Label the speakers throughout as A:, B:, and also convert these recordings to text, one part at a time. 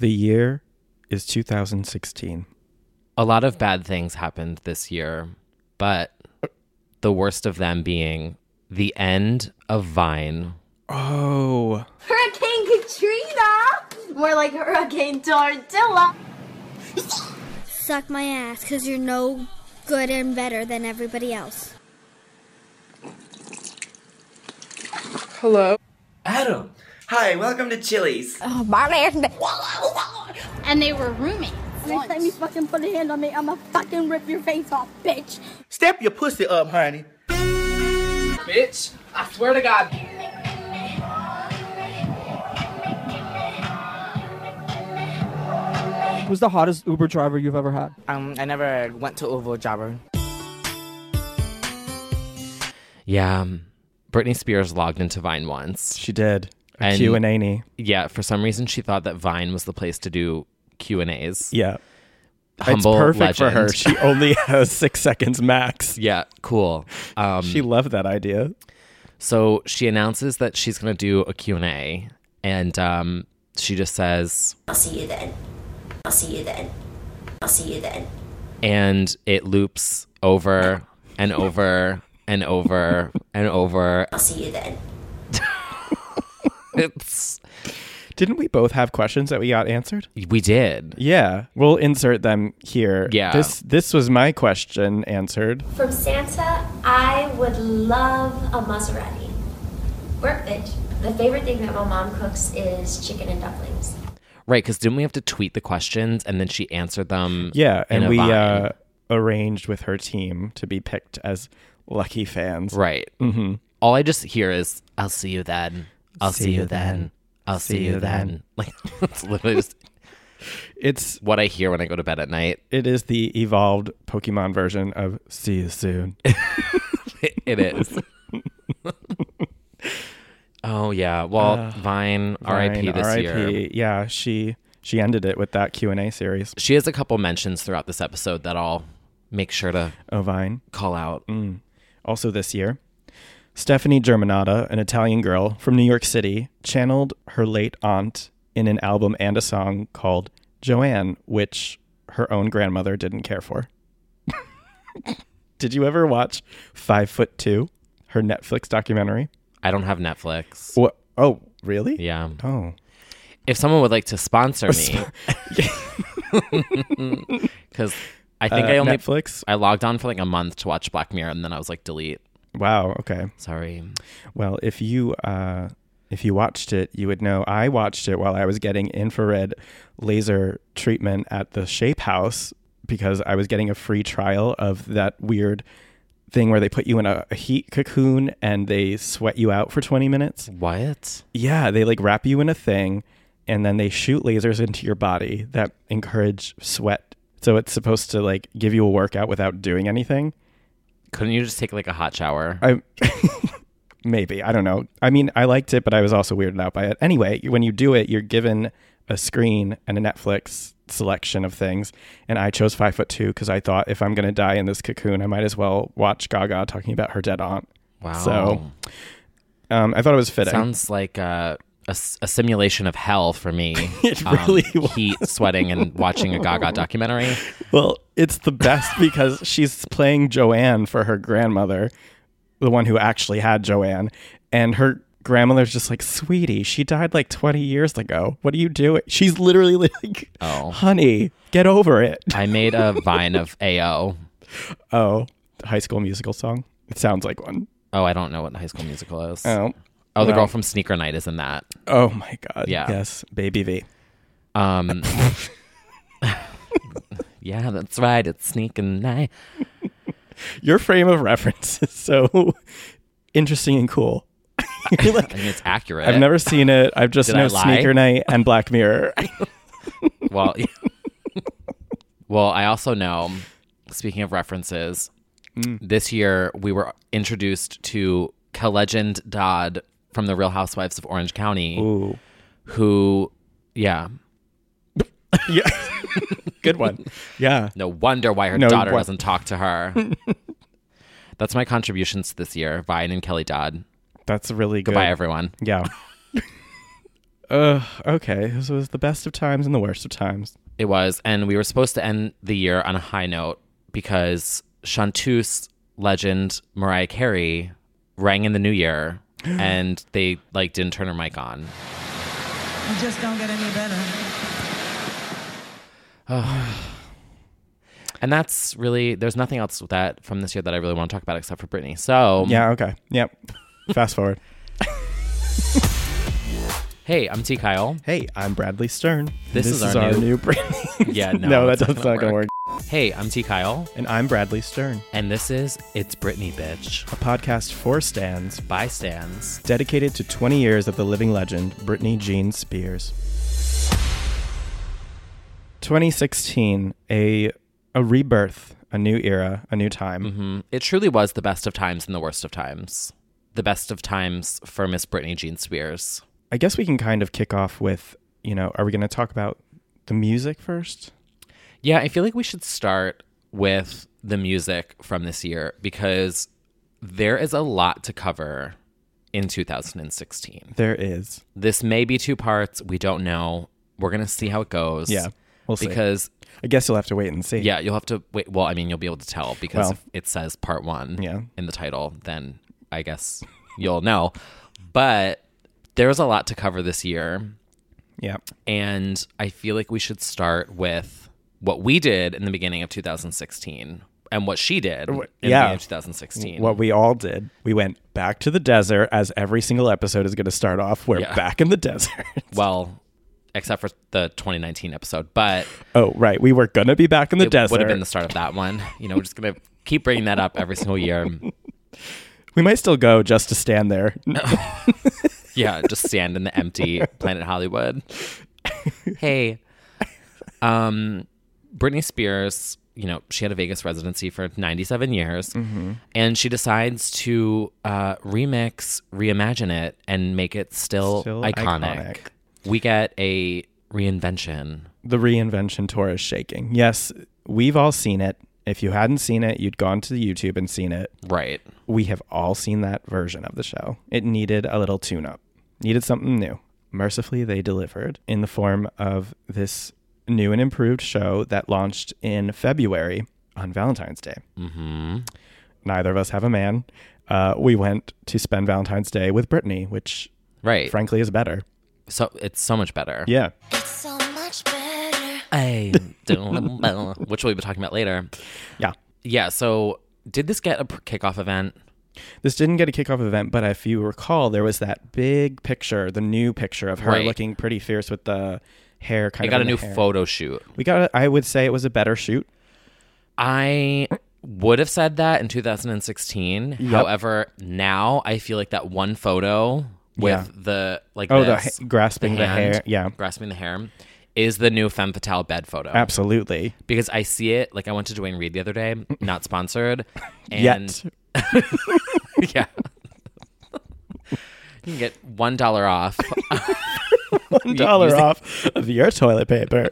A: The year is 2016.
B: A lot of bad things happened this year, but the worst of them being the end of Vine.
A: Oh,
C: Hurricane Katrina! More like Hurricane Tortilla.
D: Suck my ass, because you're no good and better than everybody else.
E: Hello?
F: Adam. Hi, welcome to Chili's.
C: Oh, my name.
G: and they were roommates.
H: Next time you fucking put a hand on me, I'ma fucking rip your face off, bitch.
F: Step your pussy up, honey.
E: Bitch, I swear to God.
I: Who's the hottest Uber driver you've ever had?
J: Um, I never went to Uber Jabber.
B: Yeah, um, Britney Spears logged into Vine once.
A: she did. A
B: And-
A: Q and A.
B: Yeah, for some reason she thought that Vine was the place to do Q and A's.
A: Yeah.
B: Humble
A: it's perfect for her.
B: legend.
A: She only has six seconds max.
B: Yeah, cool. Um,
A: She loved that idea.
B: So she announces that she's going to do a Q&A and um, she just says,
C: I'll see you then. I'll see you then. I'll see you then.
B: and it loops over and over and over and over.
C: I'll see you then.
B: It's,
A: Didn't we both have questions that we got answered?
B: we did.
A: Yeah. We'll insert them here.
B: Yeah.
A: This this was my question answered.
D: From Santa, I would love a Maserati. Work, bitch. The favorite thing that my mom cooks is chicken and dumplings.
B: Right, because didn't we have to tweet the questions and then she answered them?
A: Yeah,
B: in
A: and
B: a
A: we
B: Vine?
A: uh, arranged with her team to be picked as lucky fans.
B: Right.
A: Mm-hmm.
B: All I just hear is, I'll see you then. I'll see, you then. I'll see, you then. Like, that's literally just
A: It's
B: what I hear when I go to bed at night.
A: it is the evolved Pokemon version of see you soon.
B: it is. oh yeah. Well, Vine,
A: Vine,
B: RIP this year.
A: Yeah, she she ended it with that Q and A series.
B: She has a couple mentions throughout this episode that I'll make sure to
A: Oh, Vine.
B: call out.
A: Mm. Also this year, Stephanie Germanata, an Italian girl from New York City, channeled her late aunt in an album and a song called Joanne, which her own grandmother didn't care for. Did you ever watch Five Foot Two, her Netflix documentary?
B: I don't have Netflix.
A: What? Oh, really?
B: Yeah.
A: Oh,
B: If someone would like to sponsor me, because I think
A: Uh,
B: I only
A: Netflix.
B: I logged on for like a month to watch Black Mirror, and then I was like, delete.
A: Wow. Okay.
B: Sorry.
A: Well, if you uh, if you watched it, you would know I watched it while I was getting infrared laser treatment at the Shape House because I was getting a free trial of that weird thing where they put you in a, a heat cocoon and they sweat you out for 20 minutes.
B: What?
A: Yeah, they like wrap you in a thing and then they shoot lasers into your body that encourage sweat. So it's supposed to like give you a workout without doing anything.
B: Couldn't you just take like a hot shower?
A: I maybe I don't know. I mean, I liked it, but I was also weirded out by it. Anyway, when you do it, you're given a screen and a Netflix selection of things, and I chose Five Foot Two because I thought if I'm gonna die in this cocoon, I might as well watch Gaga talking about her dead aunt.
B: wow.
A: So um, I thought it was fitting.
B: Sounds like a, a s- a simulation of hell for me. it
A: really was.
B: heat, sweating, and watching a Gaga documentary.
A: well, it's the best because she's playing Joanne for her grandmother, the one who actually had Joanne, and her grandmother's just like, "Sweetie, she died like 20 years ago. What are you doing?" She's literally like,
B: Oh.
A: honey, get over it."
B: I made a vine of AO.
A: Oh, High School Musical song. It sounds like one.
B: Oh, I don't know what High School Musical is.
A: Oh,
B: Oh, the
A: well.
B: girl from Sneaker Night is in that.
A: oh my God.
B: Yeah.
A: Yes, Baby V.
B: Um, yeah, that's right. It's Sneaker Night.
A: Your frame of reference is so interesting and cool. You're like,
B: I mean, it's accurate.
A: I've never seen it. I've just
B: Did I
A: known
B: lie?
A: Sneaker Night and Black Mirror.
B: Well, well, I also know. Speaking of references,
A: Mm.
B: this year we were introduced to legend Dodd from the Real Housewives of Orange County,
A: Ooh.
B: who, yeah,
A: yeah, good one. Yeah,
B: no wonder why her
A: No
B: daughter
A: won-
B: doesn't talk to her. That's my contributions this year, Vine and Kelly Dodd.
A: That's really good.
B: Goodbye, everyone.
A: Yeah. uh, okay. This was the best of times and the worst of times.
B: It was, and we were supposed to end the year on a high note because Chanteuse legend Mariah Carey rang in the new year, and they like didn't turn her mic on.
K: You just don't get any better.
B: And that's really there's nothing else with that from this year that I really want to talk about except for Britney. So
A: Yeah. Okay. Yep. Fast forward.
B: Hey, I'm T Kyle.
A: Hey, I'm Bradley Stern.
B: This,
A: This
B: is,
A: is our new Britney.
B: yeah, no,
A: No,
B: it's
A: that does not gonna
B: Hey, I'm T Kyle,
A: and I'm Bradley Stern,
B: and this is it's Britney, bitch.
A: a podcast for stands
B: By stands.
A: dedicated to 20 years of the living legend Britney Jean Spears. 2016, a a rebirth, a new era, a new time.
B: hmm It truly was the best of times and the worst of times. The best of times for Miss Britney Jean Spears.
A: I guess we can kind of kick off with, you know, are we going to talk about the music first?
B: Yeah, I feel like we should start with the music from this year because there is a lot to cover in 2016.
A: There is.
B: This may be two parts. We don't know. We're going to see how it goes.
A: Yeah, we'll see.
B: Because,
A: I guess you'll have to wait and see.
B: yeah, you'll have to wait. Well, I mean, you'll be able to tell because
A: Well.
B: if it says part one
A: Yeah.
B: in the title, then I guess you'll know. But there's a lot to cover this year.
A: Yeah.
B: And I feel like we should start with what we did in the beginning of 2016 and what she did in the beginning
A: yeah.
B: of 2016.
A: What we all did, we went back to the desert as every single episode is going to start off. We're
B: Yeah.
A: back in the desert.
B: well, except for the 2019 episode, but
A: oh, right. We were going to be back in the
B: it
A: desert.
B: would have been the start of that one. You know, we're just going to keep bringing that up every single year.
A: we might still go just to stand there.
B: Yeah, just stand in the empty Planet Hollywood. hey, um, Britney Spears, you know, she had a Vegas residency for 97 years,
A: Mm-hmm.
B: and she decides to uh, remix, reimagine it, and make it still,
A: Still
B: iconic.
A: iconic.
B: We get a reinvention.
A: the reinvention tour is shaking. Yes, we've all seen it. If you hadn't seen it, you'd gone to YouTube and seen it.
B: Right.
A: we have all seen that version of the show. It needed a little tune up, needed something new. Mercifully, they delivered in the form of this new and improved show that launched in February on Valentine's Day.
B: hmm
A: Neither of us have a man. Uh, we went to spend Valentine's Day with Brittany, which
B: Right.
A: frankly is better.
B: So it's so much better.
A: Yeah.
K: So much better.
B: I don't know, which we'll be talking about later.
A: Yeah.
B: Yeah. So did this get a pr- kickoff event?
A: This didn't get a kickoff event, but if you recall, there was that big picture, the new picture of her
B: Right.
A: looking pretty fierce with the hair kind
B: I
A: of.
B: got a
A: in the
B: new
A: hair.
B: photo shoot.
A: We got. A, I would say it was a better shoot.
B: I would have said that in 2016. However, now I feel like that one photo with
A: Yeah.
B: the like
A: Oh, the
B: this,
A: ha- grasping the
B: hand,
A: hair, yeah.
B: grasping the hair, is the new femme fatale bed photo.
A: Absolutely.
B: Because I see it. Like I went to Dwayne Reed the other day, not sponsored, and
A: Yet.
B: yeah, you can get one dollar off
A: One dollar
B: using-
A: off of your toilet paper.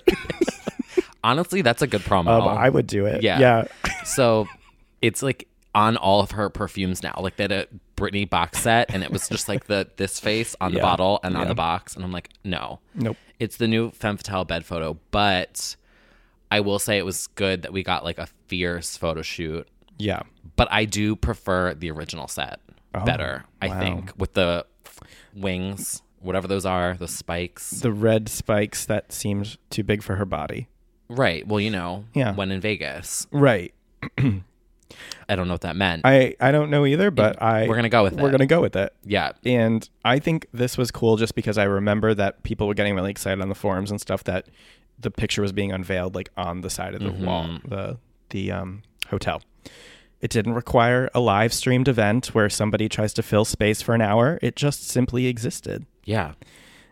B: Honestly, that's a good promo.
A: Um, I would do it.
B: Yeah.
A: Yeah.
B: so it's like on all of her perfumes now. Like they had a Britney box set and it was just like the this face on the
A: Yeah.
B: bottle and on
A: Yeah.
B: the box. And I'm like, no.
A: Nope.
B: It's the new femme fatale bed photo. But I will say it was good that we got like a fierce photo shoot.
A: Yeah.
B: But I do prefer the original set better, I
A: Oh, wow.
B: think, with the wings, whatever those are, the spikes.
A: The red spikes that seemed too big for her body.
B: Right. Well, you know,
A: Yeah.
B: when in Vegas.
A: Right.
B: I don't know what that meant.
A: I I don't know either, but I
B: We're gonna go with
A: We're
B: it.
A: gonna go with it.
B: yeah.
A: And I think this was cool just because I remember that people were getting really excited on the forums and stuff that the picture was being unveiled like on the side of the wall, the the um hotel. It didn't require a live streamed event where somebody tries to fill space for an hour. It just simply existed.
B: Yeah.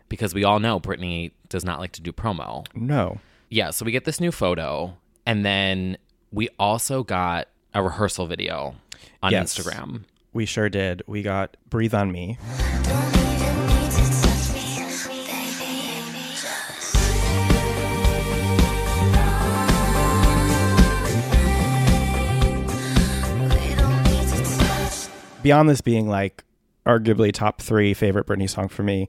B: Because we all know Brittany does not like to do promo.
A: No.
B: Yeah. So we get this new photo. And then we also got a rehearsal video on
A: Yes.
B: Instagram.
A: We sure did. We got Breathe on Me. Beyond this being like arguably top three favorite Britney song for me,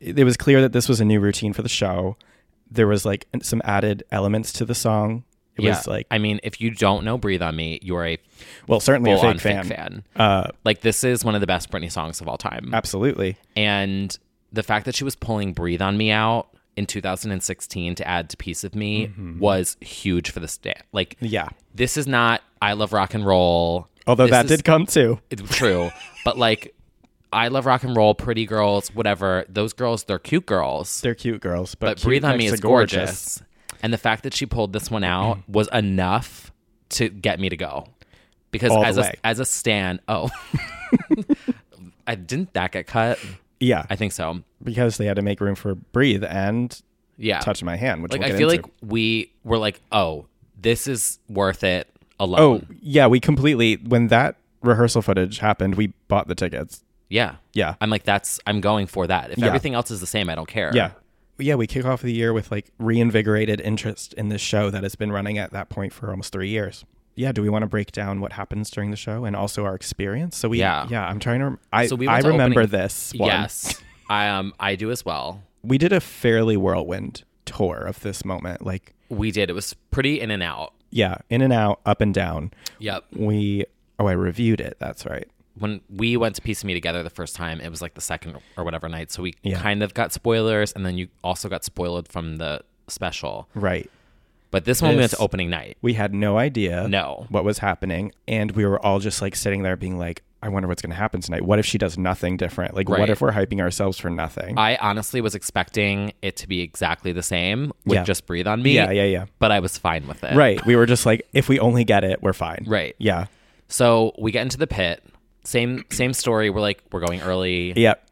A: it it was clear that this was a new routine for the show. There was like some added elements to the song. It
B: yeah.
A: was like,
B: I mean, if you don't know "Breathe on Me," you are a
A: well, certainly a
B: full-on
A: fake fan.
B: Uh, like this is one of the best Britney songs of all time.
A: Absolutely.
B: And the fact that she was pulling "Breathe on Me" out in 2016 to add to "Piece of Me"
A: Mhm.
B: was huge for the state. Like,
A: Yeah.
B: this is not "I Love Rock and Roll."
A: Although
B: This
A: that
B: is-
A: did come too.
B: It's true, but like. I love rock and roll, pretty girls, whatever. Those girls, they're cute girls.
A: They're cute girls, but,
B: But
A: cute
B: Breathe
A: next
B: on Me
A: to Mm-hmm.
B: is gorgeous. And the fact that she pulled this one out was enough to get me to go. Because
A: All the
B: as
A: way.
B: a as a stan, oh. I didn't that get cut?
A: Yeah.
B: I think so.
A: Because they had to make room for Breathe and
B: Yeah.
A: Touch My Hand, which
B: like
A: we'll
B: I
A: get
B: feel
A: into.
B: like we were like, "Oh, this is worth it alone."
A: Oh, yeah, we completely when that rehearsal footage happened, we bought the tickets.
B: Yeah.
A: Yeah.
B: I'm like that's I'm going for that. If
A: Yeah.
B: everything else is the same, I don't care.
A: Yeah. Yeah, we kick off the year with like reinvigorated interest in this show that has been running at that point for almost 3 years. Yeah, do we want to break down what happens during the show and also our experience? So we
B: Yeah.
A: yeah I'm trying to rem- I
B: So we
A: I
B: went to
A: remember
B: opening-
A: this one.
B: Yes. I um I do as well.
A: We did a fairly whirlwind tour of this moment like
B: We did. It was pretty in and out.
A: yeah, in and out, up and down.
B: Yep.
A: We oh, I reviewed it. That's right.
B: when we went to piece me together the first time it was like the second or whatever night so we
A: Yeah.
B: kind of got spoilers and then you also got spoiled from the special
A: Right.
B: but this one we went to opening night
A: We had no idea
B: No.
A: what was happening. And we were all just like sitting there being like, I wonder what's going to happen tonight. What if she does nothing different? Like,
B: Right.
A: what if we're hyping ourselves for nothing?
B: i honestly was expecting it to be exactly the same with
A: Yeah.
B: just breathe on me
A: Yeah, yeah, yeah.
B: but i was fine with it
A: right. We were just like, if we only get it, we're fine.
B: right
A: Yeah.
B: so we get into the pit same same story we're like we're going early
A: Yep.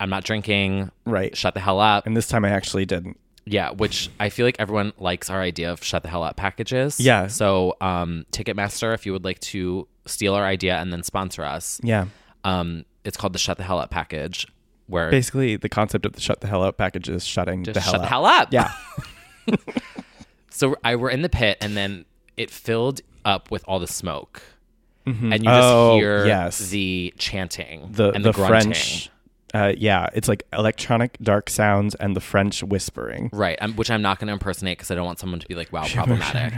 B: i'm not drinking
A: Right.
B: shut the hell up
A: And this time I actually didn't.
B: Yeah, which I feel like everyone likes our idea of shut the hell up packages.
A: Yeah.
B: So, um, Ticketmaster, if you would like to steal our idea and then sponsor us,
A: Yeah.
B: um, it's called the shut the hell up package, where
A: Basically, the concept of the shut the hell up package is shutting
B: just
A: the hell
B: shut
A: up.
B: the hell up.
A: Yeah.
B: So I were in the pit, and then it filled up with all the smoke,
A: Mhm.
B: and you just
A: Oh,
B: hear
A: yes.
B: the chanting,
A: The,
B: and
A: the,
B: grunting.
A: French. Uh, yeah. It's like electronic dark sounds and the French whispering.
B: Right, um, which I'm not going to impersonate because I don't want someone to be like, "Wow, problematic."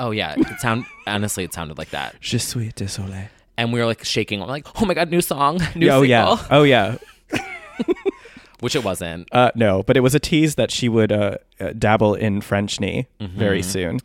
B: Oh yeah, it sound honestly, it sounded like that.
A: Je suis désolé.
B: and we were like shaking. I'm like, oh my god, new song, new
A: oh
B: single,
A: yeah. Oh yeah.
B: which it wasn't.
A: Uh, no, but it was a tease that she would uh, uh, dabble in French knee very
B: Mhm.
A: soon.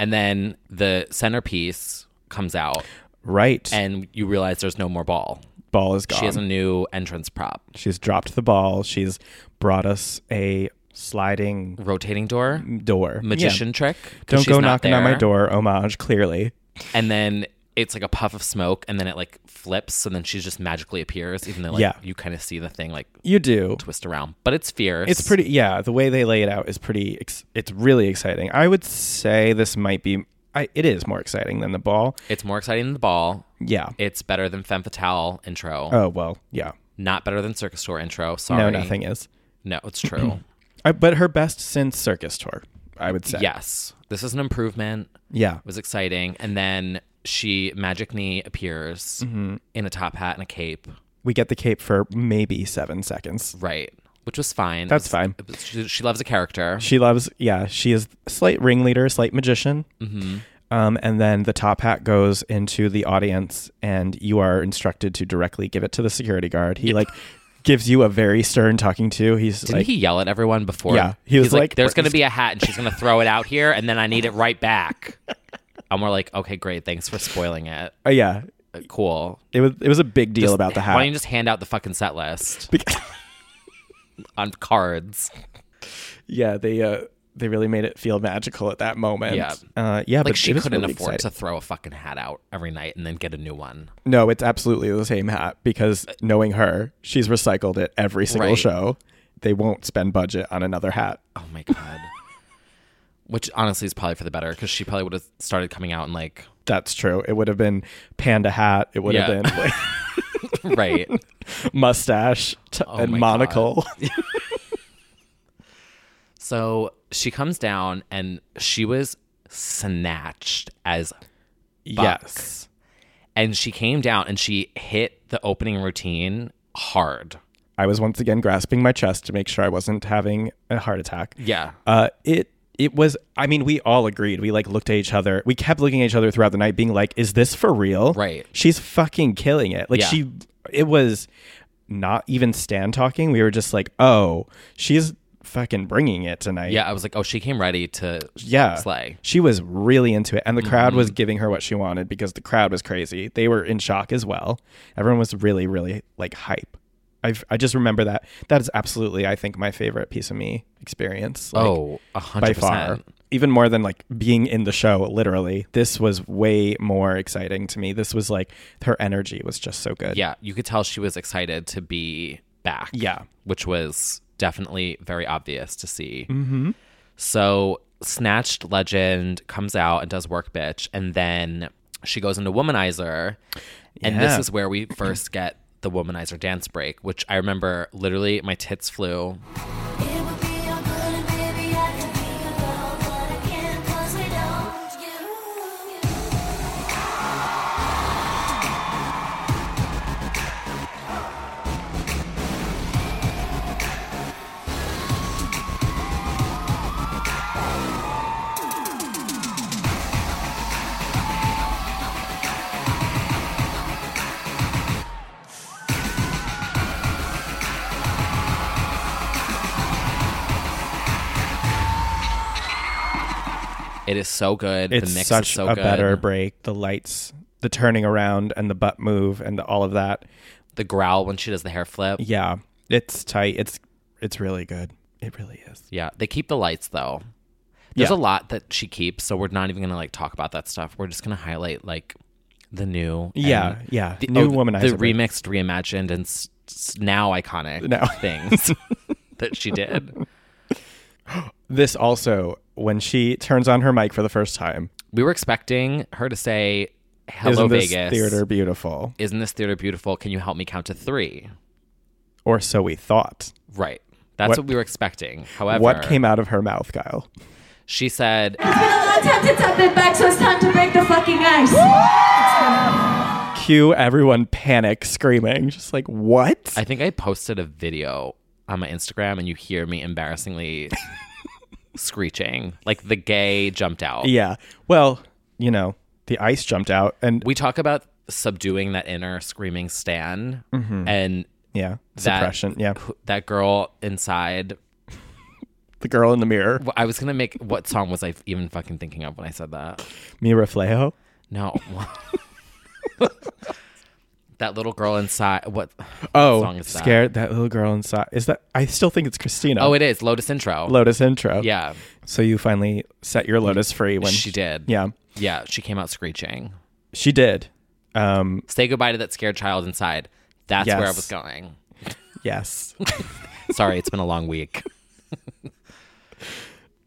B: And then the centerpiece comes out,
A: Right.
B: and you realize there's no more ball.
A: Ball is
B: She has a
A: gone.
B: new entrance prop,
A: She's dropped the ball. She's brought us a sliding
B: rotating door,
A: door.
B: magician
A: Mm, Yeah.
B: trick. 'cause
A: Don't
B: she's
A: go
B: not
A: knocking on
B: there.
A: my door, homage, clearly.
B: And then it's like a puff of smoke, and then it like flips, and then she just magically appears. Even though like
A: Yeah.
B: you kind of see the thing like
A: You do.
B: twist around, but it's fierce.
A: It's pretty, yeah. The way they lay it out is pretty, ex- it's really exciting. I would say this might be, I, it is more exciting than the ball.
B: It's more exciting than the ball.
A: Yeah.
B: It's better than Femme Fatale intro.
A: Oh, well, yeah.
B: Not better than Circus Tour intro. Sorry.
A: nothing is.
B: No, it's true.
A: I, but her best since Circus Tour, I would say.
B: yes. This is an improvement.
A: Yeah.
B: It was exciting. And then she, Magic Knee, appears
A: Mhm.
B: in a top hat and a cape.
A: We get the cape for maybe seven seconds.
B: Right. Which was fine. It
A: That's
B: was-
A: fine.
B: it was- she, she loves a character.
A: She loves, yeah, she is a slight ringleader, a slight magician.
B: Mhm.
A: Um, and then the top hat goes into the audience, and you are instructed to directly give it to the security guard. He like gives you a very stern talking to. He's
B: Didn't
A: like,
B: he yell at everyone before?
A: Yeah, he
B: He's
A: was like,
B: there's going to
A: "Britney's-
B: be a hat and she's going to throw it out here and then I need it right back. and we're like, okay, great. Thanks for spoiling it.
A: oh yeah,
B: Uh, Cool.
A: it was it was a big deal
B: Just-
A: about the
B: Why don't you
A: hat.
B: just hand out the fucking set list
A: Bec-
B: on cards?
A: yeah, they uh, they really made it feel magical at that moment.
B: Yeah.
A: uh, yeah.
B: Like
A: but
B: she
A: it is
B: couldn't
A: really
B: afford
A: exciting.
B: to throw a fucking hat out every night and then get a new one.
A: No, it's absolutely the same hat because knowing her, she's recycled it every single
B: Right.
A: show. They won't spend budget on another hat.
B: Oh my god. Which honestly is probably for the better because she probably would have started coming out and like
A: That's true. It would have been panda hat. It would
B: Yeah.
A: have been like,
B: right.
A: mustache t-
B: Oh
A: and
B: my
A: monocle.
B: So she comes down and she was snatched as fuck.
A: Yes.
B: And she came down and she hit the opening routine hard.
A: I was once again grasping my chest to make sure I wasn't having a heart attack.
B: Yeah.
A: Uh, it it was. I mean, we all agreed. We like looked at each other. We kept looking at each other throughout the night, being like, "Is this for real?"
B: Right.
A: She's fucking killing it. Like
B: Yeah.
A: she. It was not even Stan talking. We were just like, "Oh, she's fucking bringing it tonight."
B: Yeah, I was like, oh, she came ready to
A: Yeah.
B: slay. Mm-hmm.
A: She was really into it. And the crowd was giving her what she wanted because the crowd was crazy. They were in shock as well. Everyone was really, really like hype. I've, I just remember that. That is absolutely, I think, my favorite piece of me experience. Like,
B: Oh, a hundred
A: By far.
B: percent.
A: Even more than like being in the show, literally. This was way more exciting to me. This was like her energy was just so good.
B: Yeah, you could tell she was excited to be back.
A: Yeah.
B: Which was definitely very obvious to see.
A: Mhm.
B: So Snatched Legend comes out and does work bitch, and then she goes into Womanizer. And
A: Yeah.
B: this is where we first get the Womanizer dance break, which I remember literally my tits flew. It is so good.
A: It's
B: the mix
A: such
B: is so
A: a
B: good.
A: better break. The lights, the turning around and the butt move and the, all of that.
B: The growl when she does the hair flip.
A: Yeah, it's tight. It's it's really good. It really is.
B: Yeah, they keep the lights though. There's
A: Yeah.
B: a lot that she keeps, so we're not even gonna like talk about that stuff. We're just gonna highlight like the new, and
A: Yeah, yeah.
B: the,
A: New
B: oh,
A: Womanizer
B: the
A: break.
B: remixed, reimagined, and s- s- now iconic
A: Now.
B: things that she did.
A: This also when she turns on her mic for the first time.
B: We were expecting her to say, "Hello,
A: Isn't this
B: Vegas,
A: theater beautiful?"
B: Isn't this theater beautiful? Can you help me count to three?
A: Or so we thought.
B: Right. That's what,
A: What-
B: we were expecting. However,
A: what came out of her mouth, Kyle?
B: She said,
L: a long time since I've been back, so it's time to break the fucking ice.
A: Cue everyone panic screaming, just like what?
B: I think I posted a video on my Instagram and you hear me embarrassingly screeching. Like the gay jumped out.
A: Yeah. Well, you know, the ice jumped out, and
B: We talk about subduing that inner screaming Stan
A: Mhm.
B: and
A: yeah,
B: that,
A: suppression. Yeah,
B: that girl inside.
A: the girl in the mirror,
B: Wh- I was going to make what song was I even fucking thinking of when I said that?
A: Mira Flejo.
B: No. that little girl inside. What song
A: Oh,
B: is that?
A: scared that little girl inside. Is that? I still think it's Christina.
B: Oh, it is Lotus Intro.
A: Lotus intro.
B: Yeah.
A: So you finally set your Lotus free when
B: she did.
A: Yeah,
B: Yeah. She came out screeching.
A: she did. Um,
B: Say goodbye to that scared child inside. That's where I
A: Yes.
B: was going.
A: yes.
B: Sorry, it's been a long week.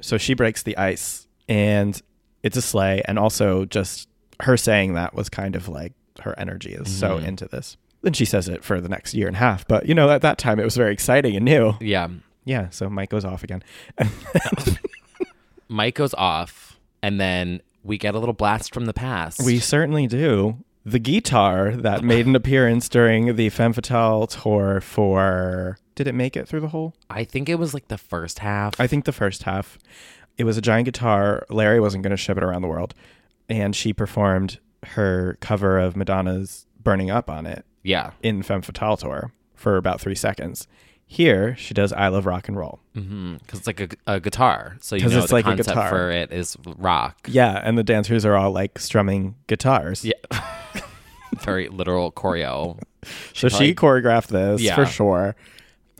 A: so she breaks the ice, and it's a sleigh, and also just her saying that was kind of like her energy is so
B: Mhm.
A: into this. Then she says it for the next year and a half, but you know at that time it was very exciting and new.
B: Yeah.
A: Yeah. So Mike goes off again.
B: Mike goes off, and then we get a little blast from the past.
A: We certainly do. The guitar that made an appearance during the Femme Fatale tour for. Did it make it through the whole?
B: I think it was like the first half.
A: I think the first half. It was a giant guitar. Larry wasn't going to ship it around the world. And she performed her cover of Madonna's Burning Up on it
B: yeah.
A: in Femme Fatale tour for about three seconds. Here, she does I Love Rock and Roll.
B: Because it's like a, a guitar. So you
A: 'Cause
B: know
A: it's
B: the
A: like a
B: concept
A: guitar.
B: for it is rock.
A: Yeah. And the dancers are all like strumming guitars.
B: Yeah. Very literal choreo.
A: So she choreographed this
B: Yeah.
A: for sure.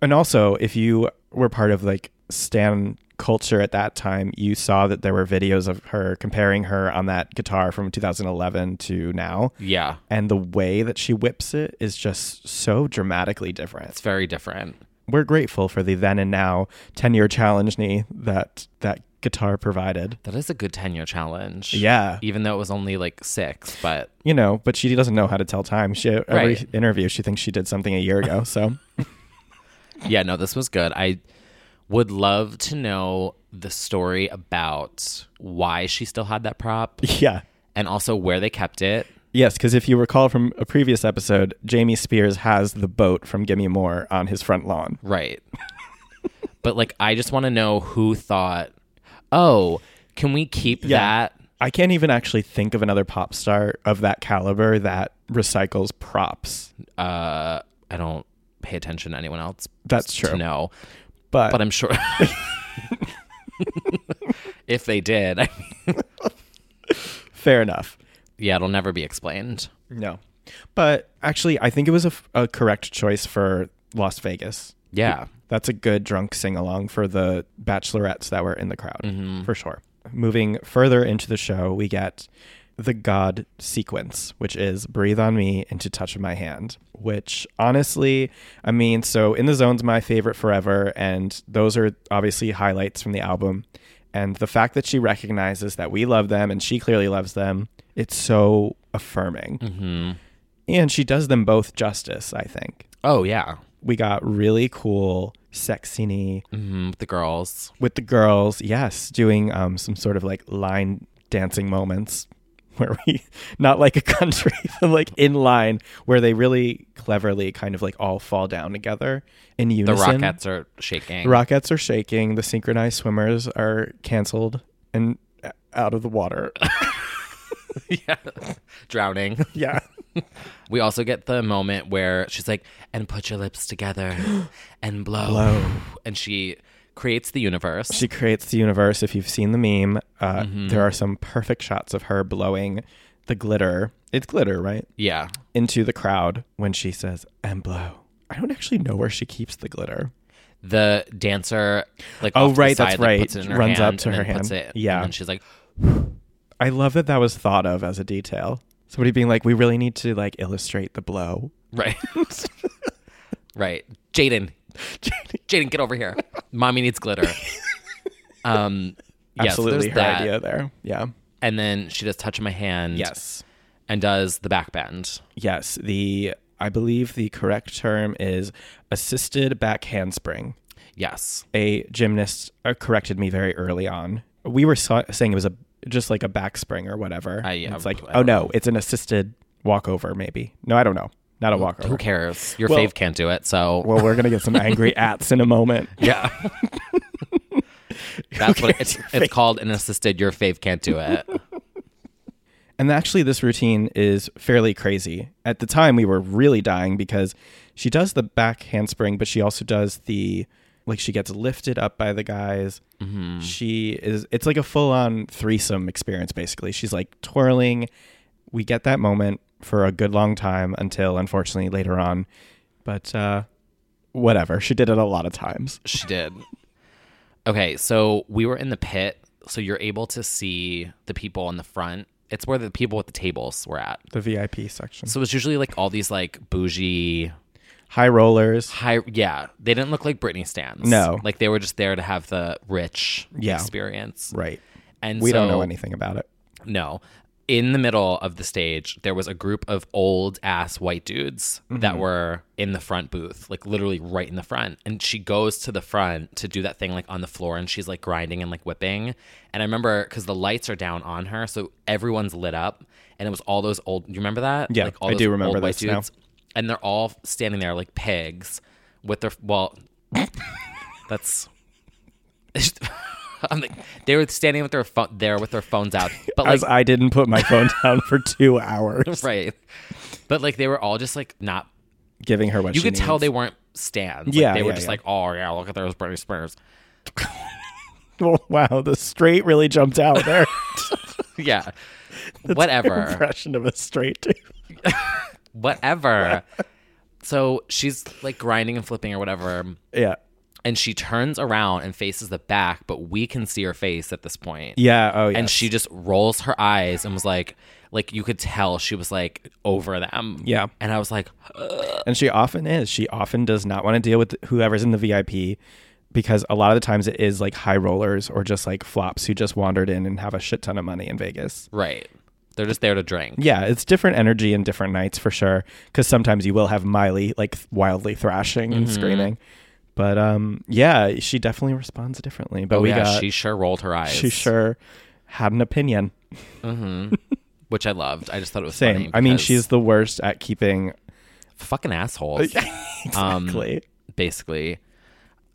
A: And also, if you were part of like Stan culture at that time, you saw that there were videos of her comparing her on that guitar from 2011 to now.
B: Yeah.
A: And the way that she whips it is just so dramatically different.
B: It's very different.
A: We're grateful for the then and now 10-year challenge knee that that guitar provided.
B: That is a good 10 year challenge.
A: Yeah.
B: Even though it was only like six, but.
A: You know, but she doesn't know how to tell time. She every
B: Right.
A: interview she thinks she did something a year ago. So
B: Yeah, no, this was good. I would love to know the story about why she still had that prop.
A: Yeah.
B: And also where they kept it.
A: yes, because if you recall from a previous episode, Jamie Spears has the boat from Gimme More on his front lawn.
B: Right. but like, I just want to know who thought, oh, can we keep that?
A: I can't even actually think of another pop star of that caliber that recycles props.
B: Uh, I don't pay attention to anyone else.
A: That's
B: s-
A: true.
B: To know.
A: But-
B: I'm sure. if they did, I mean,
A: Fair enough.
B: yeah, it'll never be explained.
A: No. But actually, I think it was a, f- a correct choice for Las Vegas.
B: Yeah.
A: That's a good drunk sing along for the bachelorettes that were in the crowd, for sure. Moving further into the show, we get the God sequence, which is Breathe on Me into Touch of My Hand, which honestly, I mean, so In the Zone's my favorite forever, and those are obviously highlights from the album. And the fact that she recognizes that we love them and she clearly loves them, it's so affirming.
B: Mm-hmm.
A: And she does them both justice, I think.
B: Oh, yeah.
A: We got really cool sex scene
B: hmm with the girls.
A: with the girls, yes, doing um, some sort of like line dancing moments where we, not like a country, but like in line, where they really cleverly kind of like all fall down together in
B: The
A: unison.
B: Rockettes are shaking.
A: The rockets are shaking. The synchronized swimmers are canceled and uh, out of the water.
B: yeah. Drowning.
A: Yeah.
B: We also get the moment where she's like, and put your lips together and blow.
A: Blow.
B: And she creates the universe.
A: She creates the universe. If you've seen the meme, uh,
B: Mhm.
A: there are some perfect shots of her blowing the glitter. It's glitter, right?
B: Yeah.
A: Into the crowd when she says, and blow. I don't actually know where she keeps the glitter.
B: the dancer, like,
A: Oh,
B: off to the
A: right, that's
B: side, like,
A: right.
B: puts it in her
A: Runs up
B: hand
A: to
B: and
A: her
B: then puts
A: hand.
B: it-
A: Yeah.
B: And then she's like,
A: I love that that was thought of as a detail. Somebody being like, we really need to like illustrate the blow.
B: right. right. Jaden. Jaden, get over here. Mommy needs glitter. Um, yeah, so there's
A: Absolutely her
B: that.
A: idea there. Yeah.
B: And then she does touch my hand.
A: Yes.
B: And does the back bend.
A: Yes. The, I believe the correct term is assisted back handspring.
B: Yes.
A: a gymnast uh, corrected me very early on. We were sa- saying it was a just like a back spring or whatever.
B: I- yeah,
A: it's like,
B: I
A: oh
B: don't
A: no, it's an assisted walkover, maybe. No, I don't know. Not a walkover.
B: Who cares? Your
A: Well-
B: fave can't do it. So
A: Well, we're gonna get some angry ats in a moment.
B: Yeah. That's what it's,
A: Your
B: it's
A: fave.
B: called an assisted your fave can't do it.
A: And actually, this routine is fairly crazy. At the time, we were really dying because she does the back handspring, but she also does the like she gets lifted up by the guys. Mm-hmm. She is it's like a full on threesome experience basically. She's like twirling. We get that moment for a good long time until unfortunately later on. But uh whatever. She did it a lot of times.
B: She did. Okay, so we were in the pit, so you're able to see the people in the front. It's where the people at the tables were at.
A: The VIP section.
B: So it's usually like all these like bougie
A: High rollers.
B: high yeah. They didn't look like Britney stands.
A: No.
B: Like they were just there to have the rich
A: Yeah.
B: experience.
A: Right.
B: And
A: we don't
B: so-
A: know anything about it.
B: No. In the middle of the stage, there was a group of old ass white dudes that
A: Mhm.
B: were in the front booth, like literally right in the front. And she goes to the front to do that thing like on the floor and she's like grinding and like whipping. And I remember because the lights are down on her, so everyone's lit up. And it was all those old, you remember that?
A: Yeah,
B: like all
A: I
B: those
A: do remember
B: old white
A: this now.
B: dudes. And they're all standing there like pigs with their, well, that's I'm like, they were standing with their phone there with their phones out, but
A: As
B: like
A: I didn't put my phone down for two hours.
B: right, but like they were all just like not.
A: Giving her what
B: you
A: she
B: could tell
A: needs.
B: they weren't stands. Like,
A: Yeah,
B: they were
A: yeah,
B: just
A: yeah.
B: like, oh yeah, look at those Britney Spears.
A: Oh, wow, the straight really jumped out there.
B: yeah,
A: That's
B: whatever,
A: my impression of a straight dude.
B: whatever. so she's like grinding and flipping or whatever.
A: Yeah.
B: and she turns around and faces the back, but we can see her face at this point.
A: Yeah, oh,
B: And
A: yes.
B: she just rolls her eyes and was like, like you could tell she was like over them.
A: Yeah.
B: And I was like,
A: And she often is. She often does not want to deal with whoever's in the VIP because a lot of the times it is like high rollers or just like flops who just wandered in and have a shit ton of money in Vegas.
B: right. They're just there to drink.
A: Yeah, it's different energy and different nights for sure. Because sometimes you will have Miley like wildly thrashing and
B: Mhm.
A: screaming, but um, yeah, she definitely responds differently. But
B: Oh,
A: we
B: yeah,
A: got
B: she sure rolled her eyes.
A: She sure had an opinion.
B: hmm Which I loved. I just thought it was
A: Same.
B: funny
A: I mean,
B: because-
A: she's the worst at keeping
B: fucking assholes.
A: Exactly.
B: Um, basically.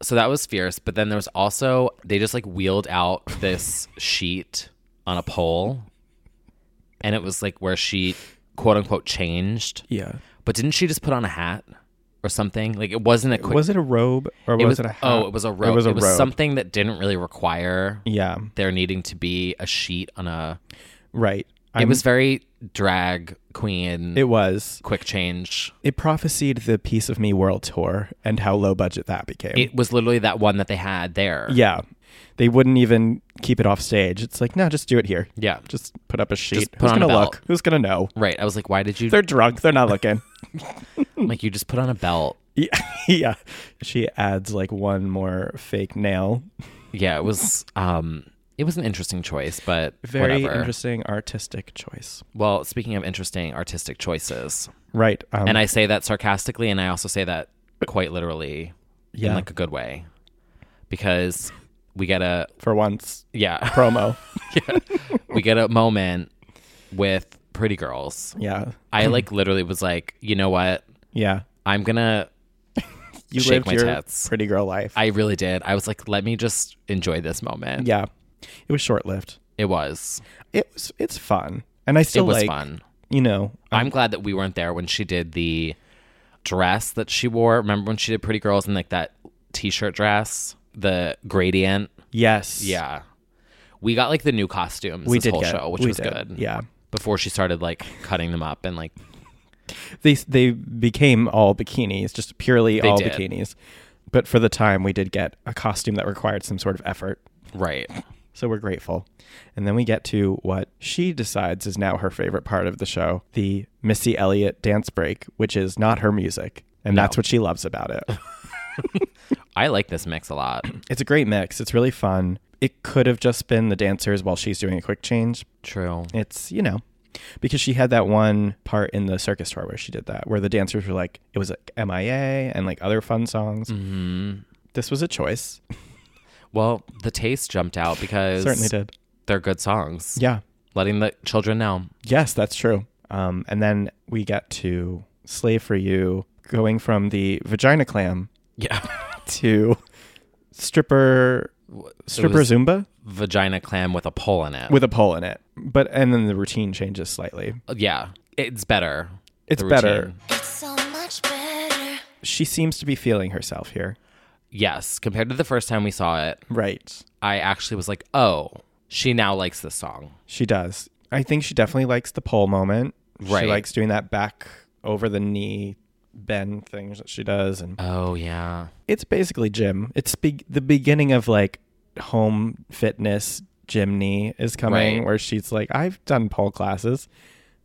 B: So that was fierce. But then there was also, they just like wheeled out this sheet on a pole. And it was like where she quote unquote changed.
A: Yeah.
B: But didn't she just put on a hat or something? Like it wasn't a quick.
A: Was it a robe or was it a hat?
B: Oh, it was a
A: It
B: robe. It
A: was
B: was,
A: a robe.
B: something that didn't really require
A: Yeah.
B: there needing to be a sheet on a.
A: Right.
B: it
A: I'm-
B: was very drag queen.
A: It was.
B: Quick change.
A: It prophesied the Piece of Me World Tour and how low budget that became.
B: It was literally that one that they had there.
A: yeah. They wouldn't even keep it off stage. It's like, no, just do it here.
B: Yeah.
A: Just put up a sheet.
B: Just put
A: Who's
B: on a
A: going to
B: belt.
A: look? Who's going to know?
B: Right. I was like, why did you?
A: They're drunk. They're not looking.
B: like you just put on a belt.
A: Yeah. yeah. She adds like one more fake nail.
B: Yeah, it was. Um, it was an interesting choice, but
A: Very
B: whatever.
A: interesting artistic choice.
B: Well, speaking of interesting artistic choices,
A: Right. Um,
B: and I say that sarcastically, and I also say that quite literally,
A: Yeah.
B: in like a good way, because we get a
A: for once,
B: yeah,
A: promo.
B: yeah, we get a moment with pretty girls.
A: Yeah.
B: I like literally was like, you know what?
A: Yeah.
B: I'm gonna
A: You lived
B: shake my
A: your
B: tits.
A: pretty girl life.
B: I really did. I was like, let me just enjoy this moment.
A: Yeah. It was short lived.
B: It was.
A: It was it's fun. And I still
B: it was
A: like um,
B: fun.
A: you know,
B: I'm glad that we weren't there when she did the dress that she wore. Remember when she did Pretty Girls and like that t-shirt dress, the gradient.
A: Yes.
B: Yeah. We got like the new costumes
A: We
B: this
A: did
B: whole
A: get-
B: show, which
A: we
B: was
A: did,
B: good.
A: yeah.
B: Before she started like cutting them up and like
A: they they became all bikinis, just purely
B: They
A: all
B: did.
A: bikinis. But for the time, we did get a costume that required some sort of effort.
B: Right.
A: So we're grateful. And then we get to what she decides is now her favorite part of the show the Missy Elliott dance break, which is not her music. And that's what she loves about it.
B: I like this mix a lot.
A: it's a great mix. It's really fun. It could have just been the dancers while she's doing a quick change.
B: True.
A: It's, you know, because she had that one part in the circus tour where she did that, where the dancers were like, it was like MIA and like other fun songs.
B: Mhm.
A: This was a choice.
B: Well, the taste jumped out because
A: Certainly did.
B: They're good songs.
A: Yeah.
B: Letting the children know.
A: Yes, that's true. Um, and then we get to Slave for You going from the vagina clam
B: yeah.
A: to stripper
B: It
A: stripper
B: was Oh.
A: Zumba
B: Vagina clam with a pole in it.
A: with a pole in it. But and then the routine changes slightly.
B: Yeah. It's better.
A: It's
B: The
A: better.
B: routine.
K: So much better.
A: She seems to be feeling herself here.
B: Yes. Compared to the first time we saw it,
A: Right.
B: I actually was like, oh, she now likes this song.
A: She does. I think she definitely likes the pole moment.
B: Right.
A: She likes doing that back over the knee bend things that she does and
B: Oh, yeah.
A: it's basically gym. It's be- the beginning of like home fitness gymney is coming
B: Right.
A: where she's like, I've done pole classes.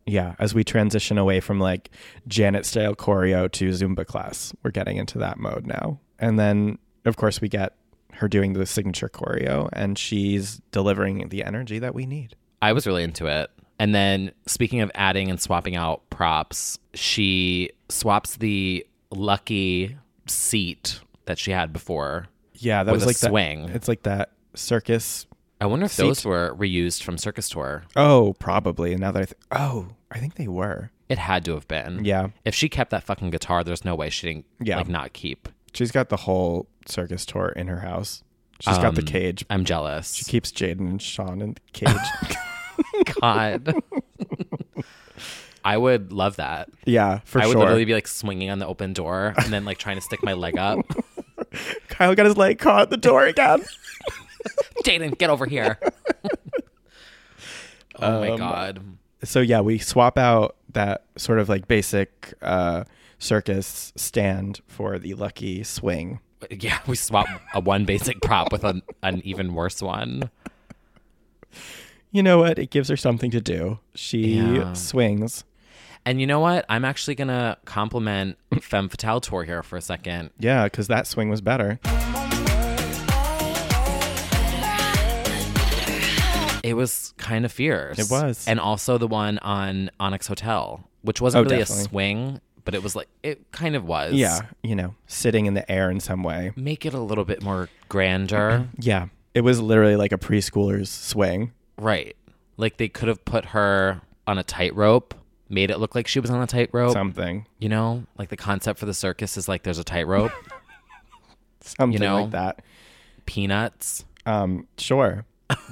A: Yeah, as we transition away from like Janet style choreo to Zumba class, we're getting into that mode now. And then, of course, we get her doing the signature choreo and she's delivering the energy that we need.
B: I was really into it. And then, speaking of adding and swapping out props, she swaps the lucky seat that she had before.
A: Yeah, that
B: with
A: was
B: a
A: like that-
B: swing.
A: it's like that circus.
B: I wonder if
A: seat.
B: those were reused from Circus Tour.
A: Oh, probably. And now that I th- oh, I think they were.
B: It had to have been.
A: Yeah.
B: If she kept that fucking guitar, there's no way she didn't
A: Yeah.
B: like not keep.
A: She's got the whole circus tour in her house. She's got the
B: Um,
A: cage.
B: I'm jealous.
A: She keeps Jaden and Sean in the cage.
B: God. I would love that.
A: yeah, for
B: I would
A: sure.
B: literally be like swinging on the open door and then like trying to stick my leg up.
A: Kyle got his leg caught at the door again.
B: Jaden, get over here. oh my
A: Um,
B: God.
A: so yeah, we swap out that sort of like basic uh, circus stand for the lucky swing.
B: Yeah, we swap a one basic prop with an, an even worse one.
A: You know what? It gives her something to do. She
B: Yeah.
A: swings.
B: And you know what? I'm actually gonna compliment Femme Fatale Tour here for a second.
A: Yeah, because that swing was better.
B: It was kind of fierce.
A: It was.
B: And also the one on Onyx Hotel, which wasn't
A: Oh,
B: really
A: definitely.
B: a swing, but it was like it kind of was.
A: Yeah, you know, sitting in the air in some way.
B: Make it a little bit more grander.
A: Yeah, it was literally like a preschooler's swing.
B: Right. Like they could have put her on a tightrope, made it look like she was on a tightrope.
A: Something.
B: You know, like the concept for the circus is like there's a tightrope.
A: Something
B: you know?
A: like that.
B: Peanuts.
A: Um, sure.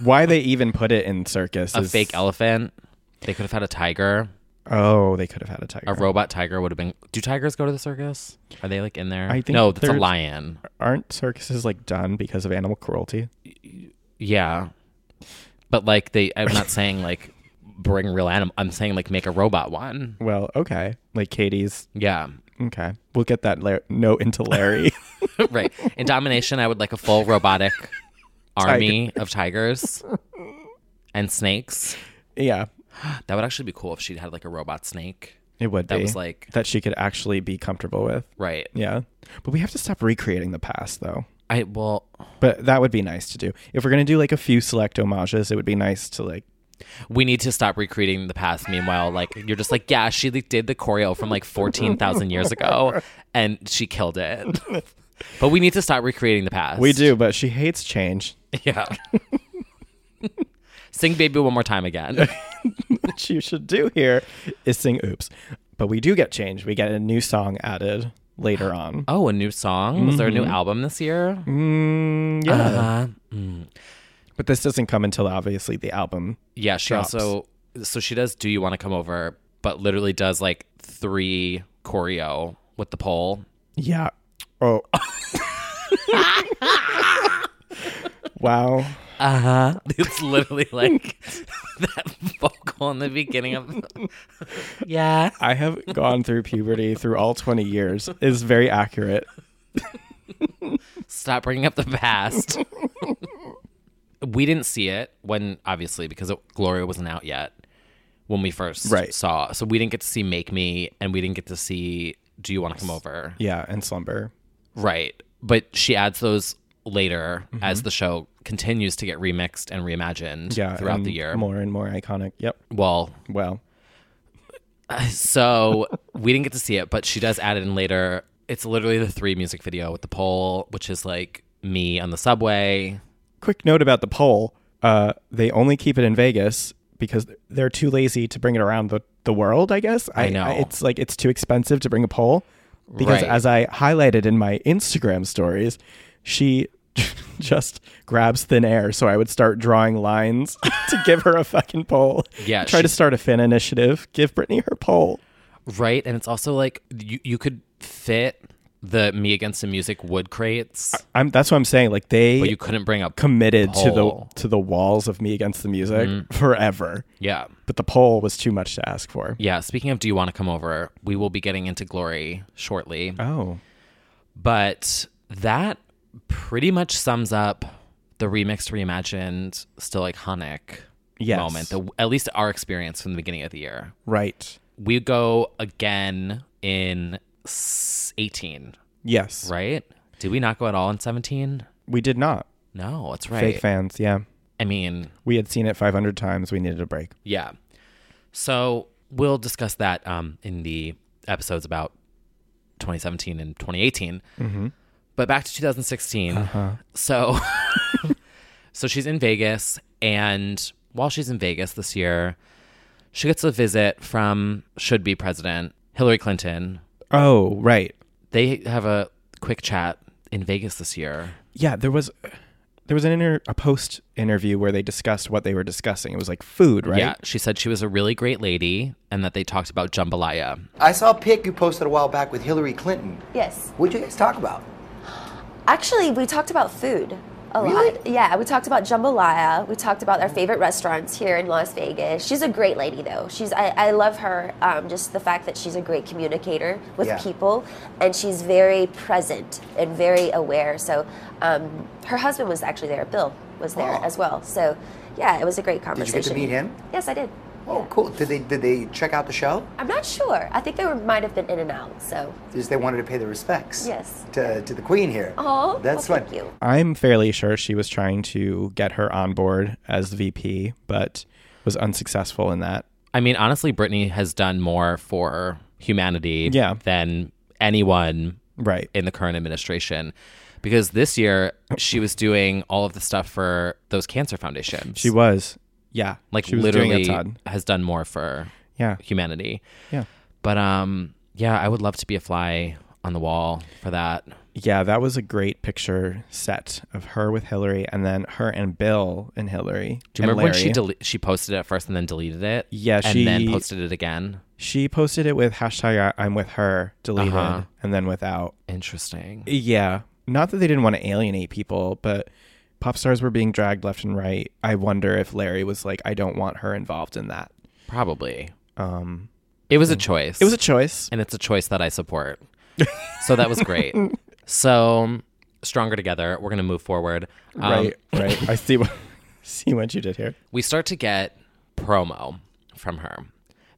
A: Why they even put it in circus?
B: A
A: is-
B: fake elephant. They could have had a tiger.
A: Oh, they could have had a tiger.
B: A robot tiger would have been. Do tigers go to the circus? Are they like in there?
A: I think
B: no. That's a
A: there's-
B: lion.
A: Aren't circuses like done because of animal cruelty?
B: Yeah, but like they. I'm not saying like bring real animal. I'm saying like make a robot one.
A: Well, okay. Like Katie's.
B: Yeah.
A: Okay. We'll get that la- note into Larry.
B: right. In domination, I would like a full robotic army of tigers and snakes.
A: yeah.
B: That would actually be cool if she had like a robot snake.
A: It would
B: That
A: be.
B: was like
A: that she could actually be comfortable with.
B: right.
A: Yeah. But we have to stop recreating the past though.
B: I well,
A: But that would be nice to do. If we're going to do like a few select homages, it would be nice to like
B: we need to stop recreating the past. Meanwhile, like you're just like, yeah, she like, did the choreo from like fourteen thousand years ago, and she killed it. but we need to stop recreating the past.
A: We do, but she hates change.
B: Yeah. Sing baby one more time again.
A: what you should do here is sing oops. But we do get change. We get a new song added later on.
B: Oh, a new song? Was there a new
A: Mhm.
B: album this year?
A: Mm, yeah.
B: Uh-huh. Mm.
A: But this doesn't come until obviously the album.
B: Yeah, she
A: drops.
B: also so she does do you want to come over, but literally does like three choreo with the pole.
A: Yeah. Oh. wow.
B: Uh huh. It's literally like that vocal in the beginning of. yeah.
A: I have gone through puberty through all 20 years is very accurate.
B: Stop bringing up the past. we didn't see it when, obviously, because it, Gloria wasn't out yet when we first
A: Right.
B: saw. So we didn't get to see Make Me, and we didn't get to see Do You Want to Come Over?
A: Yeah, and slumber.
B: Right. But she adds those later
A: Mm-hmm.
B: as the show continues to get remixed and reimagined
A: Yeah,
B: throughout
A: and
B: the year.
A: More and more iconic. Yep.
B: Well,
A: Well,
B: so we didn't get to see it, but she does add it in later. It's literally the three music video with the poll, which is like me on the subway.
A: quick note about the poll. Uh, they only keep it in Vegas because they're too lazy to bring it around the, the world, I guess.
B: I know.
A: it's like it's too expensive to bring a poll because
B: Right.
A: as I highlighted in my Instagram stories, she just grabs thin air so I would start drawing lines to give her a fucking poll.
B: Yeah,
A: Try to
B: she-
A: start a fan initiative. Give Brittany her poll.
B: Right. And it's also like you, you could fit the Me Against the Music wood crates,
A: I'm that's what I'm saying. Like they
B: but you couldn't bring up.
A: Uh, committed
B: Poll. Mm.
A: to the to the walls of me against the music forever.
B: Yeah.
A: But the poll was too much to ask for.
B: Yeah. Speaking of Do You Want to Come Over, we will be getting into Glory shortly.
A: Oh.
B: But that pretty much sums up the remixed, reimagined, still iconic
A: Yes.
B: moment, the, at least our experience from the beginning of the year.
A: Right.
B: We go again in s- 18,
A: Yes.
B: right? Did we not go at all in 17?
A: We did not.
B: No, that's right.
A: Fake fans, yeah.
B: I mean,
A: We had seen it 500 times. We needed a break.
B: yeah. So we'll discuss that um, in the episodes about 2017 and 2018.
A: Mhm.
B: But back to 2016. So, so she's in Vegas, and while she's in Vegas this year, she gets a visit from should be president Hillary Clinton.
A: Oh, right.
B: They have a quick chat in Vegas this year.
A: Yeah, there was there was an inter- a post interview where they discussed what they were discussing. It was like food, right?
B: Yeah, she said she was a really great lady, and that they talked about jambalaya.
M: I saw a pic you posted a while back with Hillary Clinton.
N: Yes.
M: What'd you guys talk about?
N: Actually, we talked about food. A lot. Yeah, we talked about jambalaya. We talked about our favorite restaurants here in Las Vegas. She's a great lady, though. She's I, I love her. Um, just the fact that she's a great communicator with
O: Yeah.
N: people, and she's very present and very aware. So, um, her husband was actually there. Bill was there as well. So, yeah, it was a great
M: Oh. Did you
N: conversation.
M: get to meet him?
N: Yes, I did.
M: Oh, cool. Did they did they check out the show?
N: I'm not sure. I think they were, might have been in and out. So,
M: Just they wanted to pay their respects.
N: Yes.
M: To, to the queen here.
N: oh,
M: That's
N: well,
M: fun.
N: thank you.
A: I'm fairly sure she was trying to get her on board as VP, but was unsuccessful in that.
B: I mean, honestly, Britney has done more for humanity
A: Yeah.
B: than anyone
A: right.
B: in the current administration. Because this year she was doing all of the stuff for those cancer foundations.
A: She was. Yeah.
B: Like
A: she was doing a
B: literally
A: ton.
B: has done more for
A: Yeah.
B: humanity.
A: Yeah.
B: But um yeah, I would love to be a fly on the wall for that.
A: Yeah, that was a great picture set of her with Hillary and then her and Bill and Hillary.
B: Do you
A: and
B: remember when she
A: Larry.
B: dele- she posted it at first and then deleted it?
A: Yeah,
B: and
A: she-
B: then posted it again.
A: She posted it with hashtag I- I'm with her, deleted,
B: Uh-huh.
A: and then without.
B: Interesting.
A: Yeah. Not that they didn't want to alienate people, but pop stars were being dragged left and right. I wonder if Larry was like, I don't want her involved in that.
B: Probably.
A: Um,
B: It was a choice.
A: It was a choice.
B: And it's a choice that I support. so that was great. So stronger together. We're gonna move forward. Um,
A: right, right. I see what see what you did here.
B: we start to get promo from her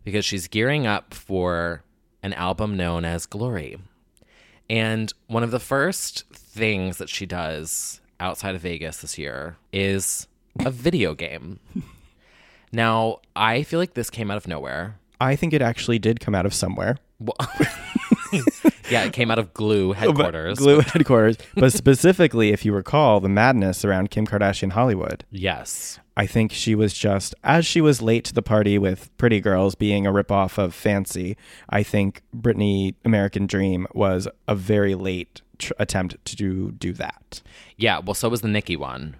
B: because she's gearing up for an album known as Glory. And one of the first things that she does outside of Vegas this year is a video game. now, I feel like this came out of nowhere.
A: I think it actually did come out of somewhere.
B: Yeah, it came out of Glue headquarters.
A: Glue headquarters. But specifically, if you recall, the madness around Kim Kardashian Hollywood.
B: Yes.
A: I think she was just, as she was late to the party with Pretty Girls being a ripoff of Fancy, I think Britney American Dream was a very late tr- attempt to do that.
B: Yeah, well, so was the Nicki one.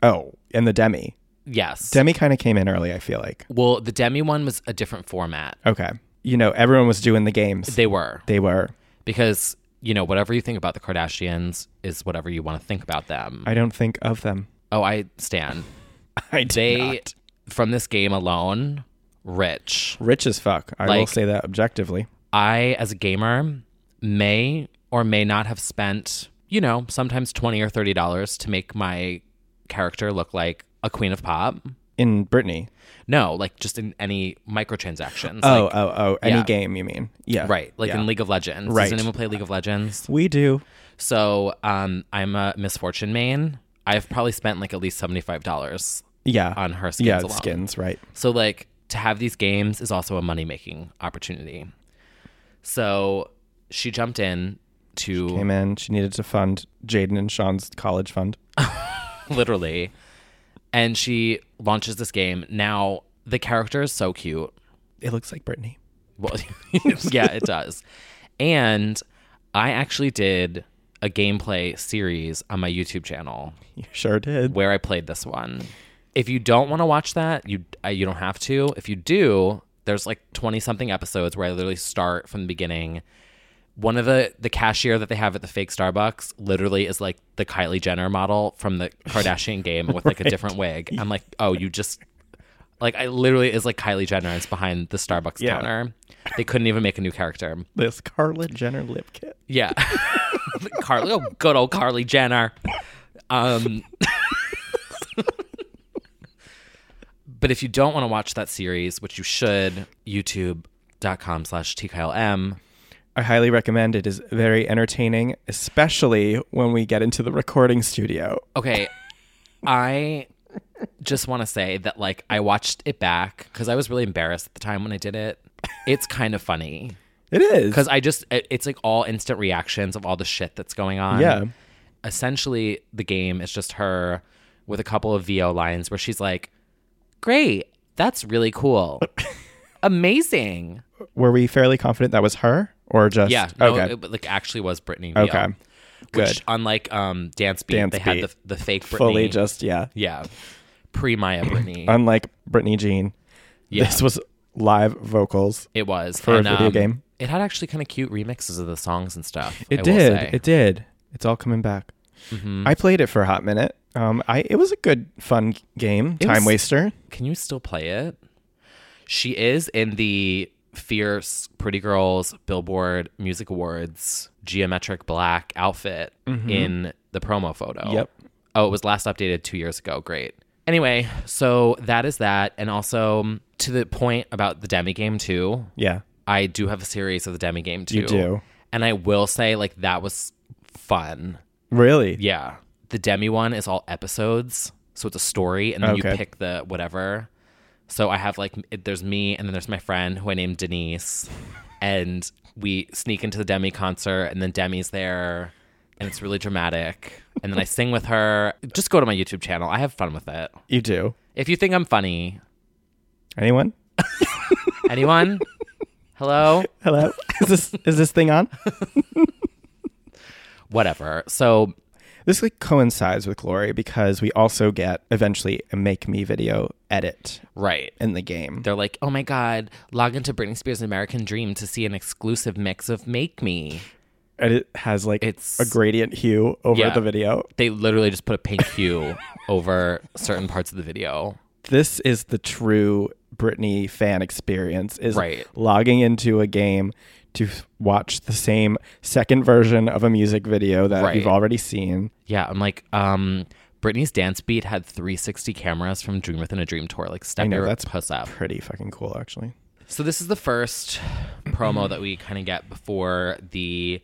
A: Oh, and the Demi.
B: Yes.
A: Demi kind of came in early, I feel like.
B: Well, the Demi one was a different format.
A: Okay. You know, everyone was doing the games.
B: They were.
A: They were.
B: Because, you know, whatever you think about the Kardashians is whatever you want to think about them.
A: I don't think of them.
B: Oh, I stand.
A: I do
B: they, From this game alone, rich.
A: Rich as fuck. I will
B: Like-
A: say that objectively.
B: I, as a gamer, may or may not have spent, you know, sometimes 20 or $30 to make my character look like a queen of pop.
A: In Britney.
B: No, like just in any microtransactions.
A: Oh,
B: like-
A: oh, oh. Any
B: Yeah.
A: game, you mean? Yeah.
B: Right. Like
A: Yeah.
B: in League of Legends.
A: Right.
B: Does anyone play League of Legends?
A: We do.
B: So um, I'm a misfortune main. I've probably spent like at least seventy five dollars.
A: Yeah.
B: on her skins.
A: Yeah,
B: alone.
A: skins, right.
B: So like to have these games is also a money making opportunity. So she jumped in to
A: Came in. She needed to fund Jaden and Sean's college fund.
B: literally, and she launches this game. Now the character is so cute.
A: It looks like Britney.
B: Well, yeah, it does. And I actually did a gameplay series on my YouTube channel.
A: You sure did.
B: Where I played this one. If you don't want to watch that, you uh, you don't have to. If you do, there's like 20 something episodes where I literally start from the beginning. One of the the cashier that they have at the fake Starbucks literally is like the Kylie Jenner model from the Kardashian game with like a
A: Right.
B: different wig. I'm like, "Oh, you just like I literally is like Kylie Jenner is behind the Starbucks
A: Yeah.
B: counter. They couldn't even make a new character.
A: This Carla Jenner lip kit.
B: Yeah. Carly, oh, good old Carly Jenner. Um, but if you don't want to watch that series, which you should, youtube.com slash TKLM.
A: I highly recommend it is very entertaining, especially when we get into the recording studio.
B: Okay. I just want to say that, like, I watched it back because I was really embarrassed at the time when I did it. It's kind of funny.
A: It is.
B: Because I just, it- it's like all instant reactions of all the shit that's going on.
A: Yeah.
B: Essentially, the game is just her with a couple of VO lines where she's like, great, that's really cool, amazing.
A: Were we fairly confident that was her or just
B: yeah. No,
A: okay.
B: it, like, actually was Britney. VO,
A: Okay.
B: Which,
A: Good.
B: unlike um, Dance Beat,
A: Dance
B: they
A: Beat.
B: had the, the fake Britney.
A: Fully just yeah.
B: Yeah. Pre Maya Britney.
A: Unlike Britney Jean,
B: Yeah.
A: this was live vocals.
B: It was
A: for
B: And,
A: a video
B: um,
A: game.
B: It had actually kind of cute remixes of the songs and stuff. I
A: It
B: will
A: did.
B: say.
A: It did. It's all coming back.
B: Mhm.
A: I played it for a hot minute. Um, I it was a good, fun game.
B: It
A: Time
B: was-
A: waster.
B: Can you still play it? She is in the fierce pretty girls Billboard Music Awards geometric black outfit
A: Mhm.
B: in the promo photo.
A: Yep.
B: Oh, it was last updated 2 years ago. Great. Anyway, so that is that and also um, to the point about the demi game too.
A: Yeah.
B: I do have a series of the demi game too.
A: You do.
B: And I will say like that was fun.
A: Really?
B: Yeah. The demi one is all episodes. So it's a story and then you
A: Okay.
B: pick the whatever. So I have like m- it- there's me and then there's my friend who I named Denise and we sneak into the demi concert and then Demi's there and it's really dramatic and then I sing with her. Just go to my YouTube channel. I have fun with it.
A: You do.
B: If you think I'm funny,
A: Anyone?
B: anyone? Hello?
A: Hello. is this is this thing on?
B: Whatever. So
A: this like coincides with glory because we also get eventually a make me video edit
B: right
A: in the game.
B: They're like, oh my God, log into Britney Spears' American Dream to see an exclusive mix of Make Me.
A: and it has like
B: it's
A: a gradient hue over
B: Yeah.
A: the video.
B: They literally just put a pink hue over certain parts of the video.
A: This is the true Britney fan experience is
B: Right.
A: logging into a game to f- watch the same second version of a music video that
B: Right.
A: you've already seen.
B: Yeah, I'm like, um, Britney's dance beat had 360 cameras from Dream Within a Dream tour. Like, step
A: I know
B: your
A: that's
B: puss up.
A: pretty fucking cool actually.
B: So this is the first promo that we kind of get before the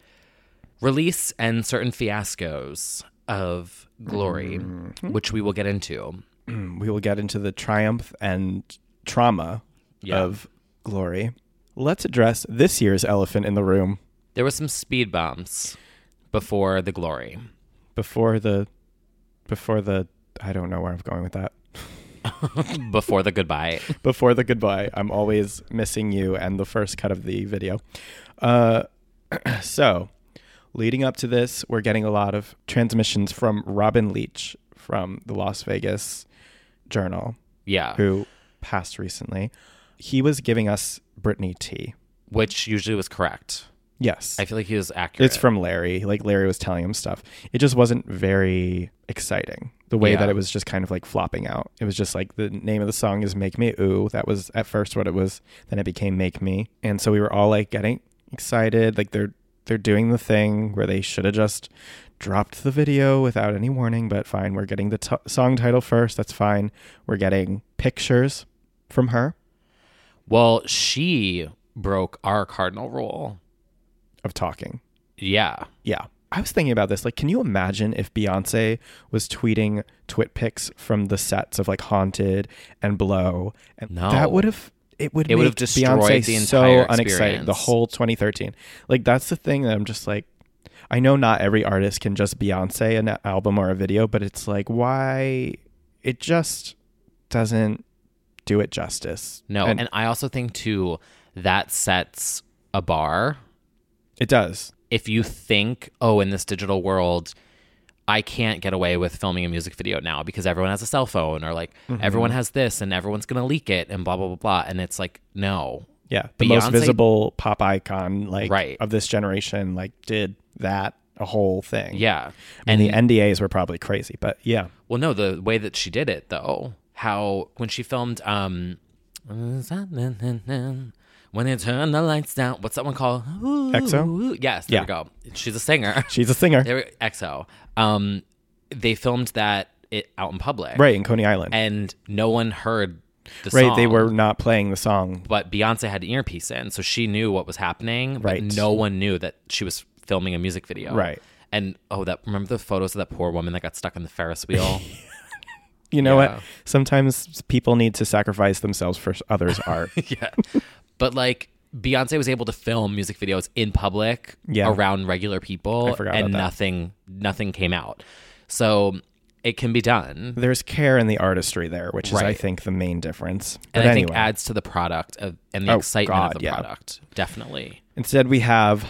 B: release and certain fiascos of Glory,
A: Mhm.
B: which we will get into.
A: we will get into the triumph and trauma
B: Yeah.
A: of glory. Let's address this year's elephant in the room
B: There were some speed bumps before the Glory.
A: before the before the I don't know where I'm going with that.
B: before the goodbye.
A: before the goodbye. I'm always missing you and the first cut of the video. Uh, so, leading up to this, we're getting a lot of transmissions from Robin Leach from the Las Vegas Journal.
B: Yeah.
A: Who passed recently. He was giving us Brittany tea.
B: Which usually was correct.
A: Yes.
B: I feel like he was accurate.
A: It's from Larry. Like Larry was telling him stuff. It just wasn't very exciting. The way
B: Yeah.
A: that it was just kind of like flopping out. It was just like the name of the song is Make Me Ooh. That was at first what it was. Then it became Make Me. And so we were all like getting excited. Like they're they're doing the thing where they should have just dropped the video without any warning, but fine. We're getting the t- song title first. That's fine. We're getting pictures from her
B: Well, she broke our cardinal rule.
A: of talking.
B: Yeah.
A: Yeah. I was thinking about this. Like, can you imagine if Beyonce was tweeting twit pics from the sets of like Haunted and Blow? And
B: No.
A: that would have it would
B: It would
A: make
B: have destroyed
A: Beyonce
B: the
A: so
B: entire
A: unexciting. The
B: experience.
A: whole 2013. Like that's the thing that I'm just like. I know not every artist can just Beyonce an album or a video, but it's like why it just doesn't do it justice.
B: No,
A: and,
B: and I also think too that sets a bar.
A: it does.
B: If you think, oh, in this digital world, I can't get away with filming a music video now because everyone has a cell phone or like
A: Mhm.
B: everyone has this and everyone's going to leak it and blah, blah, blah, blah. And it's like, no.
A: Yeah, the most visible pop icon like of this generation like did that a whole thing.
B: Yeah.
A: and the NDAs were probably crazy, but yeah,
B: Well, no, the way that she did it though, how when she filmed um when they turn the lights down, what's that one called?
A: EXO?
B: Yes, there
A: Yeah.
B: we go. She's a singer.
A: She's a singer.
B: There we, EXO. Um, they filmed that it out in public,
A: Right, in Coney Island.
B: and no one heard the
A: right.
B: song.
A: They were not playing the song.
B: but Beyonce had an earpiece in, so she knew what was happening. But
A: Right.
B: no one knew that she was filming a music video.
A: Right.
B: And oh, that remember the photos of that poor woman that got stuck on the Ferris wheel.
A: You know
B: Yeah.
A: what? Sometimes people need to sacrifice themselves for others' art.
B: yeah. But like Beyonce was able to film music videos in public
A: Yeah.
B: around regular people
A: I forgot
B: and
A: about that.
B: nothing nothing came out. So it can be done.
A: There's care in the artistry there, which is, I
B: Right.
A: think, the main difference. But
B: and I
A: anyway,
B: think adds to the product of, and the
A: Oh,
B: excitement
A: God,
B: of the
A: yeah.
B: product. Definitely.
A: instead we have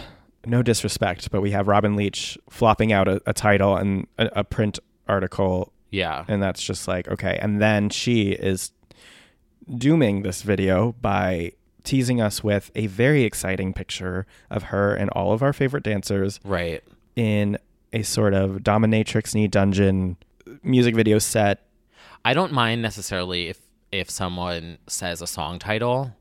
A: no disrespect, but we have Robin Leach flopping out a, a title and a, a print article
B: Yeah.
A: And that's just like, okay. And then she is dooming this video by teasing us with a very exciting picture of her and all of our favorite dancers.
B: Right.
A: In a sort of dominatrix knee dungeon music video set.
B: I don't mind necessarily if if someone says a song title,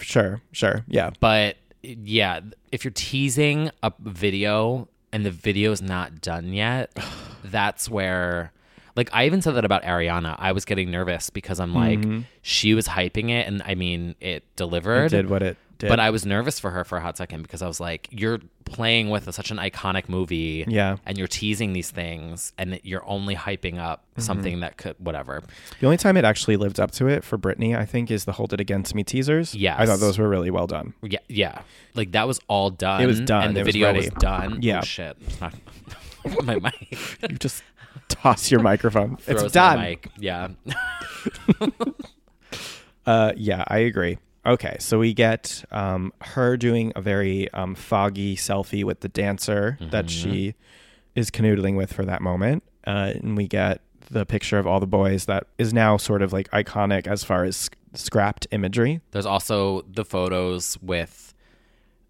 A: Sure, sure, yeah.
B: but yeah, if you're teasing a video and the video's not done yet, that's where like I even said that about Ariana. I was getting nervous because I'm like
A: Mhm.
B: she was hyping it and I mean it delivered.
A: It did what it did.
B: But I was nervous for her for a hot second because I was like you're playing with such an iconic movie
A: Yeah.
B: and you're teasing these things and you're only hyping up
A: Mhm.
B: something that could whatever.
A: The only time it actually lived up to it for Britney, I think, is the "Hold It Against Me" teasers.
B: Yes.
A: I thought those were really well done.
B: Yeah, yeah. Like that was all done.
A: It was done.
B: And the
A: It was
B: video
A: ready.
B: was done.
A: Yeah.
B: Oh, shit. It's not- my mic.
A: You just toss your microphone.
B: Throws my
A: it's done.
B: mic. Yeah.
A: Uh, yeah, I agree. Okay, so we get um, her doing a very um, foggy selfie with the dancer that
B: Mhm.
A: she is canoodling with for that moment. Uh, and we get the picture of all the boys that is now sort of like iconic as far as sc- scrapped imagery.
B: There's also the photos with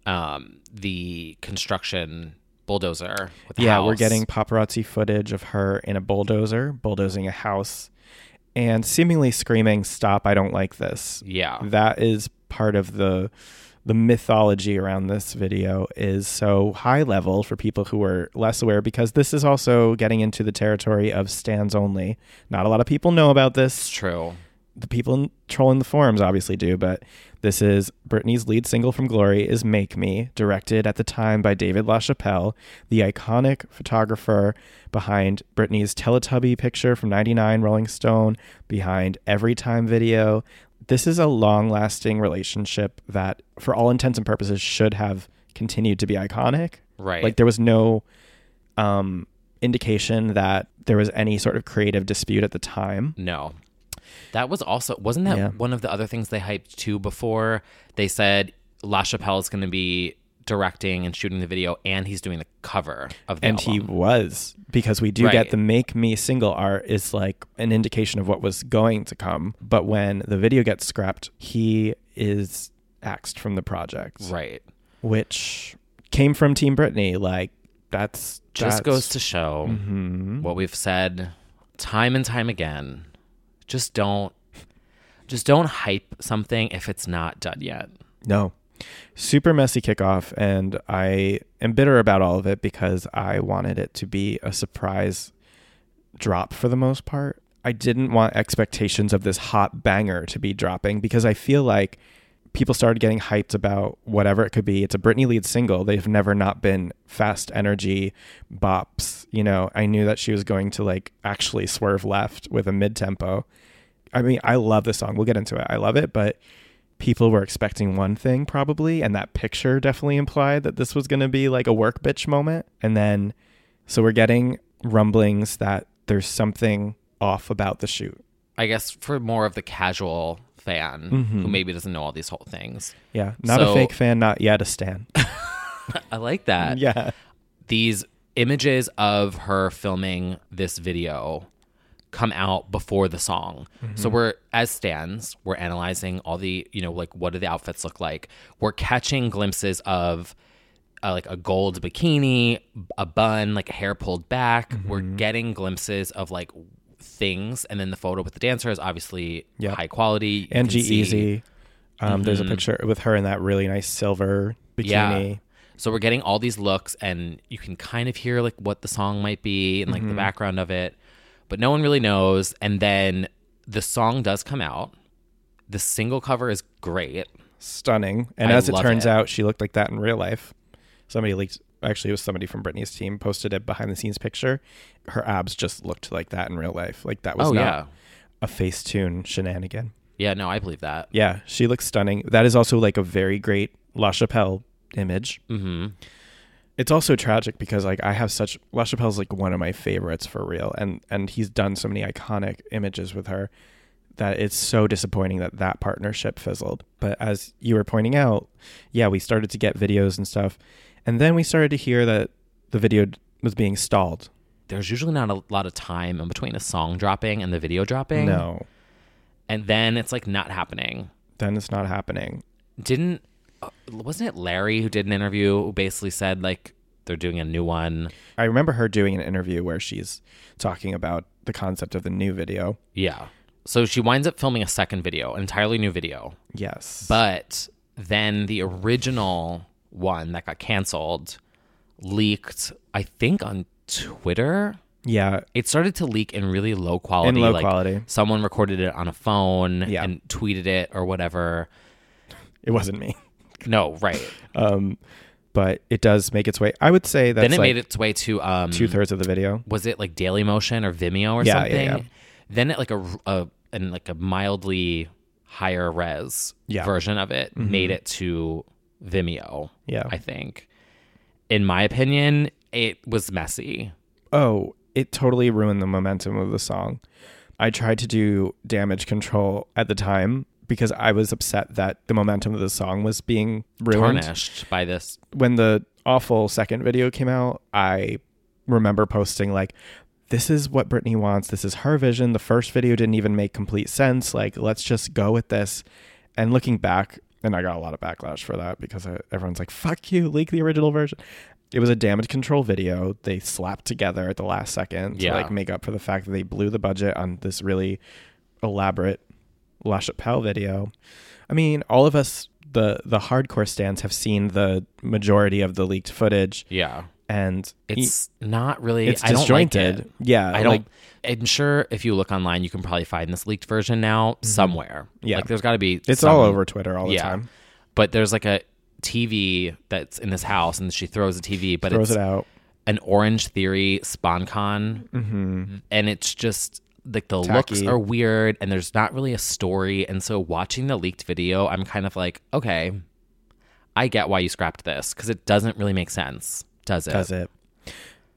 B: um the construction bulldozer with the
A: yeah, we're
B: house.
A: getting paparazzi footage of her in a bulldozer, bulldozing a house and seemingly screaming, Stop, I don't like this.
B: Yeah.
A: That is part of the the mythology around this video is so high level for people who are less aware because this is also getting into the territory of stands only. Not a lot of people know about this. It's
B: true.
A: The people trolling the forums obviously do, but this is Britney's lead single from Glory is Make Me, directed at the time by David LaChapelle, the iconic photographer behind Britney's Teletubby picture from 99 Rolling Stone, behind Every Time video. This is a long lasting relationship that, for all intents and purposes, should have continued to be iconic.
B: Right.
A: Like there was no um, indication that there was any sort of creative dispute at the time.
B: No. That was also wasn't that
A: Yeah.
B: one of the other things they hyped too before they said La Chapelle is going to be directing and shooting the video and he's doing the cover of the
A: and
B: album.
A: he was because we do
B: Right.
A: get the make me single art is like an indication of what was going to come but when the video gets scrapped he is axed from the project
B: Right.
A: which came from team britney like that's
B: just
A: that's-
B: goes to show
A: Mhm.
B: what we've said time and time again. Just don't just don't hype something if it's not done yet.
A: No. Super messy kickoff. And I am bitter about all of it because I wanted it to be a surprise drop for the most part. I didn't want expectations of this hot banger to be dropping because I feel like people started getting hyped about whatever it could be. It's a Britney lead single. They've never not been fast energy bops. You know, I knew that she was going to like actually swerve left with a mid tempo. I mean, I love this song. We'll get into it. I love it, but people were expecting one thing probably, and that picture definitely implied that this was going to be like a work bitch moment. And then, so we're getting rumblings that there's something off about the shoot.
B: I guess for more of the casual fan
A: Mhm.
B: who maybe doesn't know all these whole things.
A: Yeah, not a
B: So-
A: fake fan, not yet a stan.
B: I like that.
A: Yeah.
B: These images of her filming this video come out before the song. So
O: Mhm.
B: we're as stands, we're analyzing all the, you know, like what do the outfits look like? We're catching glimpses of uh, like a gold bikini, a bun, like a hair pulled back. We're getting glimpses of like things and then the photo with the dancer is obviously
A: Yep.
B: high quality. You
A: and
B: can
A: G
B: see-
A: Easy. Um, There's a
B: Mhm.
A: picture with her in that really nice silver bikini.
B: So we're getting all these looks, and you can kind of hear like what the song might be and like the
A: Mhm.
B: background of it, but no one really knows. And then the song does come out. The single cover is great.
A: Stunning. And
B: I
A: as it
B: love
A: turns out, she looked like that in real life. Somebody leaked, actually, it was somebody from Britney's team posted a behind the scenes picture. Her abs just looked like that in real life. Like that was
B: Oh,
A: not
B: yeah.
A: a Facetune shenanigan.
B: yeah, no, I believe that.
A: Yeah, she looks stunning. That is also like a very great La Chapelle image.
B: Mm-hmm.
A: It's also tragic because like I have such La Chapelle's like one of my favorites for real, and and he's done so many iconic images with her that it's so disappointing that that partnership fizzled. But as you were pointing out, yeah, we started to get videos and stuff, and then we started to hear that the video d- was being stalled.
B: There's usually not a lot of time in between a song dropping and the video dropping.
A: No,
B: and then it's like not happening.
A: then it's not happening.
B: Didn't uh, wasn't it Larry who did an interview who basically said like They're doing a new one.
A: I remember her doing an interview where she's talking about the concept of the new video.
B: Yeah. So she winds up filming a second video, entirely new video.
A: Yes.
B: But then the original one that got canceled leaked, I think, on Twitter.
A: Yeah.
B: It started to leak in really low quality.
A: In low
B: like
A: quality.
B: Someone recorded it on a phone and tweeted it or whatever.
A: It wasn't me.
B: No, right.
A: Um, but it does make its way. I would say that's
B: then it
A: like
B: made its way to um,
A: two thirds of the video.
B: was it like Daily Motion or Vimeo or
A: Yeah, yeah,
B: something?
A: yeah.
B: Then it like a, a and like a mildly higher res
A: Yeah.
B: version of it
A: Mhm.
B: made it to Vimeo.
A: Yeah.
B: I think. In my opinion, it was messy.
A: Oh, it totally ruined the momentum of the song. I tried to do damage control at the time because I was upset that the momentum of the song was being ruined.
B: Tarnished by this.
A: When the awful second video came out, I remember posting like this is what Britney wants. This is her vision. The first video didn't even make complete sense. Like, let's just go with this. And looking back, and I got a lot of backlash for that because I, everyone's like, fuck you, leak the original version. It was a damage control video they slapped together at the last second
B: Yeah.
A: to like make up for the fact that they blew the budget on this really elaborate La Chapelle video. I mean, all of us, the the hardcore stands, have seen the majority of the leaked footage.
B: Yeah.
A: And
B: It's not really.
A: It's
B: I don't like
A: disjointed.
B: it.
A: Yeah,
B: I don't.
A: like-
B: I'm sure if you look online, you can probably find this leaked version now somewhere.
A: Mm-hmm. Yeah.
B: like there's got to be.
A: It's all over Twitter all the time.
B: But there's like a TV that's in this house, and she throws a TV, but
A: Throws
B: it's
A: it out.
B: An Orange Theory SponCon,
A: Mhm.
B: and it's just like the looks
A: Tacky.
B: are weird, and there's not really a story. And so watching the leaked video, I'm kind of like, okay, I get why you scrapped this because it doesn't really make sense, does it?
A: Does it?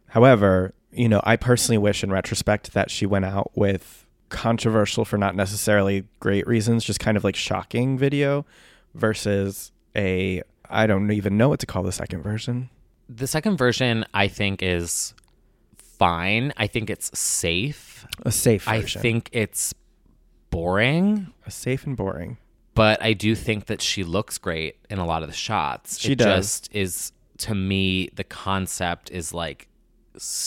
A: However, you know, I personally wish in retrospect that she went out with controversial for not necessarily great reasons, just kind of like shocking video versus a I don't even know what to call the second version.
B: The second version, I think, is fine. I think it's safe.
A: A safe
B: I
A: version.
B: think it's boring,
A: A safe and boring.
B: but I do think that she looks great in a lot of the shots.
A: She
B: it
A: does.
B: just is, to me, the concept is like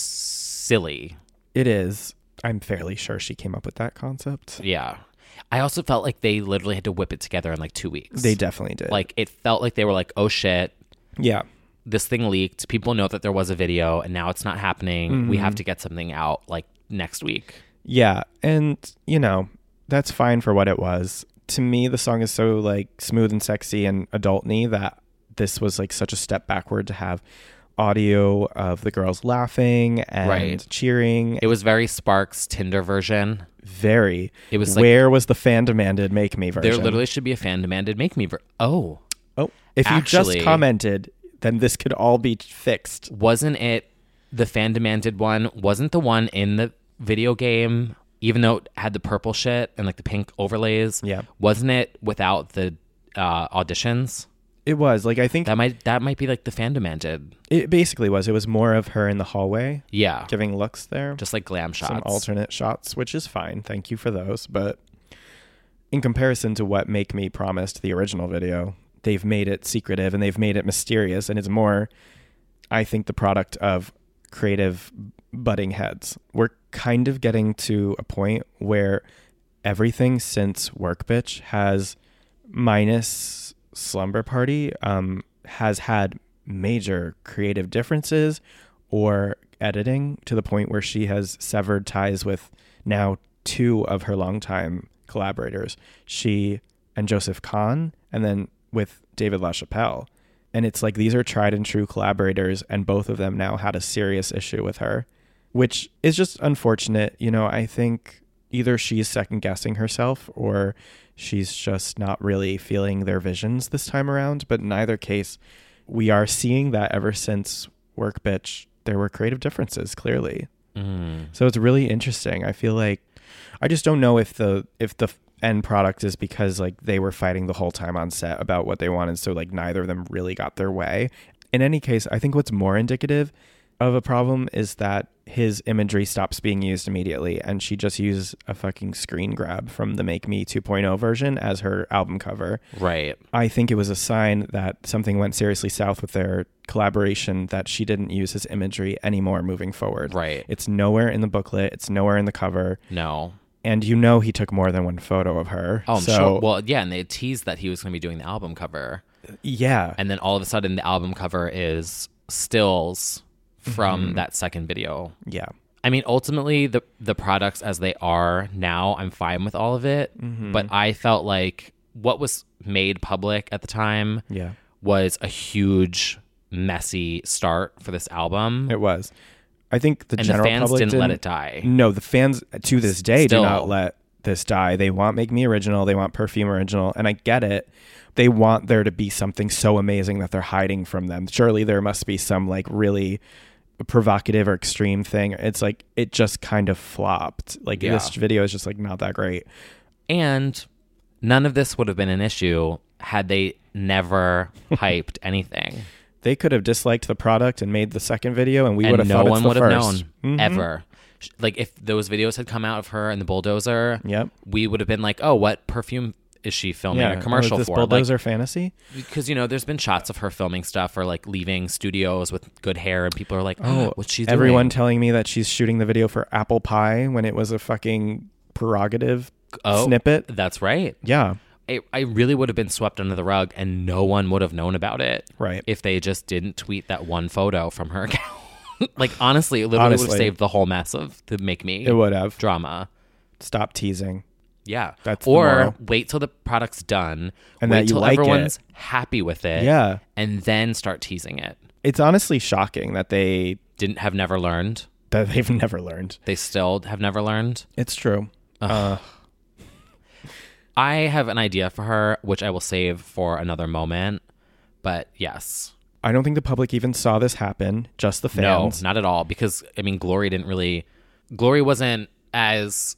B: silly.
A: It is. I'm fairly sure she came up with that concept.
B: Yeah. I also felt like they literally had to whip it together in like two weeks.
A: They definitely did.
B: Like, it felt like they were like, oh shit,
A: Yeah.
B: this thing leaked. People know that there was a video and now it's not happening. We
A: Mhm.
B: have to get something out like next week.
A: Yeah, and you know, that's fine for what it was. To me, the song is so like smooth and sexy and adult-y that this was like such a step backward to have audio of the girls laughing and
B: Right.
A: cheering.
B: It was very Sparks Tinder version.
A: very.
B: It was like-
A: where was the fan demanded make me version?
B: There literally should be a fan demanded make me ver- Oh.
A: Oh, if you
B: Actually-
A: just commented, then this could all be fixed.
B: Wasn't it the fan demanded one? Wasn't the one in the video game even though it had the purple shit and like the pink overlays?
A: Yeah.
B: Wasn't it without the uh, auditions?
A: It was like I think
B: That might that might be like the fan demanded.
A: it basically was. It was more of her in the hallway.
B: Yeah.
A: giving looks there.
B: Just like glam shots.
A: some alternate shots, which is fine. Thank you for those. But in comparison to what Make Me promised the original video, they've made it secretive and they've made it mysterious. And it's more, I think, the product of creative butting heads. We're kind of getting to a point where everything since Work Bitch has, minus Slumber Party, um, has had major creative differences or editing to the point where she has severed ties with now two of her longtime collaborators, she and Joseph Kahn, and then with David LaChapelle. And it's like these are tried and true collaborators, and both of them now had a serious issue with her, which is just unfortunate. You know, I think either she's second guessing herself or she's just not really feeling their visions this time around. But in either case, we are seeing that ever since Work Bitch, there were creative differences, clearly.
B: Mm.
A: So it's really interesting. I feel like I just don't know if the if the end product is because like they were fighting the whole time on set about what they wanted, so like neither of them really got their way. In any case, I think what's more indicative of a problem is that his imagery stops being used immediately and she just uses a fucking screen grab from the Make Me 2.0 version as her album cover.
B: Right.
A: I think it was a sign that something went seriously south with their collaboration that she didn't use his imagery anymore moving forward.
B: Right.
A: It's nowhere in the booklet, it's nowhere in the cover.
B: No.
A: And you know he took more than one photo of her.
B: Oh, I'm
A: so,
B: sure. Well, yeah, and they teased that he was going to be doing the album cover.
A: yeah.
B: And then all of a sudden, the album cover is stills from
A: Mm-hmm.
B: that second video.
A: Yeah.
B: I mean, ultimately, the the products as they are now, I'm fine with all of it.
A: Mhm.
B: But I felt like what was made public at the time,
A: Yeah.
B: was a huge messy start for this album.
A: It was. I think the
B: And the
A: general
B: fans
A: public
B: didn't let it die.
A: No, the fans to this day
B: Still.
A: do not let this die. They want Make Me Original. They want Perfume Original. And I get it. They want there to be something so amazing that they're hiding from them. Surely there must be some like really provocative or extreme thing. It's like it just kind of flopped. Like
B: Yeah.
A: this video is just like not that great.
B: And none of this would have been an issue had they never hyped anything.
A: They could have disliked the product and made the second video and we
B: And
A: would have
B: no
A: thought it's
B: one
A: the
B: would have known
A: first. Mhm.
B: ever. Sh- Like if those videos had come out of her and the bulldozer,
A: Yep.
B: we would have been like, oh, what perfume is she filming
A: Yeah.
B: a commercial
A: oh, is this
B: for?
A: bulldozer fantasy?
B: because you know, there's been shots of her filming stuff or like leaving studios with good hair, and people are like,
A: Oh,
B: oh, what's she doing?
A: everyone telling me that she's shooting the video for Apple Pie when it was a fucking prerogative
B: Oh,
A: snippet.
B: That's right.
A: Yeah.
B: I, I really would have been swept under the rug and no one would have known about it.
A: Right.
B: If they just didn't tweet that one photo from her account. like, honestly, it literally would
A: Honestly.
B: have saved the whole mess of the Make Me
A: It would have.
B: drama.
A: Stop teasing.
B: Yeah.
A: That's the
B: or
A: moral.
B: wait till the product's done
A: And
B: wait
A: that you
B: till
A: like it.
B: everyone's happy with it.
A: Yeah.
B: And then start teasing it.
A: It's honestly shocking that they
B: Didn't have never learned.
A: that they've never learned.
B: They still have never learned.
A: It's true. Uh,
B: I have an idea for her, which I will save for another moment. But yes.
A: I don't think the public even saw this happen. Just the fans.
B: No, not at all. Because I mean, Glory didn't really. Glory wasn't as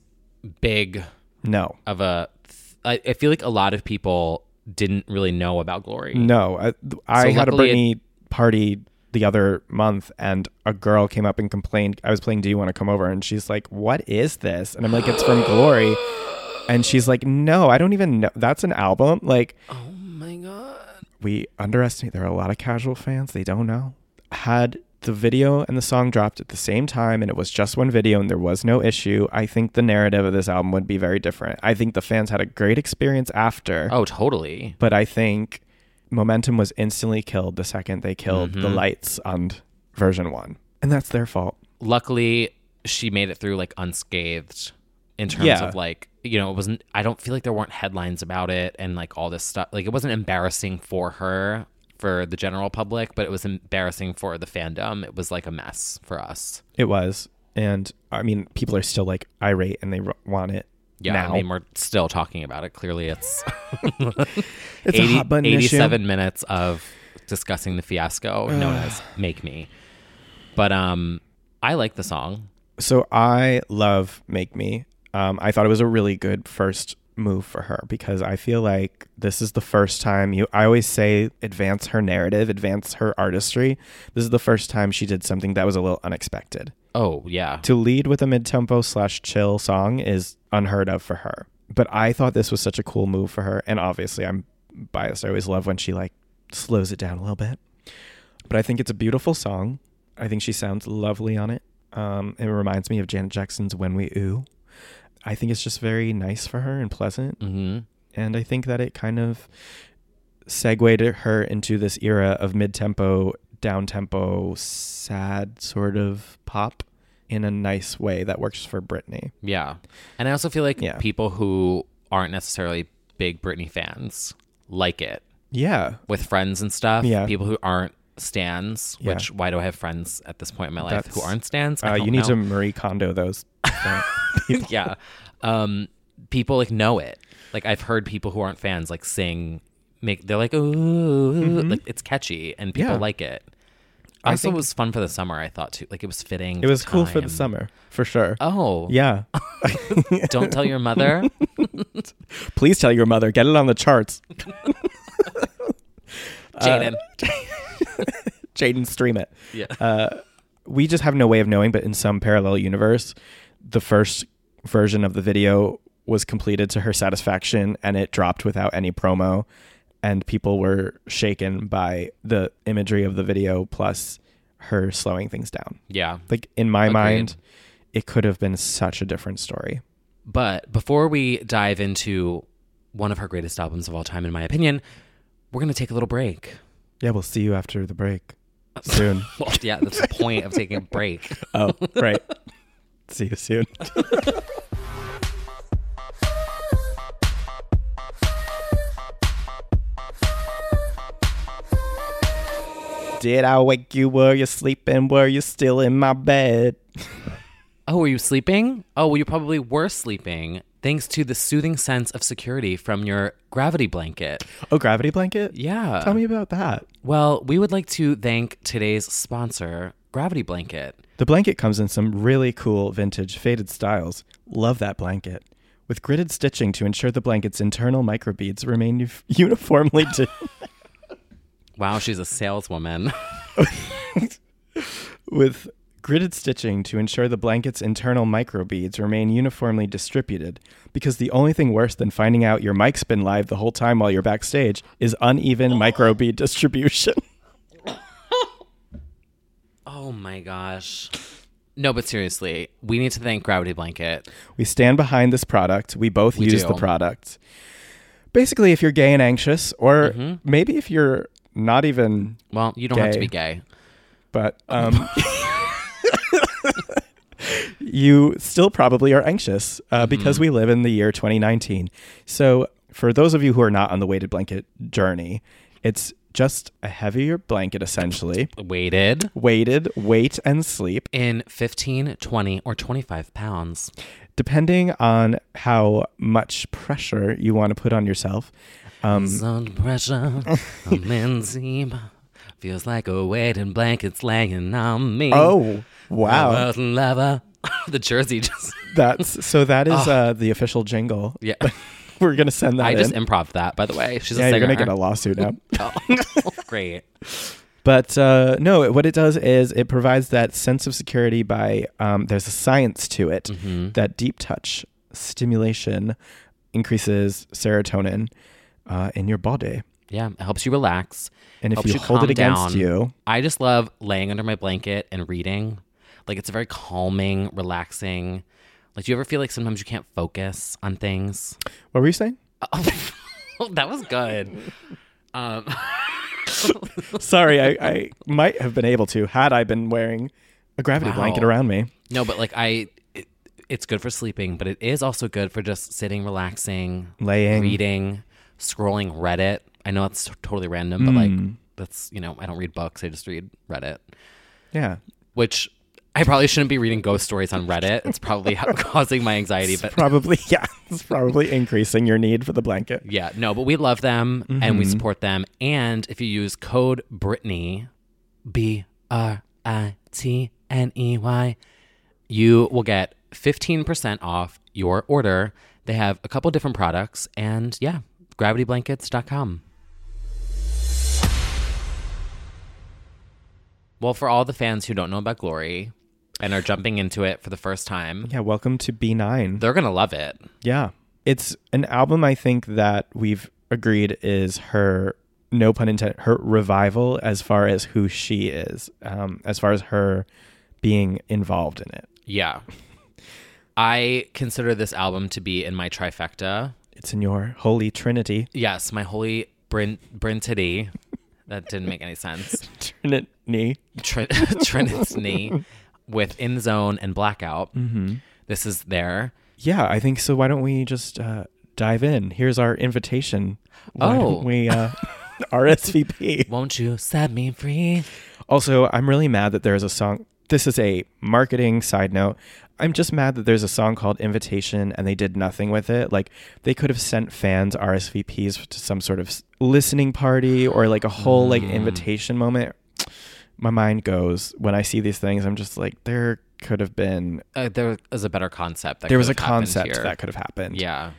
B: big
A: No.
B: of a. th- I, I feel like a lot of people didn't really know about Glory.
A: No, I, I
B: So
A: had a
B: luckily it-
A: Britney party the other month, and a girl came up and complained. I was playing "Do You Want to Come Over?" and she's like, "What is this?" And I'm like, "It's from Glory," and she's like, "No, I don't even know. That's an album." Like, oh my god, we underestimate. There are a lot of casual fans; they don't know. Had the video and the song dropped at the same time, and it was just one video, and there was no issue. I think the narrative of this album would be very different. I think the fans had a great experience after.
B: Oh, totally.
A: But I think momentum was instantly killed the second they killed the
B: Mhm.
A: lights on version one. And that's their fault.
B: Luckily, she made it through like unscathed in terms
A: Yeah.
B: of like you know it wasn't. I don't feel like there weren't headlines about it and like all this stuff. Like it wasn't embarrassing for her for the general public, but it was embarrassing for the fandom. It was like a mess for us.
A: It was. And I mean, people are still like irate and they r- want it
B: Yeah,
A: now.
B: I mean, we're still talking about it. Clearly, it's
A: It's a hot button issue.
B: 87 minutes of discussing the fiasco known as "Make Me." But um, I like the song.
A: so I love Make Me. Um, I thought it was a really good first move for her because I feel like this is the first time you. I always say advance her narrative, advance her artistry. This is the first time she did something that was a little unexpected.
B: Oh yeah,
A: To lead with a mid tempo slash chill song is unheard of for her. But I thought this was such a cool move for her. And obviously, I'm biased. I always love when she like slows it down a little bit. But I think it's a beautiful song. I think she sounds lovely on it. Um, it reminds me of Janet Jackson's When We Ooh. I think it's just very nice for her and pleasant.
B: Mm-hmm.
A: And I think that it kind of segued her into this era of mid tempo, down tempo, sad sort of pop in a nice way that works for Britney.
B: yeah, and I also feel like
A: Yeah.
B: people who aren't necessarily big Britney fans like it
A: Yeah.
B: with friends and stuff.
A: Yeah.
B: people who aren't stans.
A: Yeah.
B: Which why do I have friends at this point in my life who
A: That's-
B: aren't stans? I
A: Uh,
B: don't
A: you need
B: know.
A: to Marie Kondo those. uh, people.
B: yeah. Um, people like know it. Like I've heard people who aren't fans like sing, make they're like ooh,
A: Mhm.
B: like it's catchy and people
A: Yeah.
B: like it.
A: I
B: Also,
A: think-
B: it was fun for the summer. I thought too. Like it was fitting.
A: It was cool for the
B: time.
A: summer, for sure.
B: Oh
A: Yeah.
B: Don't tell your mother.
A: Please tell your mother. Get it on the charts.
B: Jaden.
A: Uh, Jaden, stream it.
B: Yeah.
A: Uh, we just have no way of knowing, but in some parallel universe, the first version of the video was completed to her satisfaction and it dropped without any promo. And people were shaken by the imagery of the video plus her slowing things down.
B: Yeah.
A: Like in my
B: Agreed.
A: mind, it could have been such a different story.
B: But before we dive into one of her greatest albums of all time, in my opinion, we're going to take a little break.
A: Yeah, we'll see you after the break soon.
B: Well, yeah, that's the point of taking a break.
A: oh, right. See you soon. Did I wake you? Were you sleeping? Were you still in my bed?
B: Oh, were you sleeping? Oh, well, you probably were sleeping thanks to the soothing sense of security from your gravity blanket.
A: Oh, gravity blanket?
B: Yeah.
A: Tell me about that.
B: Well, we would like to thank today's sponsor, Gravity Blanket.
A: The blanket comes in some really cool vintage faded styles. Love that blanket. With gridded stitching to ensure the blanket's internal microbeads remain u- uniformly di-
B: Wow, she's a saleswoman.
A: with gridded stitching to ensure the blanket's internal microbeads remain uniformly distributed because the only thing worse than finding out your mic's been live the whole time while you're backstage is uneven microbead distribution.
B: oh my gosh. No, but seriously, we need to thank Gravity Blanket.
A: We stand behind this product. We both
B: We
A: use
B: do.
A: the product. Basically, if you're gay and anxious, or
B: Mhm.
A: maybe if you're not even
B: well, You don't have to be gay.
A: but
B: Oh
A: um, you still probably are anxious uh, because
B: Mhm.
A: we live in the year 2019. So, for those of you who are not on the weighted blanket journey, it's just a heavier blanket essentially.
B: Weighted.
A: Weighted, weight, and sleep.
B: In 15, 20, or 25 pounds.
A: Depending on how much pressure you want to put on yourself. Um,
B: Zone pressure, I'm in deep. Feels like a weighted blanket's laying on me.
A: Oh, wow.
B: The world's lover. the jersey just.
A: that's so that is
B: Oh.
A: uh, the official jingle.
B: Yeah.
A: We're gonna send that.
B: I just
A: in.
B: improv that, by the way. She's a
A: yeah, you're gonna
B: singer.
A: get a lawsuit now.
B: Oh, great.
A: But uh, no, it- what it does is it provides that sense of security by um, there's a science to it
B: Mm-hmm.
A: that deep touch stimulation increases serotonin uh, in your body.
B: Yeah, it helps you relax.
A: And if
B: helps
A: you hold it
B: calm
A: against
B: down.
A: you-
B: I just love laying under my blanket and reading. Like it's very calming, relaxing. Like, do you ever feel like sometimes you can't focus on things?
A: What were you saying?
B: Oh, that was good. Um,
A: Sorry, I, I might have been able to had I been wearing a gravity
B: Wow.
A: blanket around me.
B: No, but like I, it, it's good for sleeping, but it is also good for just sitting, relaxing,
A: Laying.
B: reading, scrolling Reddit. I know that's totally random, but like
A: Mm.
B: that's you know I don't read books; I just read Reddit.
A: Yeah.
B: which I probably shouldn't be reading ghost stories on Reddit. It's probably ha- causing my anxiety,
A: It's
B: but
A: probably yeah, it's probably increasing your need for the blanket.
B: yeah, no, but we love them and we
A: Mhm.
B: support them. And if you use code Brittany, B R I T N E Y, you will get 15% off your order. They have a couple different products and yeah, gravityblankets.com. Well, for all the fans who don't know about Glory and are jumping into it for the first time,
A: Yeah, welcome to B9.
B: they're going to love it.
A: Yeah. It's an album I think that we've agreed is her no pun intended her revival as far as who she is, um, as far as her being involved in it.
B: Yeah. I consider this album to be in my trifecta.
A: It's in your holy trinity.
B: Yes, my holy Brin- Brintity. That didn't make any sense.
A: Trinity.
B: Trin- Trinity with In Zone and Blackout.
A: Mhm.
B: This is there.
A: Yeah, I think so. Why don't we just uh, dive in? Here's our invitation. Why
B: Oh.
A: don't we uh, RSVP.
B: Won't you set me free?
A: Also, I'm really mad that there's a song. This is a marketing side note. I'm just mad that there's a song called Invitation and they did nothing with it. Like, they could have sent fans RSVPs to some sort of s- listening party or like a whole like
B: Mm.
A: invitation moment. My mind goes when I see these things. I'm just like, there could have been
B: Uh, there is a better concept. That
A: there
B: could
A: was a
B: have happened
A: concept
B: here.
A: that could have happened.
B: Yeah.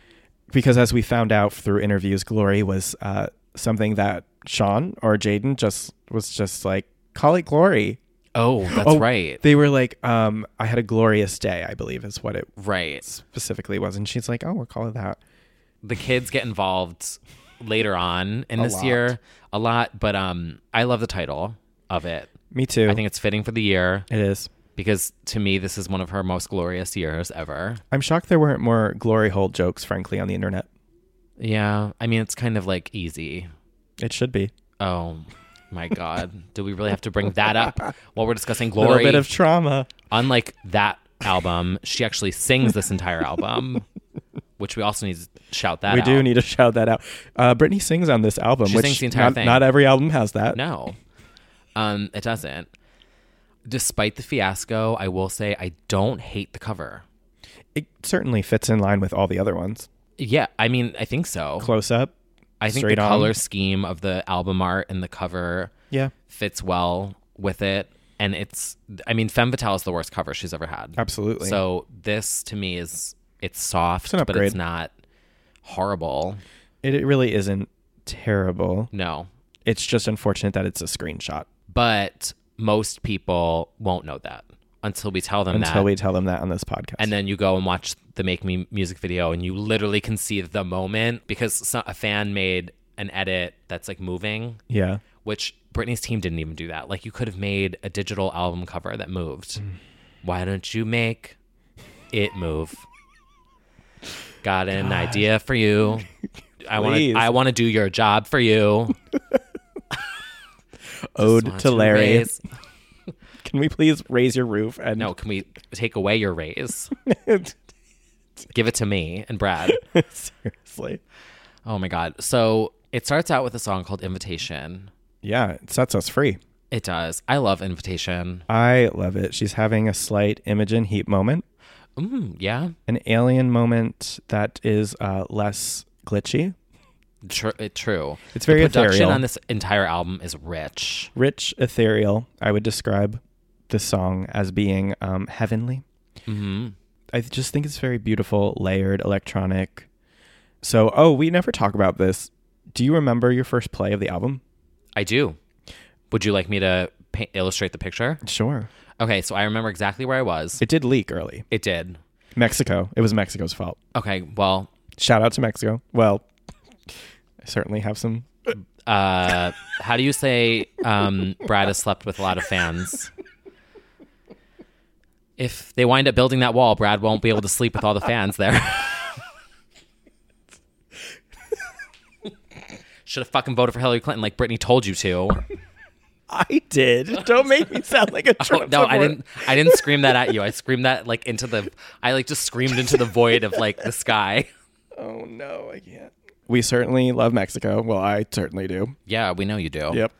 A: Because as we found out through interviews, Glory was uh, something that Sean or Jaden just was just like, call it Glory.
B: Oh, that's
A: Oh,
B: right.
A: They were like, um, I had a glorious day, I believe is what it
B: right
A: specifically was. And she's like, oh, we'll call it that.
B: the kids get involved later on in
A: A
B: this
A: lot.
B: year a lot but um i love the title of it
A: me too
B: i think it's fitting for the year
A: it is
B: because to me this is one of her most glorious years ever
A: I'm shocked there weren't more glory hole jokes, frankly, on the internet.
B: yeah i mean it's kind of like easy
A: It should be.
B: oh my god do we really have to bring that up while we're discussing glory
A: Little bit of trauma.
B: unlike that album she actually sings this entire album which we also need to shout that
A: we
B: out
A: do need to shout that out. Uh, Britney sings on this album,
B: She
A: which
B: sings the entire
A: not,
B: thing.
A: not every album has that.
B: No, um, it doesn't. Despite the fiasco, I will say I don't hate the cover.
A: It certainly fits in line with all the other ones.
B: Yeah, I mean, I think so.
A: Close up.
B: I think the
A: straight on.
B: color scheme of the album art and the cover
A: Yeah.
B: fits well with it. And it's, I mean, Femme Fatale is the worst cover she's ever had.
A: Absolutely.
B: So this to me is, it's soft,
A: It's an
B: but it's
A: upgrade.
B: not horrible.
A: It, it really isn't terrible.
B: No.
A: It's just unfortunate that it's a screenshot
B: But most people won't know that until we tell them that.
A: until we tell them that on this podcast.
B: And then you go and watch the Make Me music video, and you literally can see the moment because so- a fan made an edit that's like moving.
A: Yeah.
B: Which Britney's team didn't even do that. Like, you could have made a digital album cover that moved. Why don't you make it move? Got an idea for you. I want to.
A: Please.
B: I want to do your job for you.
A: Ode
B: want
A: to
B: to
A: Larry.
B: raise-
A: Can we please raise your roof? And
B: No, can we take away your raise? Give it to me and Brad.
A: Seriously.
B: Oh my God. So it starts out with a song called Invitation.
A: Yeah, it sets us free.
B: It does. I love Invitation.
A: I love it. She's having a slight Imogen Heap moment,
B: Mm, yeah.
A: an alien moment that is uh, less glitchy.
B: Tr- uh, true.
A: It's very
B: the production
A: ethereal.
B: on this entire album is rich.
A: Rich, ethereal. I would describe the song as being um, heavenly.
B: Mhm.
A: I just think it's very beautiful, layered, electronic. So, oh, we never talk about this. Do you remember your first play of the album?
B: I do. Would you like me to pa- illustrate the picture?
A: Sure.
B: Okay, so I remember exactly where I was.
A: It did leak early.
B: It did.
A: Mexico. It was Mexico's fault.
B: Okay, well,
A: Shout out to Mexico. Well, I certainly have some.
B: uh, how do you say um, Brad has slept with a lot of fans? If they wind up building that wall, Brad won't be able to sleep with all the fans there. Should have fucking voted for Hillary Clinton like Britney told you to.
A: I did. Don't make me sound like a
B: Oh, no, I didn't. I didn't scream that at you. I screamed that like into the. I like just screamed into the void of like the sky.
A: Oh no, I can't. We certainly love Mexico. Well, I certainly do.
B: Yeah, we know you do.
A: Yep.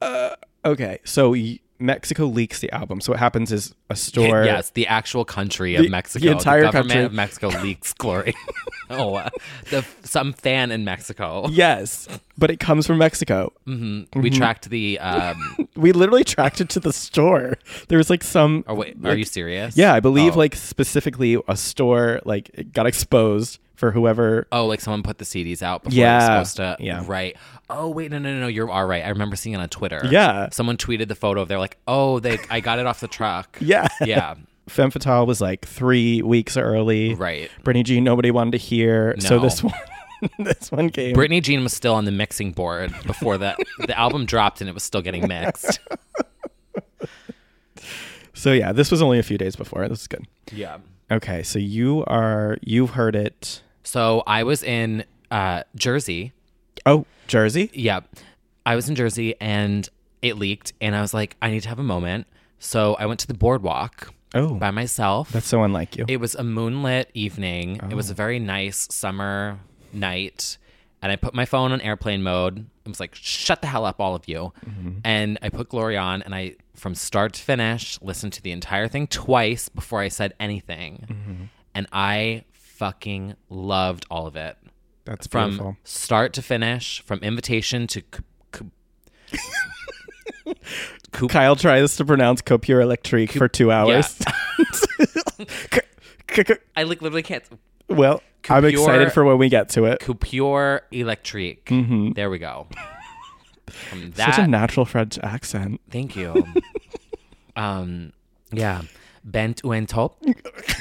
A: Uh, okay, so y- Mexico leaks the album. So what happens is a store.
B: Yes, the actual country of
A: The-
B: Mexico.
A: the entire
B: government
A: country.
B: of Mexico leaks glory. oh, uh, the some fan in Mexico.
A: Yes, but it comes from Mexico.
B: hmm We
A: Mhm.
B: tracked the. Um,
A: We literally tracked it to the store. There was like some.
B: Are Oh, wait, are
A: like-
B: you serious?
A: Yeah, I believe
B: Oh.
A: like specifically a store like it got exposed for whoever.
B: oh, like someone put the CDs out before
A: Yeah,
B: it was supposed to.
A: yeah.
B: Right. Oh wait, no, no, no, no. You are right. I remember seeing it on Twitter.
A: Yeah.
B: Someone tweeted the photo. They're like, oh, they. I got it off the truck.
A: Yeah.
B: Yeah.
A: Femme Fatale was like three weeks early.
B: Right.
A: Brittany G. Nobody wanted to hear. So
B: No.
A: this one, this one came.
B: Brittany Jean was still on the mixing board before that the album dropped and it was still getting mixed.
A: So yeah, this was only a few days before. This is good.
B: Yeah.
A: Okay, so you are you've heard it.
B: So I was in uh, Jersey.
A: Oh, Jersey.
B: Yeah. I was in Jersey and it leaked and I was like, I need to have a moment. So I went to the boardwalk
A: Oh,
B: by myself.
A: that's so unlike you.
B: It was a moonlit evening. It
A: Oh.
B: was a very nice summer night. And I put my phone on airplane mode. It was like, shut the hell up, all of you.
A: Mm-hmm.
B: And I put Glory on and I, from start to finish, listened to the entire thing twice before I said anything.
A: Mm-hmm.
B: And I fucking loved all of it.
A: That's
B: From
A: beautiful.
B: start to finish, from invitation to. c- c- Coop-
A: Kyle tries to pronounce Copier Electrique for two hours.
B: I like literally can't.
A: well, I'm
B: Coupure-
A: excited for when we get to it.
B: Coupure Electrique.
A: Mhm.
B: There we go. From that,
A: Such a natural French accent.
B: thank you. Um, yeah. Bent ou en top?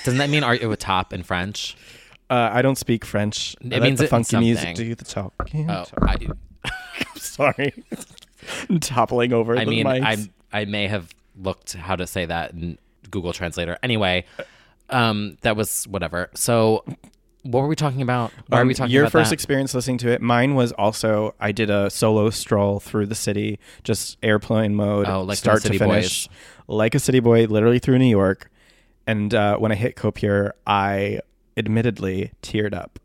B: Doesn't that mean are you a top in French?
A: Uh, I don't speak French.
B: It
A: I like
B: means
A: the
B: it-
A: funky music.
B: something.
A: Do the top.
B: Oh,
A: I, am sorry. I'm toppling over.
B: I
A: the
B: mean,
A: mics.
B: I I may have looked how to say that in Google Translator. Anyway, um, that was whatever. So, what were we talking about? Why are
A: Um,
B: we talking
A: your
B: about
A: first
B: that?
A: experience listening to it? Mine was also I did a solo stroll through the city, just airplane mode,
B: Oh, like
A: start
B: the City
A: to finish, like a city boy, literally through New York. And uh, when I hit Copier, I admittedly teared up.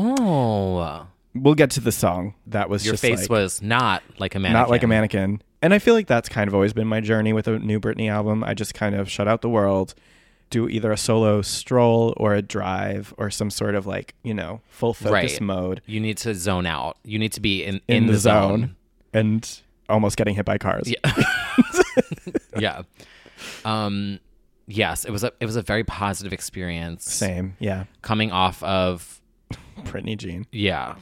B: Oh,
A: we'll get to the song. That was
B: your
A: just
B: face
A: like-
B: was not like a mannequin.
A: not like a mannequin. And I feel like that's kind of always been my journey with a new Britney album. I just kind of shut out the world, do either a solo stroll or a drive or some sort of like, you know, full focus
B: Right.
A: mode
B: You need to zone out. You need to be in
A: in, the, zone.
B: zone.
A: and almost getting hit by cars.
B: Yeah. yeah. Um yes, it was a it was a very positive experience.
A: Same, yeah.
B: Coming off of
A: Britney Jean.
B: Yeah.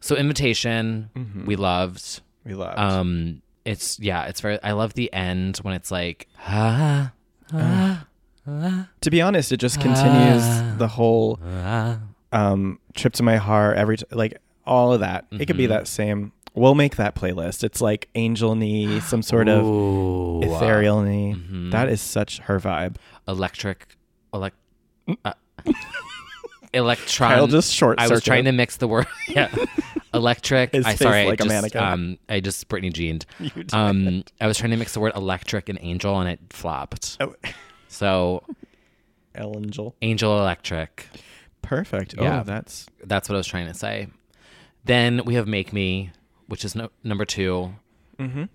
B: So invitation
A: Mm-hmm.
B: we loved.
A: We loved.
B: Um it's yeah, it's very I love the end when it's like ah, ah, ah.
A: To be honest, it just continues
B: Ah.
A: the whole
B: Ah.
A: um, trip to my heart every t- like all of that. It could be
B: Mhm.
A: that same. We'll make that playlist. It's like angel knee, some sort of
B: Ooh.
A: ethereal knee.
B: Mhm.
A: That is such her vibe.
B: electric elect uh, electron
A: Kyle just short
B: Um, I was
A: circuit.
B: trying to mix the word yeah electric
A: His
B: I
A: face
B: sorry
A: like a
B: I just
A: mannequin.
B: um I just Britney jeaned
A: You did.
B: um I was trying to mix the word electric and angel and it flopped
A: Oh.
B: so
A: Angel
B: angel electric
A: perfect oh that's
B: that's what I was trying to say then we have make me which is no, number 2
A: Mhm.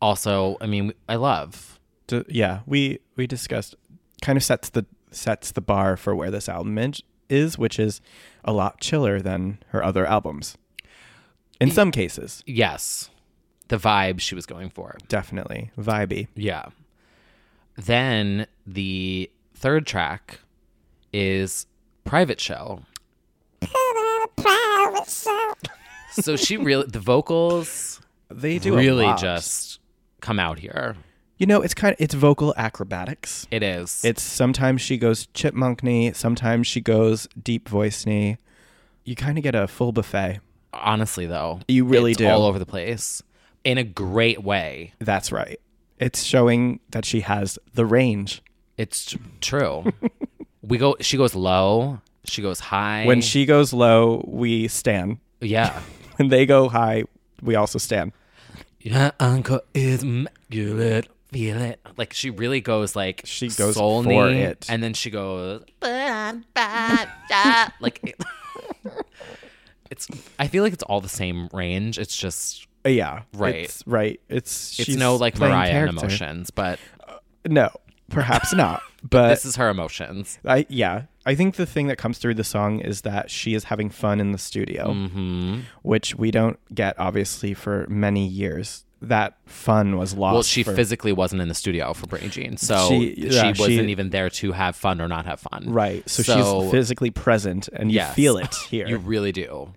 B: also I mean I love
A: d- yeah. We we discussed kind of sets the sets the bar for where this album is- is, which is a lot chiller than her other albums. In some cases,
B: yes the vibe she was going for
A: definitely vibey.
B: Yeah. Then the third track is Private Shell. so she really the vocals
A: they do a
B: really
A: lot.
B: just come out here.
A: You know, it's kind of it's vocal acrobatics.
B: It is.
A: It's sometimes she goes chipmunk knee, sometimes she goes deep voice knee. You kind of get a full buffet.
B: Honestly though.
A: You really
B: it's
A: do.
B: all over the place. In a great way.
A: That's right. It's showing that she has the range.
B: It's tr- true. we go she goes low, she goes high.
A: when she goes low, we stand.
B: Yeah.
A: when they go high, we also stand.
B: Yeah, uncle is immaculate. Feel it. Like she really goes like she
A: goes
B: soul
A: for
B: knee,
A: it.
B: and then she goes like it- it's. I feel like it's all the same range. It's just
A: Uh, yeah.
B: Right.
A: It's, right. It's
B: it's
A: she's
B: no like
A: playing
B: Mariah in
A: character.
B: emotions, but
A: No, perhaps not. But
B: this is her emotions.
A: I yeah, I think the thing that comes through the song is that she is having fun in the studio,
B: Mhm.
A: which we don't get obviously for many years. That fun was lost.
B: Well, she
A: for-
B: physically wasn't in the studio for Britney Jean, so
A: She-
B: she,
A: yeah,
B: wasn't
A: she-
B: even there to have fun or not have fun.
A: right. So, she's physically present, and you
B: Yes.
A: feel it here.
B: You really do.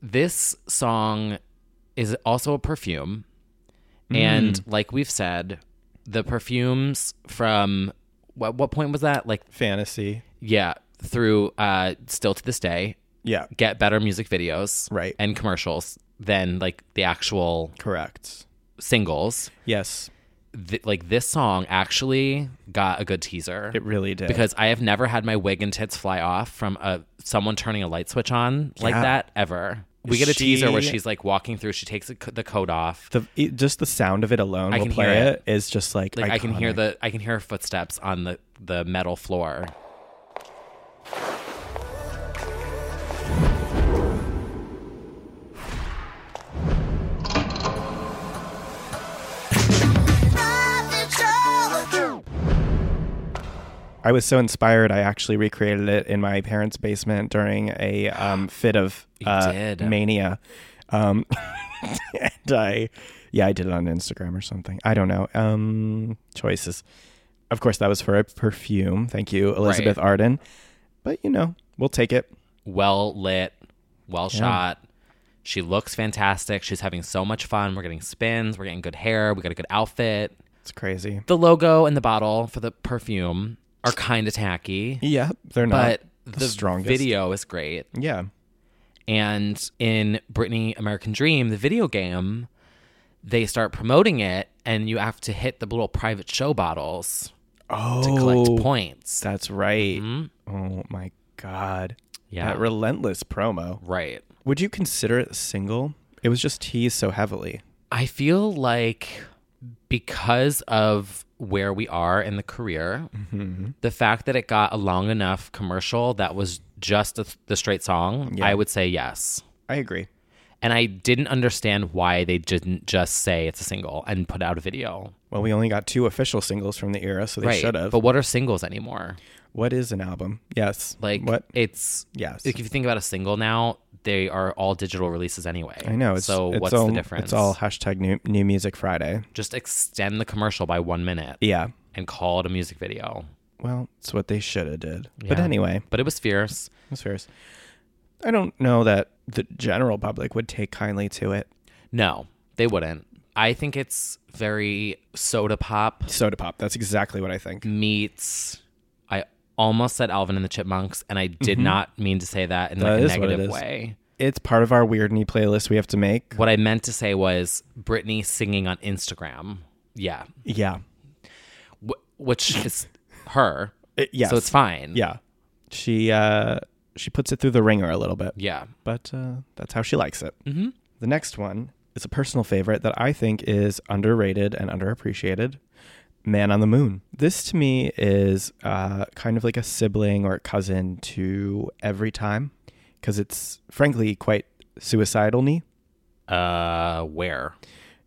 B: This song is also a perfume.
A: Mm.
B: And like we've said, the perfumes from what what point was that? Like
A: fantasy.
B: Yeah, through uh still to this day.
A: Yeah.
B: Get better music videos
A: Right.
B: and commercials than like the actual
A: Correct.
B: singles.
A: Yes.
B: Th- like this song actually got a good teaser.
A: It really did.
B: Because I have never had my wig and tits fly off from a someone turning a light switch on like
A: Yeah.
B: that ever. We get a teaser where
A: She-
B: she's like walking through. She takes the co- the coat off.
A: the it- just the sound of it alone
B: I
A: will
B: can
A: play
B: hear
A: it is just like,
B: Like I can hear
A: iconic.
B: the I can hear her footsteps on the the metal floor.
A: I was so inspired. I actually recreated it in my parents' basement during a um, fit of uh,
B: did.
A: mania. Um, and I, yeah, I did it on Instagram or something. I don't know. Um, choices. Of course, that was for a perfume. Thank you, Elizabeth
B: Right.
A: Arden. But you know, we'll take it.
B: Well lit, well
A: Yeah.
B: shot. She looks fantastic. She's having so much fun. We're getting spins. We're getting good hair. We got a good outfit.
A: It's crazy.
B: The logo and the bottle for the perfume are kind of tacky.
A: Yeah, they're not
B: But
A: the
B: the,
A: strongest.
B: video is great.
A: Yeah.
B: And in Britney American Dream, the video game, they start promoting it, and you have to hit the little private show bottles to
A: Oh,
B: collect points.
A: That's right. Oh my god.
B: Mm-hmm. Yeah.
A: That relentless promo.
B: Right.
A: Would you consider it a single? It was just teased so heavily.
B: I feel like because of where we are in the career,
A: Mhm.
B: the fact that it got a long enough commercial that was just a, the straight song,
A: Yeah.
B: I would say yes.
A: I agree.
B: And I didn't understand why they didn't just say it's a single and put out a video.
A: Well, we only got two official singles from the era, so they
B: Right.
A: should have.
B: But what are singles anymore?
A: What is an album? Yes.
B: Like
A: what?
B: it's
A: Yes.
B: Like if you think about a single now, they are all digital releases anyway.
A: I know. It's,
B: so
A: it's
B: what's
A: all,
B: the difference?
A: It's all hashtag new, new music Friday.
B: just extend the commercial by one minute.
A: Yeah.
B: And call it a music video.
A: Well, it's what they should have did. But
B: Yeah.
A: anyway,
B: But it was fierce.
A: it was fierce. I don't know that the general public would take kindly to it.
B: No, they wouldn't. I think it's very soda pop
A: Soda pop. That's exactly what I think.
B: meets. I almost said Alvin and the Chipmunks, and I did
A: Mhm.
B: not mean to say that in
A: That
B: like a
A: is what it
B: negative
A: is.
B: way.
A: It's part of our weird knee playlist we have to make.
B: What I meant to say was Britney singing on Instagram. Yeah,
A: Yeah.
B: Wh- which is her.
A: It- yes.
B: So it's fine.
A: Yeah. She uh she puts it through the ringer a little bit.
B: Yeah.
A: But uh that's how she likes it.
B: Mhm.
A: The next one is a personal favorite that I think is underrated and underappreciated. Man on the Moon. This to me is uh kind of like a sibling or a cousin to Every Time because it's frankly quite suicidal knee.
B: Uh, where?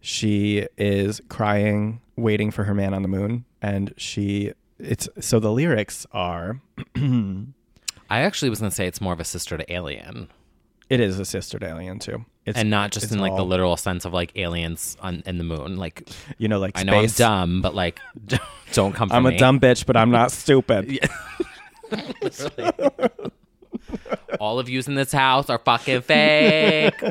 A: she is crying waiting for her man on the moon and she it's so the lyrics are
B: I actually was gonna say it's more of a sister to Alien,
A: it is a sister to alien too it's,
B: and not just
A: it's
B: in like the
A: all-
B: literal sense of like aliens on in the moon. Like
A: you know like
B: I know I'm
A: space.
B: dumb, but like don't come. For
A: i'm a
B: me.
A: dumb bitch but i'm not stupid
B: All of yous in this house are fucking fake.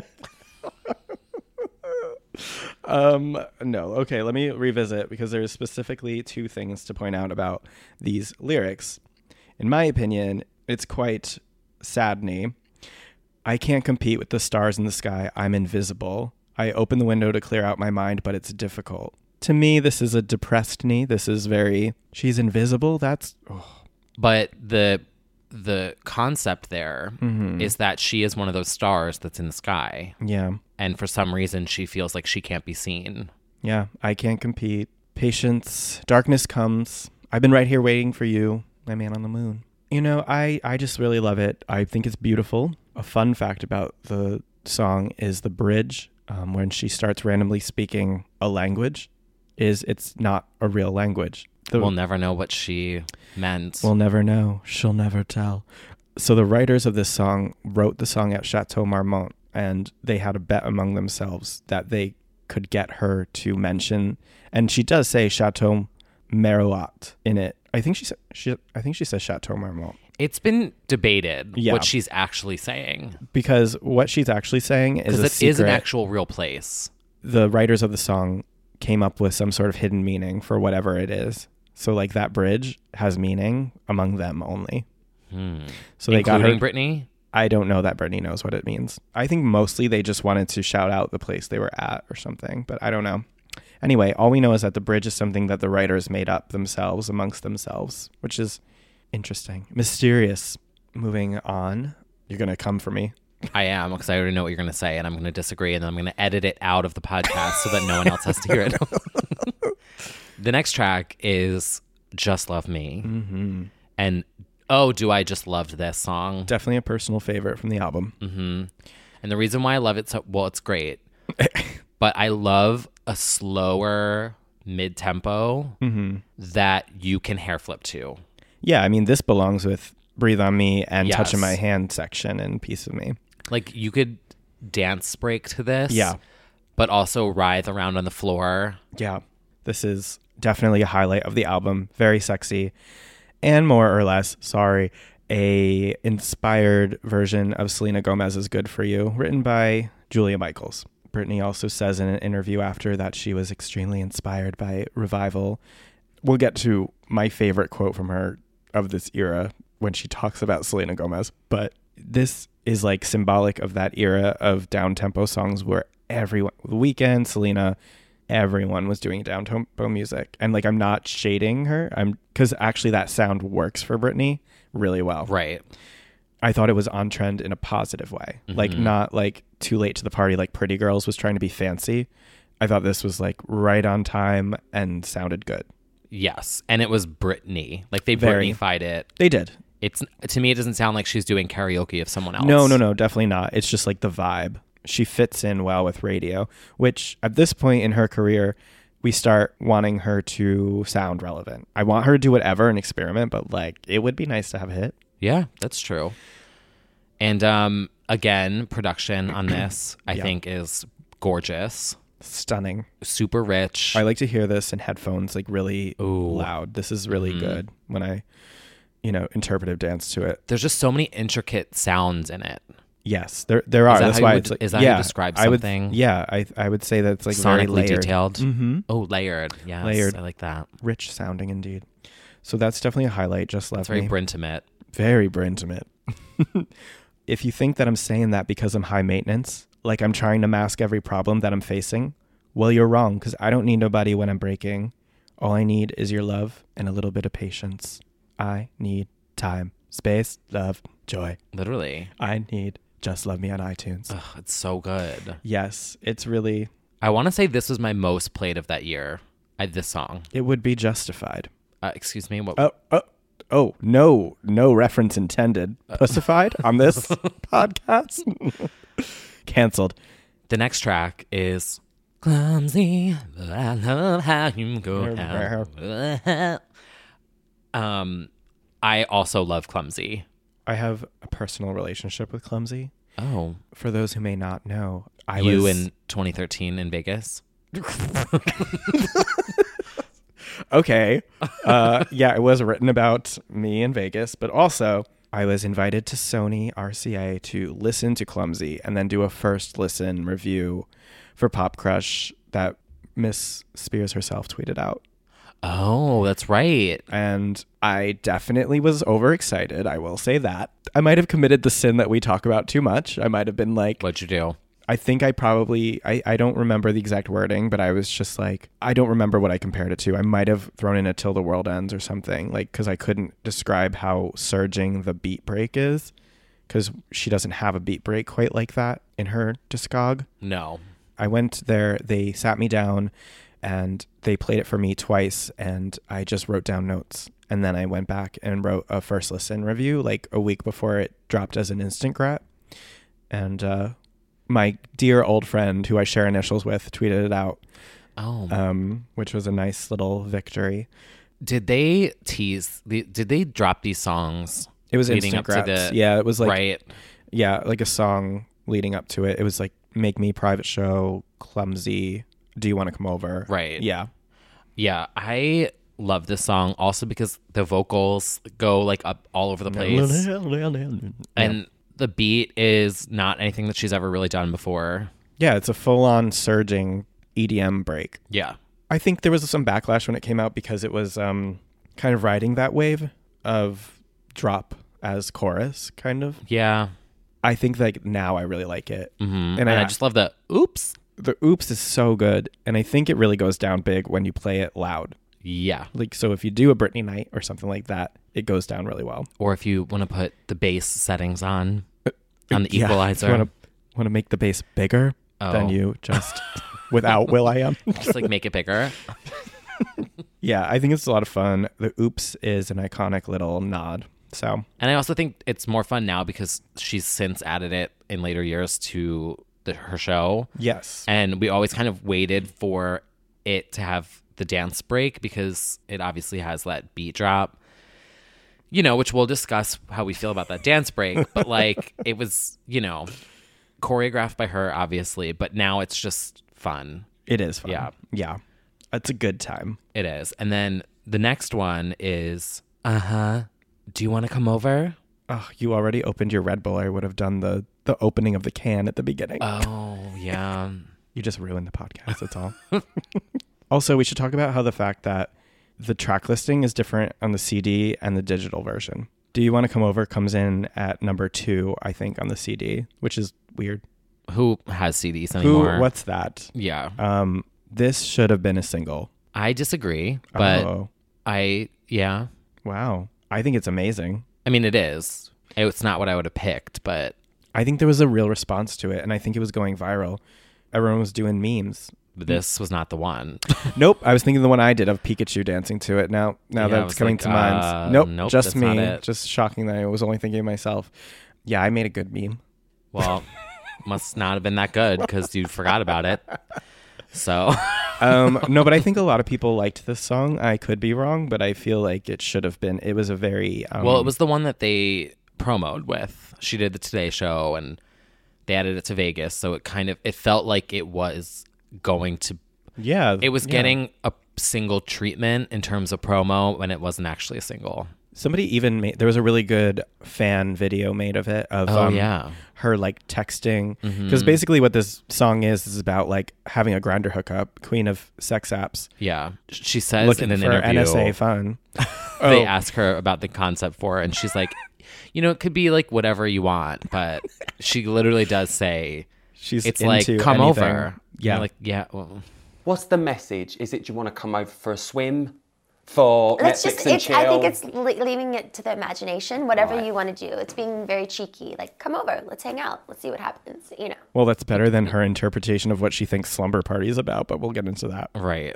A: um no okay let me revisit because there's specifically two things to point out about these lyrics in my opinion it's quite saddening i can't compete with the stars in the sky i'm invisible i open the window to clear out my mind but it's difficult to me this is a depressed knee this is very she's invisible that's
B: but the the concept there is
A: Mhm.
B: that she is one of those stars that's in the sky.
A: Yeah.
B: And for some reason she feels like she can't be seen.
A: yeah i can't compete patience darkness comes i've been right here waiting for you my man on the moon You know, I, I just really love it. I think it's beautiful. A fun fact about the song is the bridge, um, when she starts randomly speaking a language, is it's not a real language. The-
B: we'll never know what she meant.
A: We'll never know. She'll never tell. So the writers of this song wrote the song at Chateau Marmont, and they had a bet among themselves that they could get her to mention. And she does say Chateau Marmont in it. I think she sa- she I think she says Chateau Marmont.
B: it's been debated
A: Yeah.
B: what she's actually saying.
A: because what she's actually saying is
B: Because
A: a
B: it is an
A: secret.
B: actual real place.
A: the writers of the song came up with some sort of hidden meaning for whatever it is. So like that bridge has meaning among them only.
B: Hmm.
A: So they got her
B: Including Britney?
A: I don't know that Brittany knows what it means. I think mostly they just wanted to shout out the place they were at or something, but I don't know. Anyway, all we know is that the bridge is something that the writers made up themselves amongst themselves, which is interesting, mysterious. Moving on, you're gonna come for me.
B: I am because I already know what you're going to say, and I'm going to disagree, and then I'm going to edit it out of the podcast so that no one else has to hear it. the next track is "Just Love Me,"
A: Mhm.
B: and oh, do I just loved this song?
A: Definitely a personal favorite from the album.
B: hmm And the reason why I love it so well, it's great, but I love a slower mid tempo
A: Mhm.
B: that you can hair flip to.
A: Yeah, I mean, this belongs with Breathe on Me and
B: Yes.
A: Touching My Hand section and Piece of Me.
B: Like you could dance break to this,
A: Yeah.
B: but also writhe around on the floor.
A: Yeah. This is definitely a highlight of the album. Very sexy and more or less, sorry, a inspired version of Selena Gomez's Good For You, written by Julia Michaels. Brittany also says in an interview after that she was extremely inspired by revival. We'll get to my favorite quote from her of this era when she talks about Selena Gomez, but this is like symbolic of that era of down tempo songs where everyone, the weekend, Selena, everyone was doing down tempo music. And like, I'm not shading her. I'm because actually that sound works for Britney really well.
B: Right.
A: I thought it was on trend in a positive way, like
B: Mhm.
A: not like too late to the party, like Pretty Girls was trying to be fancy. I thought this was like right on time and sounded good.
B: Yes, and it was Britney. Like they
A: Very.
B: Britneyfied it.
A: They did.
B: It's to me, it doesn't sound like she's doing karaoke of someone else.
A: No, no, no, definitely not. It's just like the vibe. She fits in well with radio, which at this point in her career, we start wanting her to sound relevant. I want her to do whatever and experiment, but like it would be nice to have a hit.
B: Yeah, that's true. And um, again, production on this, I
A: Yeah.
B: think, is gorgeous,
A: stunning,
B: super rich.
A: I like to hear this in headphones, like really loud. This is really
B: Mhm.
A: good when I, you know, interpretive dance to it.
B: There's just so many intricate sounds in it.
A: Yes, there there are.
B: Is that
A: That's
B: how you
A: why
B: would-
A: it's like
B: is that how you
A: yeah,
B: describe
A: I would-
B: something?
A: yeah, I I would say that's like very
B: Sonically
A: layered.
B: detailed.
A: Mhm.
B: Oh, layered. Yes,
A: layered.
B: I like that.
A: Rich sounding indeed. So that's definitely a highlight. Just left
B: That's very
A: me.
B: Brintimate.
A: Very Brintimate. if you think that I'm saying that because I'm high maintenance, like I'm trying to mask every problem that I'm facing, well, you're wrong because I don't need nobody when I'm breaking. All I need is your love and a little bit of patience. I need time, space, love, joy.
B: Literally.
A: I need just love me on iTunes.
B: Ugh, it's so good.
A: Yes, it's really.
B: I want to say this was my most played of that year. I, this song.
A: It would be justified.
B: Uh, excuse me. What?
A: Oh, oh, oh, no, no reference intended. Pussified on this podcast. Cancelled.
B: The next track is Clumsy, but I love how you go down. um, I also love Clumsy.
A: I have a personal relationship with Clumsy.
B: Oh.
A: For those who may not know, I
B: you
A: was
B: in 2013 in Vegas.
A: okay. Uh, yeah, it was written about me in Vegas, but also I was invited to Sony RCA to listen to Clumsy and then do a first listen review for Pop Crush that Miss Spears herself tweeted out.
B: Oh, that's right.
A: And I definitely was overexcited. I will say that. I might have committed the sin that we talk about too much. I might have been like,
B: What'd you do?
A: I think I probably, I, I don't remember the exact wording, but I was just like, I don't remember what I compared it to. I might have thrown in a till the world ends or something, like, because I couldn't describe how surging the beat break is, because she doesn't have a beat break quite like that in her discog.
B: No.
A: I went there, they sat me down and they played it for me twice and I just wrote down notes. And then I went back and wrote a first listen review like a week before it dropped as an instant grat. And uh my dear old friend who I share initials with tweeted it out.
B: Oh.
A: Um, which was a nice little victory.
B: Did they tease? the- Did they drop these songs?
A: It was
B: leading
A: instant
B: up to
A: grats.
B: the
A: yeah, it was like
B: right.
A: Yeah, like a song leading up to it. It was like Make Me Private Show, Clumsy, Do You Wanna Come Over?
B: Right.
A: Yeah.
B: Yeah, I love this song also because the vocals go like up all over the place.
A: And
B: And the beat is not anything that she's ever really done before.
A: yeah, it's a full on surging EDM break.
B: Yeah.
A: I think there was some backlash when it came out because it was um, kind of riding that wave of drop as chorus, kind of.
B: Yeah.
A: I think like now I really like it,
B: Mhm. And I just love the oops.
A: The oops is so good, and I think it really goes down big when you play it loud.
B: Yeah.
A: Like so, if you do a Britney night or something like that, it goes down really well.
B: Or if you want to put the bass settings on on
A: Uh, Yeah,
B: the
A: if you
B: equalizer.
A: wanna- Want to make the bass bigger?
B: Oh.
A: Then you just without will I am
B: just like make it bigger.
A: Yeah, I think it's a lot of fun. The oops is an iconic little nod. So,
B: And I also think it's more fun now because she's since added it in later years to the, her show.
A: Yes.
B: And we always kind of waited for it to have the dance break because it obviously has that beat drop, you know, which we'll discuss how we feel about that dance break. But like it was, you know, choreographed by her, obviously, but now it's just fun.
A: It is fun.
B: Yeah.
A: Yeah. It's a good time.
B: It is. And then the next one is, uh huh, do you want to come over?
A: oh, you
B: Uh,
A: already opened your Red Bull. I would have done the the opening of the can at the beginning.
B: Oh, yeah.
A: You just ruined the podcast. That's all. also, we should talk about how the fact that the track listing is different on the CD and the digital version. Do you want to come over? Comes in at number two, I think, on the CD, which is weird.
B: Who has CDs
A: Who?
B: anymore?
A: What's that?
B: Yeah.
A: Um, this should have been a single.
B: I disagree, but
A: Oh.
B: I yeah.
A: Wow. I think it's amazing.
B: I mean, it is. It's not what I would have picked, but
A: I think there was a real response to it, and I think it was going viral. Everyone was doing memes.
B: this was not the one.
A: Nope, I was thinking the one I did of Pikachu dancing to it. Now, now
B: Yeah, I
A: that's
B: was
A: coming
B: like,
A: to mind.
B: uh,
A: nope,
B: nope,
A: just
B: that's not
A: me.
B: it.
A: Just shocking that I was only thinking of myself. Yeah, I made a good meme.
B: Well, must not have been that good because you forgot about it. So,
A: um, no, but I think a lot of people liked this song. I could be wrong, but I feel like it should have been. It was a very um,
B: well, it was the one that they promoed with. She did the Today Show, and they added it to Vegas, so it kind of it felt like it was going to.
A: Yeah,
B: it was
A: yeah.
B: getting a single treatment in terms of promo when it wasn't actually a single.
A: Somebody even made there was a really good fan video made of it of
B: Oh,
A: um,
B: yeah.
A: her like texting because
B: Mhm.
A: basically what this song is is about like having a grinder hookup, queen of sex apps.
B: Yeah, she says
A: looking
B: in an
A: for
B: interview
A: NSA fun.
B: They
A: Oh.
B: ask her about the concept for, it, and she's like, "You know, it could be like whatever you want," but she literally does say,
A: "She's
B: it's like
O: into
B: come
O: anything."
B: over."
O: Yeah.
B: You're like yeah. Well,
O: What's the message? Is it do you want to come over for a swim, for
N: Let's
O: Netflix
N: just,
O: and
N: it's,
O: chill?
N: I think it's le- leaving it to the imagination, whatever you want to do. It's being very cheeky. Like, come over, let's hang out, let's see what happens, you know.
A: Well, that's better than her interpretation of what she thinks slumber party is about, but we'll get into that.
B: Right.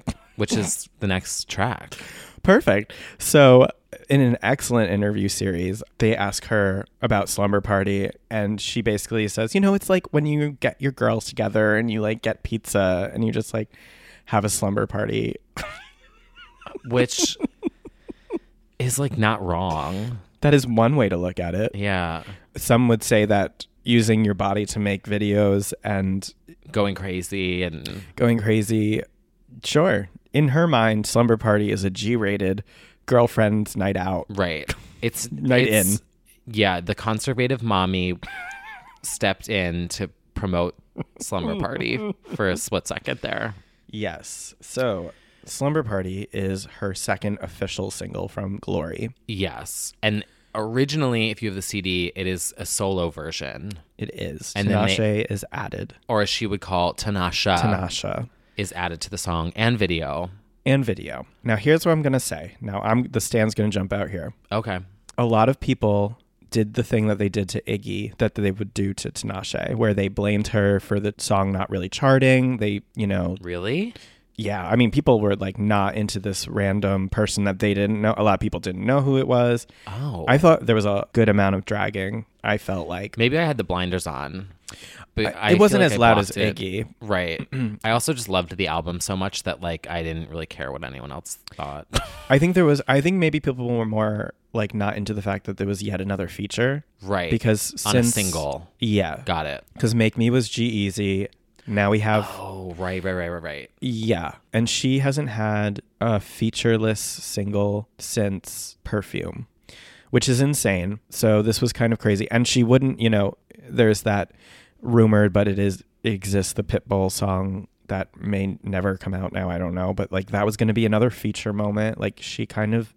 B: Which is the next track.
A: Perfect. So, in an excellent interview series, they ask her about slumber party and she basically says, "You know, it's like when you get your girls together and you like get pizza and you just like have a slumber party."
B: Which is like not wrong.
A: That is one way to look at it.
B: Yeah.
A: Some would say that using your body to make videos and
B: going crazy and
A: going crazy. Sure. In her mind, slumber party is a G-rated girlfriend's night out.
B: Right. It's
A: night
B: it's-
A: in.
B: Yeah, the conservative mommy stepped in to promote Slumber Party for a split second there.
A: Yes. So, Slumber Party is her second official single from Glory.
B: Yes. And originally, if you have the CD, it is a solo version.
A: It is.
B: And then they,
A: Tinashe is added.
B: or as she would call Tanasha.
A: Tinashe.
B: is added to the song and video.
A: And video. Now, here's what I'm going to say. Now, I'm the stand's going to jump out here.
B: Okay.
A: A lot of people did the thing that they did to Iggy that they would do to Tinashe, where they blamed her for the song not really charting. They, you know.
B: Really?
A: Yeah. I mean, people were like not into this random person that they didn't know. A lot of people didn't know who it was.
B: Oh.
A: I thought there was a good amount of dragging. I felt like.
B: Maybe I had the blinders on. But
A: I-
B: I
A: it wasn't
B: feel
A: as
B: I
A: loud as
B: blocked it.
A: Iggy.
B: Right. I also just loved the album so much that like I didn't really care what anyone else thought.
A: I think there was. I think maybe people were more like not into the fact that there was yet another feature,
B: Right.
A: Because
B: On a
A: since-
B: single.
A: yeah,
B: Got it.
A: Because Make Me was G Easy. Now we have
B: Oh, right, right, right, right, right.
A: yeah, and she hasn't had a featureless single since Perfume, which is insane. So this was kind of crazy, and she wouldn't. You know, there's that rumored, but it is it exists the Pitbull song that may never come out now. I don't know, but like that was going to be another feature moment. Like she kind of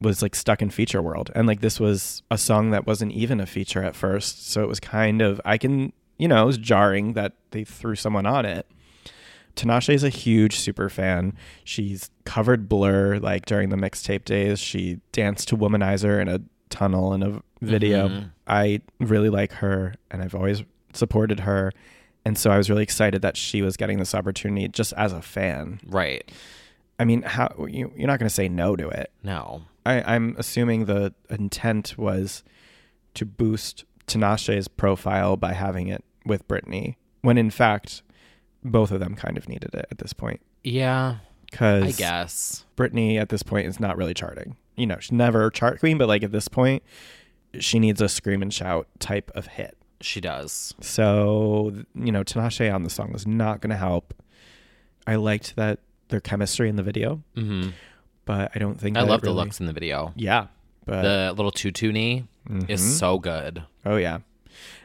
A: was like stuck in feature world and like this was a song that wasn't even a feature at first so it was kind of i can you know it was jarring that they threw someone on it Tinashe is a huge super fan. She's covered Blur like during the mixtape days. She danced to Womanizer in a tunnel in a video.
P: Mhm.
A: I really like her and I've always supported her. And so I was really excited that she was getting this opportunity just as a fan.
B: Right.
A: I mean, how you, you're not going to say no to it.
B: No.
A: I, I'm assuming the intent was to boost Tinashe's profile by having it with Britney, when in fact, both of them kind of needed it at this point.
B: Yeah.
A: Because
B: I guess.
A: Britney at this point is not really charting. You know, she's never a chart queen, but like at this point, she needs a scream and shout type of hit.
B: She does.
A: So, you know, Tinashe on the song is not going to help. I liked that their chemistry in the video,
B: Mhm.
A: but I don't think
B: I
A: that it
B: love the
A: really-
B: looks in the video.
A: Yeah, but
B: the little tutu knee
A: Mhm.
B: is so good.
A: Oh yeah.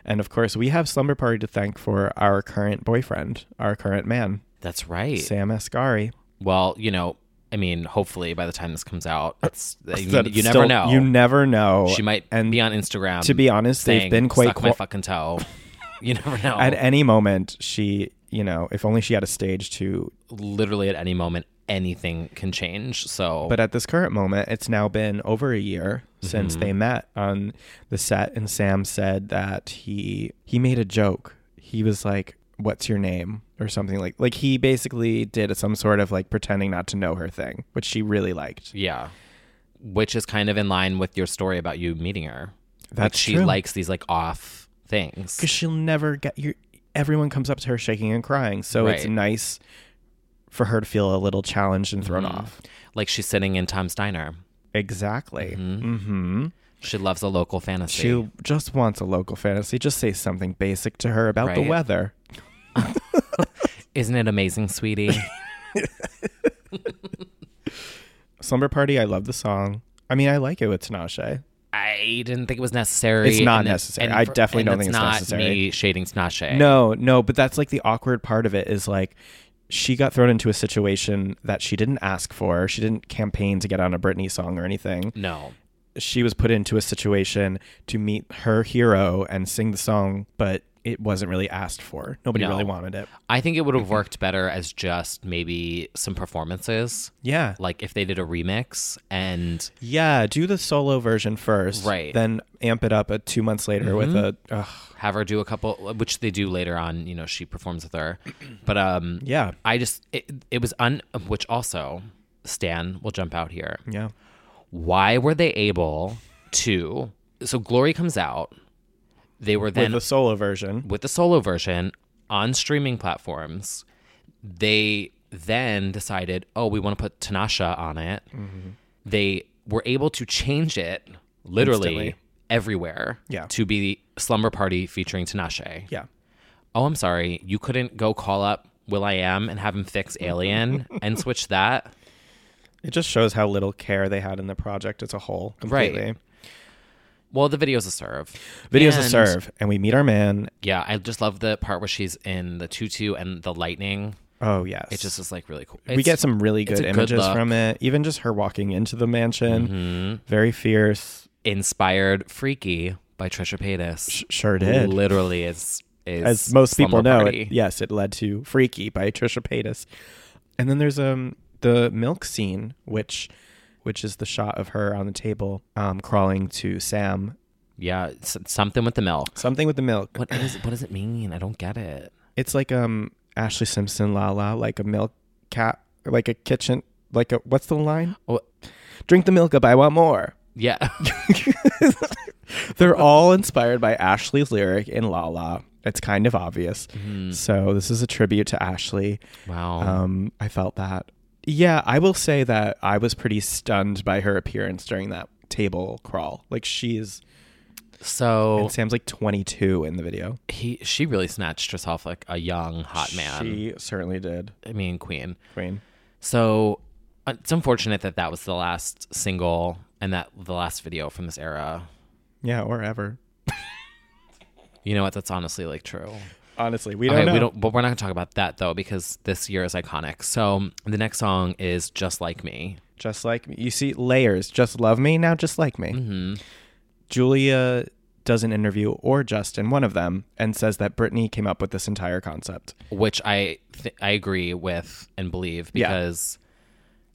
A: And of course, we have Slumber Party to thank for our current boyfriend, our current man.
B: That's right.
A: Sam Asghari.
B: Well, you know, I mean, hopefully by the time this comes out, it's, you,
A: That
B: you
A: it's
B: never
A: still-
B: know.
A: You never know.
B: She might be on Instagram.
A: to be honest, they've
B: saying,
A: been quite
B: Suck my
A: qua-
B: fucking toe. you never know.
A: At any moment, she, you know, if only she had a stage to.
B: Literally at any moment, anything can change. So,
A: But uh, at this current moment, it's now been over a year since
B: Mhm.
A: they met on the set, and Sam said that he he made a joke. He was like, "What's your name?" or something like like he basically did some sort of like pretending not to know her thing, which she really liked.
B: yeah, which is kind of in line with your story about you meeting her. Like,
A: That's
B: she
A: true.
B: likes these like off things.
A: because she'll never get your. Everyone comes up to her shaking and crying, so it's
B: Right.
A: nice for her to feel a little challenged and thrown
B: Mhm.
A: off.
B: Like she's sitting in Tom's diner.
A: Exactly.
B: Mhm.
A: hmm
B: She loves a local fantasy.
A: She just wants a local fantasy. Just say something basic to her about the
B: Right.
A: weather.
B: Isn't it amazing, sweetie?
A: Slumber Party. I love the song. I mean, I like it with Tinashe.
B: I didn't think it was necessary.
A: It's not
B: and it-
A: necessary.
B: and
A: I
B: for-
A: definitely
B: and
A: don't think
B: that's
A: it's
B: not
A: necessary.
B: Me shading Tinashe.
A: No, no, but that's like the awkward part of it is like she got thrown into a situation that she didn't ask for. She didn't campaign to get on a Britney song or anything.
B: No.
A: She was put into a situation to meet her hero and sing the song, but it wasn't really asked for. Nobody
B: No.
A: really wanted it.
B: I think it would have worked better as just maybe some performances.
A: Yeah.
B: Like if they did a remix and
A: Yeah, do the solo version first.
B: Right.
A: Then amp it up uh, two months later with a.
B: Mhm.
A: Ugh,
B: have her do a couple which they do later on, you know, she performs with her. But um
A: Yeah.
B: I just it, it was un which also Stan will jump out here.
A: yeah.
B: Why were they able to so Glory comes out. They were then
A: with the solo version.
B: with the solo version on streaming platforms, they then decided, oh, we want to put Tanasha on it.
A: Mm-hmm.
B: They were able to change it literally
A: Instantly.
B: everywhere
A: Yeah.
B: to be Slumber Party featuring Tinashe.
A: Yeah.
B: Oh, I'm sorry. You couldn't go call up Will I Am and have him fix Alien and switch that?
A: It just shows how little care they had in the project as a whole.
B: Right.
A: Completely.
B: Well, the video's a serve.
A: Videos to
B: And-
A: serve, and we meet our man.
B: Yeah, I just love the part where she's in the tutu and the lightning.
A: Oh yes,
B: It just is like really cool.
A: we
B: It's-
A: get some really
B: it's
A: good
B: a
A: images
B: look. Mm-hmm.
A: from it. Even just her walking into the mansion, very fierce.
B: inspired Freaky by Trisha Paytas.
A: sure did.
B: Literally is is
A: As most people
B: Slumber
A: know,
B: Party.
A: it, yes, it led to "Freaky" by Trisha Paytas. And then there's um the milk scene, which which is the shot of her on the table, um, crawling to Sam.
B: Yeah, s- something with the milk.
A: Something with the milk.
B: What is what does it mean? I don't get it.
A: It's like um Ashley Simpson, la la, like a milk cat, like a kitchen, like a what's the line?
B: Oh,
A: drink the milk up, I want more.
B: Yeah.
A: They're all inspired by Ashley's lyric in La La. It's kind of obvious.
B: Mm-hmm.
A: So this is a tribute to Ashley.
B: Wow.
A: Um, I felt that. Yeah, I will say that I was pretty stunned by her appearance during that table crawl. Like she's
B: so Oh.
A: and Sam's like 22 in the video.
B: he she really snatched herself like a young hot man.
A: She certainly did.
B: I mean, queen.
A: Queen.
B: So uh, it's unfortunate that that was the last single and that the last video from this era.
A: Yeah, or ever.
B: You know what? That's honestly like true.
A: Honestly, we don't know.
B: we don't. But we're not gonna talk about that though because this year is iconic. So the next song is "Just Like Me."
A: Just like me. You see layers. Just love me now. Just like me.
B: Mm-hmm.
A: Julia does an interview or Justin, one of them, and says that Brittany came up with this entire concept.
B: which I th- I agree with and believe
A: Yeah.
B: because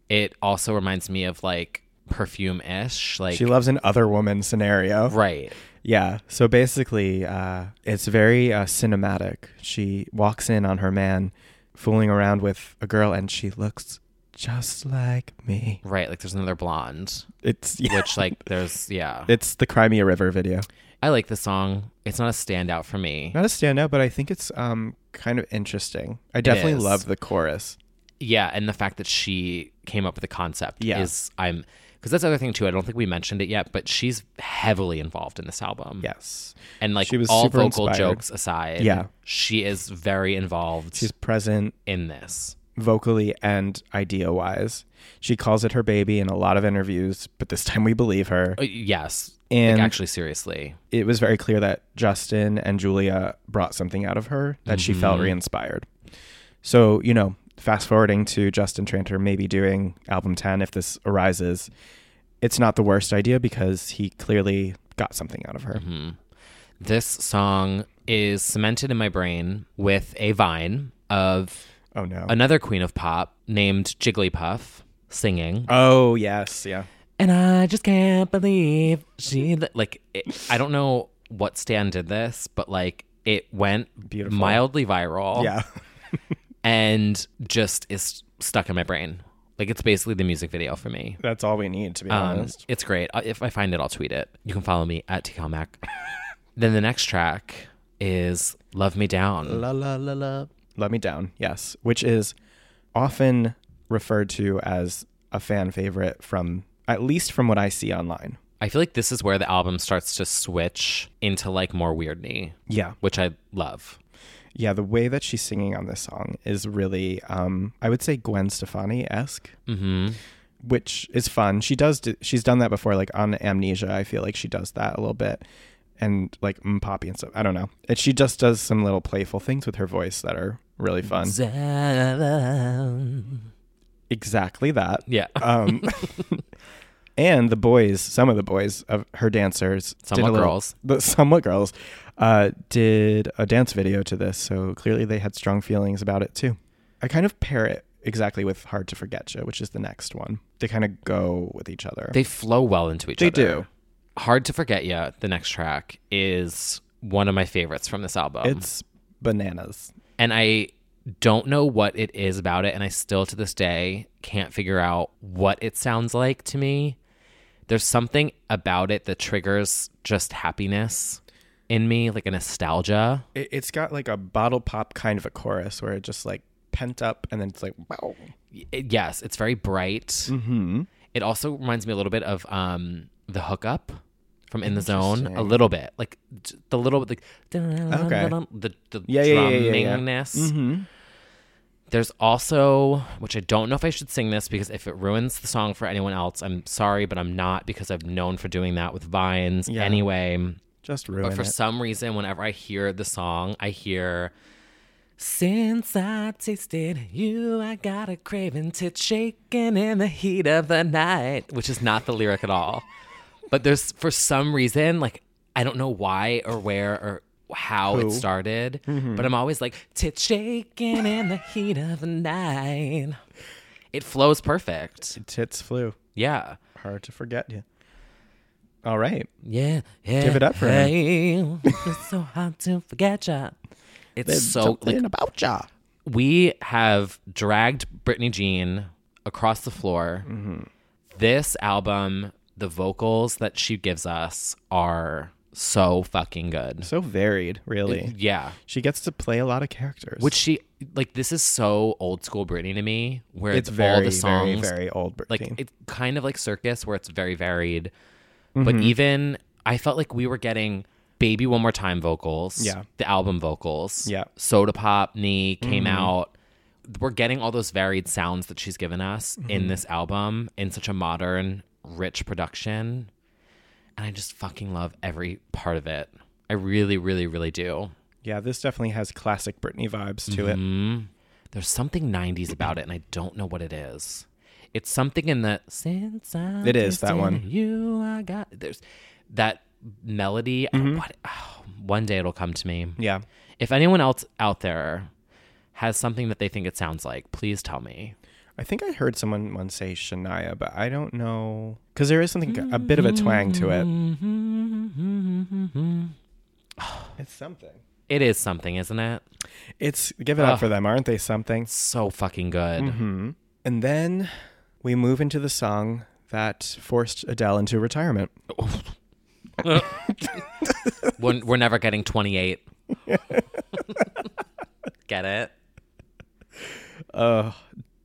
B: it also reminds me of like perfume ish, like
A: she loves an other woman scenario.
B: right.
A: Yeah. So basically, uh, it's very uh, cinematic. She walks in on her man fooling around with a girl, and she looks just like me.
B: Right, like there's another blonde,
A: It's yeah,
B: which like there's yeah.
A: it's the Crimea River video.
B: I like this song. It's not a standout for me.
A: Not a standout, but I think it's um kind of interesting. I definitely
B: is.
A: love the chorus.
B: Yeah, and the fact that she came up with the concept
A: Yeah.
B: is I'm because that's the other thing too. I don't think we mentioned it yet, but she's heavily involved in this album.
A: Yes.
B: and like
A: She was
B: all
A: super
B: vocal
A: inspired.
B: jokes aside,
A: Yeah.
B: she is very involved
A: She's present.
B: in this.
A: vocally and idea wise. She calls it her baby in a lot of interviews, but this time we believe her.
B: Uh, yes. Like,
A: And
B: actually, seriously.
A: it was very clear that Justin and Julia brought something out of her that she felt
B: Mhm.
A: re inspired. So, you know, fast forwarding to Justin Tranter maybe doing album 10 if this arises, it's not the worst idea because he clearly got something out of her.
B: This song is cemented in my brain with a vine of
A: oh no
B: another queen of pop named Jigglypuff singing.
A: Oh, yes. Yeah.
B: And I just can't believe she li- like it, I don't know what Stan did this, but like it went
A: Beautiful.
B: mildly viral.
A: Yeah.
B: and just is stuck in my brain. Like it's basically the music video for me. Um,
A: That's all we need, to be honest.
B: It's great. I- If I find it, I'll tweet it. You can follow me at TCalMac. then the next track is Love Me Down.
A: La la la la. Let Me Down, yes, which is often referred to as a fan favorite from at least from what I see online.
B: I feel like this is where the album starts to switch into like more weirdness.
A: Yeah.
B: Which I love.
A: Yeah, the way that she's singing on this song is really, um, I would say Gwen Stefani esque, Mm-hmm.
B: Mhm.
A: which is fun. She does, do, she's done that before, like on Amnesia. I feel like she does that a little bit, and like mm, Poppy and stuff. I don't know. And she just does some little playful things with her voice that are really fun. Exactly that.
B: Yeah.
A: Um, and the boys, some of the boys of her dancers, did
B: Somewhat
A: a little-
B: girls.
A: the somewhat girls, uh, did a dance video to this. So clearly they had strong feelings about it too. I kind of pair it exactly with "Hard to Forget You," which is the next one. They kind of go with each other.
B: They flow well into each
A: They
B: other.
A: do.
B: Hard to Forget You, the next track, is one of my favorites from this album.
A: It's bananas.
B: And I don't know what it is about it. And I still to this day can't figure out what it sounds like to me. There's something about it that triggers just happiness in me, like a nostalgia.
A: It, it's got like a bottle pop kind of a chorus where it just like pent up and then it's like wow.
B: Y- yes, it's very bright.
A: Mhm.
B: It also reminds me a little bit of um, the hookup from In the Zone, a
A: Interesting.
B: little bit, like j- the little bit, like
A: Okay.
B: the the
A: Yeah, yeah, yeah, yeah, yeah.
B: drummingness.
A: Mhm.
B: There's also, which I don't know if I should sing this because if it ruins the song for anyone else, I'm sorry, but I'm not because I've known for doing that with vines
A: Yeah.
B: anyway.
A: Just ruin
B: But for
A: it.
B: some reason, whenever I hear the song, I hear. Since I tasted you, I got a craving to shaking in the heat of the night, which is not the lyric at all. But there's for some reason, like I don't know why or where or how
P: Who?
B: it started,
P: Mhm.
B: but I'm always like tit shaking in the heat of the night. It flows perfect.
A: Tits flew.
B: Yeah.
A: Hard to forget you. All right.
B: Yeah. yeah
A: Give it up for him.
B: hey, It's so hard to forget ya. It's
A: There's
B: so
A: something
B: like,
A: about ya.
B: We have dragged Brittany Jean across the floor.
A: Mm-hmm.
B: This album, the vocals that she gives us are so fucking good.
A: So varied, really.
B: Yeah.
A: She gets to play a lot of characters.
B: Which she like this is so old school Britney to me, where
A: It's
B: it's, all
A: very,
B: the
A: very,
B: songs
A: very old Britney.
B: Like it's kind of like circus where it's very varied. But
A: Mhm.
B: even I felt like we were getting Baby One More Time vocals.
A: Yeah.
B: The album vocals.
A: Yeah.
B: Soda Pop Knee came
A: Mhm.
B: out. We're getting all those varied sounds that she's given us in
A: Mhm.
B: this album in such a modern, rich production. And I just fucking love every part of it. I really, really, really do.
A: Yeah, this definitely has classic Britney vibes to it.
B: Mhm. There's something 90s about it, and I don't know what it is. It's something in the since I
A: It is, that
B: tasted
A: one.
B: You, I got there's that melody. What, oh, one day it'll come to me.
A: Mm-hmm. Yeah.
B: If anyone else out there has something that they think it sounds like, please tell me.
A: I think I heard someone once say Shania, but I don't know because there is something a bit of a twang to
B: Mm-hmm.
A: it. It's something.
B: It is something, isn't it?
A: It's give it up
B: Ugh.
A: for them, aren't they? Something
B: so fucking good.
A: hmm And then we move into the song that forced Adele into retirement.
B: we're, we're never getting 28. Get it?
A: Uh,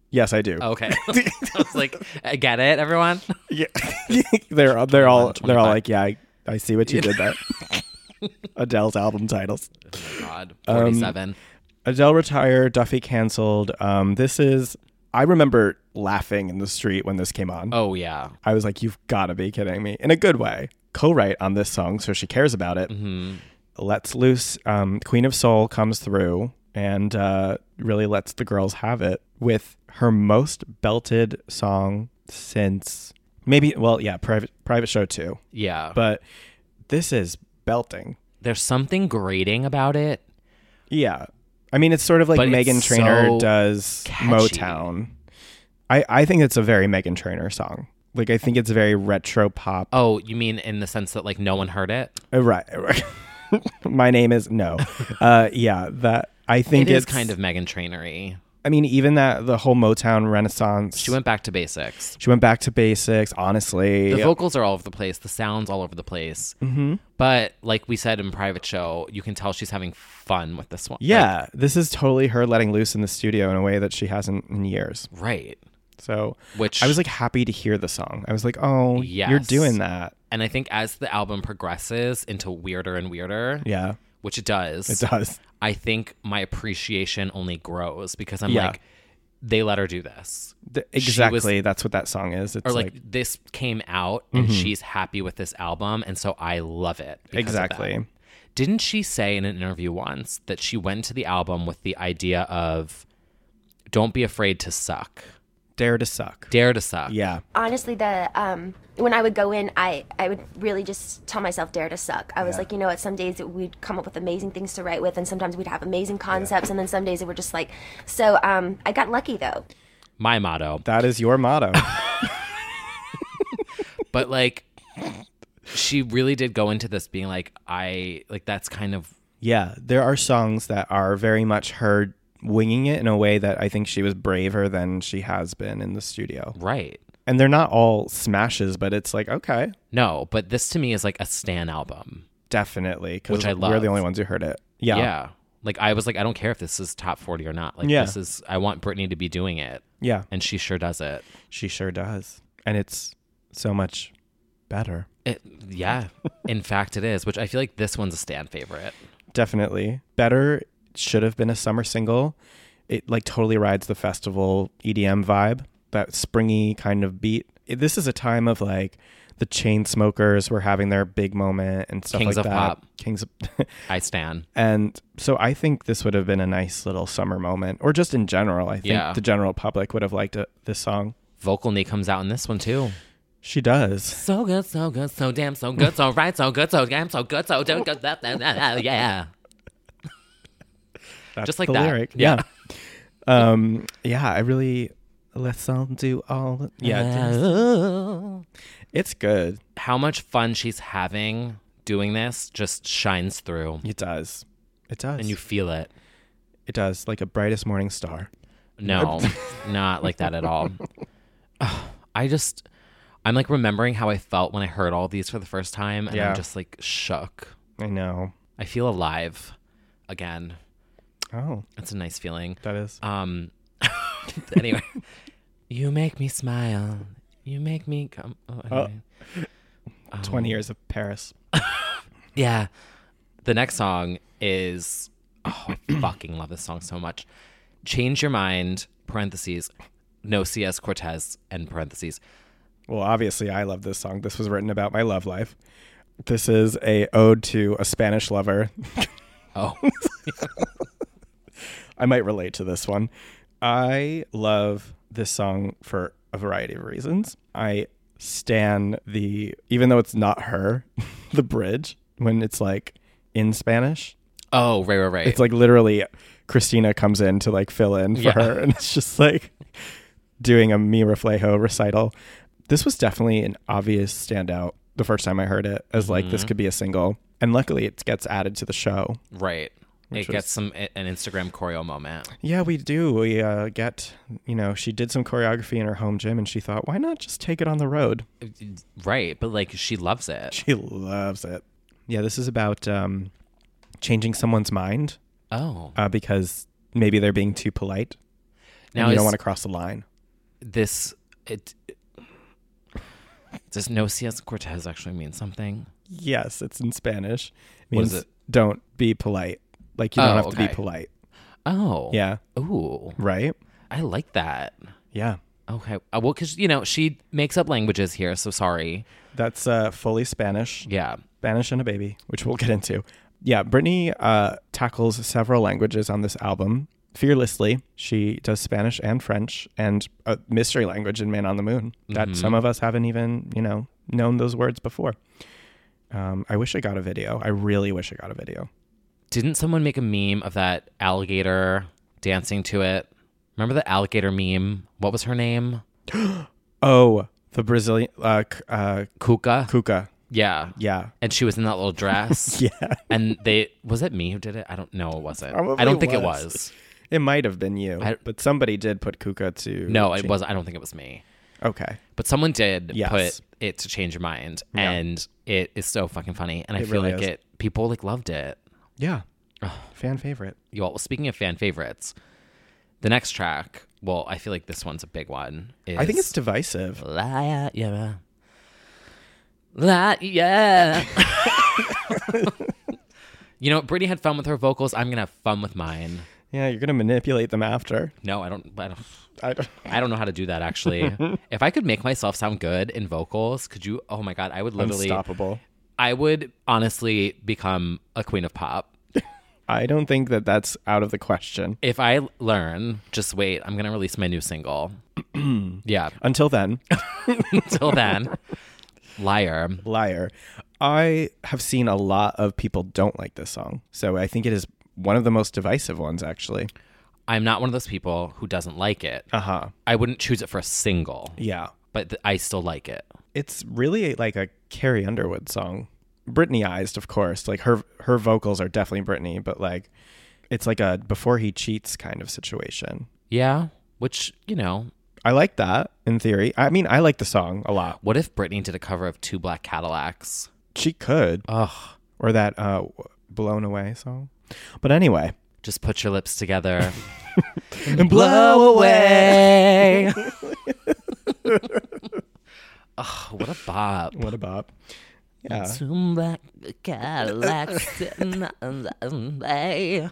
A: yes, I do.
B: Okay. I was like, I get it, everyone?
A: Yeah. they're they're all they're all like, yeah, I, I see what you did there. Adele's album titles.
B: Oh my God.
A: Um,
B: 47.
A: Adele retired, Duffy canceled. Um, this is, I remember laughing in the street when this came on.
B: Oh, yeah.
A: I was like, you've got to be kidding me. In a good way. Co write on this song, so she cares about it.
B: Mm-hmm.
A: Let's Loose, um, Queen of Soul comes through and uh, really lets the girls have it with her most belted song since maybe, well, yeah, private, private show too.
B: Yeah.
A: But this is belting.
B: There's something grating about it.
A: Yeah. I mean, it's sort of like
B: But it's
A: Megan Trainor
B: so
A: does
B: catchy.
A: Motown. I, I think it's a very Megan Trainor song. Like, I think it's very retro pop.
B: Oh, you mean in the sense that like no one heard it?
A: Uh, Right. right. My name is no. Uh, yeah, that I think
B: it is
A: it's
B: kind of Megan Trainery.
A: I mean, even that the whole Motown Renaissance.
B: She went back to basics.
A: She went back to basics. Honestly,
B: The vocals are all over the place. The sounds all over the place.
A: Mhm.
B: But like we said in private show, you can tell she's having fun with this one.
A: Yeah, this is totally her letting loose in the studio in a way that she hasn't in years.
B: Like, right.
A: So,
B: Which-
A: I was like happy to hear the song. I was like, oh,
B: Yes.
A: you're doing that.
B: And I think as the album progresses into weirder and weirder,
A: Yeah.
B: which it does,
A: It does.
B: I think my appreciation only grows because I'm
A: Yeah.
B: like, they let her do this.
A: Th-
B: She was-
A: exactly. That's what that song is. It's
B: or
A: like,
B: like, this came out and
A: Mhm.
B: she's happy with this album and so i love it because of
A: Exactly.
B: that. didn't she say in an interview once that she went to the album with the idea of don't be afraid to suck
A: dare to suck
B: dare to suck
A: yeah
N: honestly the um when i would go in i i would really just tell myself dare to suck i was
B: Yeah.
N: like you know what some days we'd come up with amazing things to write with and sometimes we'd have amazing concepts and then some days it were just like so um i got lucky though
B: my motto
A: that is your motto.
B: but like she really did go into this being like i like that's kind of
A: yeah, there are songs that are very much her winging it in a way that I think she was braver than she has been in the studio.
B: Right.
A: And they're not all smashes, but it's like okay,
B: no but this to me is like a stan album
A: definitely 'cause
B: which i love
A: We're the only ones who heard it. Yeah.
B: yeah like i was like i don't care if this is top 40 or not like
A: Yeah.
B: this is i want Britney to be doing it
A: Yeah.
B: and she sure does it
A: She sure does. And it's so much better.
B: It, yeah, in fact, it is. Which I feel like this one's a Stan favorite.
A: Definitely. Better should have been a summer single. It like totally rides the festival EDM vibe, that springy kind of beat. It- This is a time of like the chain smokers were having their big moment and stuff
B: Kings
A: like
B: of
A: that.
B: pop.
A: Kings of
B: I Stan.
A: And so I think this would have been a nice little summer moment, or just in general. I think
B: Yeah.
A: the general public would have liked it, this song.
B: Vocal Knee comes out in this one too.
A: She does.
B: So good, so good, so damn, so good, so right, so good, so damn, so good, so damn, good, so damn, yeah.
A: That's
B: Just like
A: the
B: that.
A: lyric.
B: Yeah.
A: Yeah. um. Yeah. I really. Let's all do all. Yeah. it's good.
B: How much fun she's having doing this just shines through.
A: It does. It does.
B: And you feel it.
A: It does. Like a brightest morning star.
B: No, not like that at all. Ugh, I just, I'm like remembering how I felt when I heard all these for the first time, and
A: Yeah.
B: I'm just like shook.
A: I know.
B: I feel alive again.
A: Oh.
B: That's a nice feeling.
A: That is.
B: Um. anyway, you make me smile. You make me come. Oh,
A: Oh.
B: anyway. Um,
A: 20 years of Paris.
B: Yeah. The next song is oh, I fucking love this song so much. Change your mind. Parentheses. No CS Cortez. End parentheses.
A: Well, obviously, I love this song. This was written about my love life. This is a ode to a Spanish lover.
B: Oh.
A: I might relate to this one. I love this song for a variety of reasons. I stan the even though it's not her, the bridge when it's like in Spanish.
B: Oh, right, right, right.
A: It's like literally Christina comes in to like fill in for
B: Yeah.
A: her and it's just like doing a Mira Flejo recital. This was definitely an obvious standout the first time I heard it as like this
B: Mhm.
A: could be a single. And luckily it gets added to the show.
B: right.
A: Which
B: it
A: was-
B: gets some an Instagram choreo moment.
A: Yeah, we do. We uh, get, you know, she did some choreography in her home gym and she thought, why not just take it on the road?
B: Right, but like she loves it.
A: She loves it. Yeah, this is about um, changing someone's mind.
B: Oh.
A: Uh, because maybe they're being too polite.
B: Now
A: and you
B: is-
A: don't want to cross the line.
B: This it does no CS Cortez actually mean something?
A: Yes, it's in Spanish.
B: What is
A: Means
B: it?
A: don't be polite. Like you don't
B: Oh,
A: have to
B: okay.
A: be polite.
B: Oh.
A: Yeah.
B: Ooh.
A: Right?
B: I like that.
A: Yeah.
B: Okay. Uh, well, because, you know, she makes up languages here, so sorry.
A: That's uh, fully Spanish.
B: Yeah.
A: Spanish and a baby, which we'll get into. Yeah, Brittany uh, tackles several languages on this album fearlessly. She does Spanish and French and a mystery language in Man on the Moon that
B: Mhm.
A: some of us haven't even, you know, known those words before. Um, I wish I got a video. I really wish I got a video.
B: Didn't someone make a meme of that alligator dancing to it? Remember the alligator meme? What was her name?
A: Oh, the Brazilian uh, c- uh,
B: Kuka.
A: Kuka.
B: Yeah.
A: Yeah.
B: And she was in that little dress.
A: Yeah.
B: And they was it me who did it? I don't know it wasn't. I
A: Probably
B: don't think it was.
A: It might have been you,
B: I-
A: but somebody did put Kuka to.
B: No, it
A: Jean-
B: was I don't think it was me.
A: Okay.
B: But someone did
A: Yes.
B: put it to change your mind.
A: Yeah.
B: And it is so fucking funny. And I
A: It
B: feel
A: really
B: like
A: is.
B: it people like loved it.
A: Yeah. Fan favorite.
B: You all well, speaking of fan favorites, the next track, well, I feel like this one's a big one.
A: I think
B: is-
A: it's divisive.
B: La, yeah. La, yeah. you know, Brittany had fun with her vocals. I'm gonna have fun with mine.
A: Yeah, you're gonna manipulate them after.
B: No, I don't. I don't.
A: I don't.
B: I don't know how to do that. Actually, if I could make myself sound good in vocals, could you? Oh my god, I would literally.
A: Unstoppable.
B: I would honestly become a queen of pop
A: I don't think that that's out of the question.
B: if I learn. Just wait, I'm gonna release my new single. yeah.
A: Until then,
B: Until then, liar.
A: liar. I have seen a lot of people don't like this song, so I think it is one of the most divisive ones, actually.
B: I'm not one of those people who doesn't like it.
A: Uh huh.
B: I wouldn't choose it for a single.
A: Yeah.
B: But th- I still like it.
A: It's really like a Carrie Underwood song, Britneyized, of course. Like her her vocals are definitely Britney, but like it's like a before he cheats kind of situation.
B: Yeah. Which, you know,
A: I like that in theory. I mean, I like the song a lot.
B: what if Britney did a cover of Two Black Cadillacs?
A: She could.
B: Ugh.
A: Or that uh, "Blown Away" song. But anyway,
B: Just put your lips together.
A: and
B: blow away. Ugh, what a bop.
A: What a bop. Yeah.
B: Two Black Cadillacs. sitting on the way.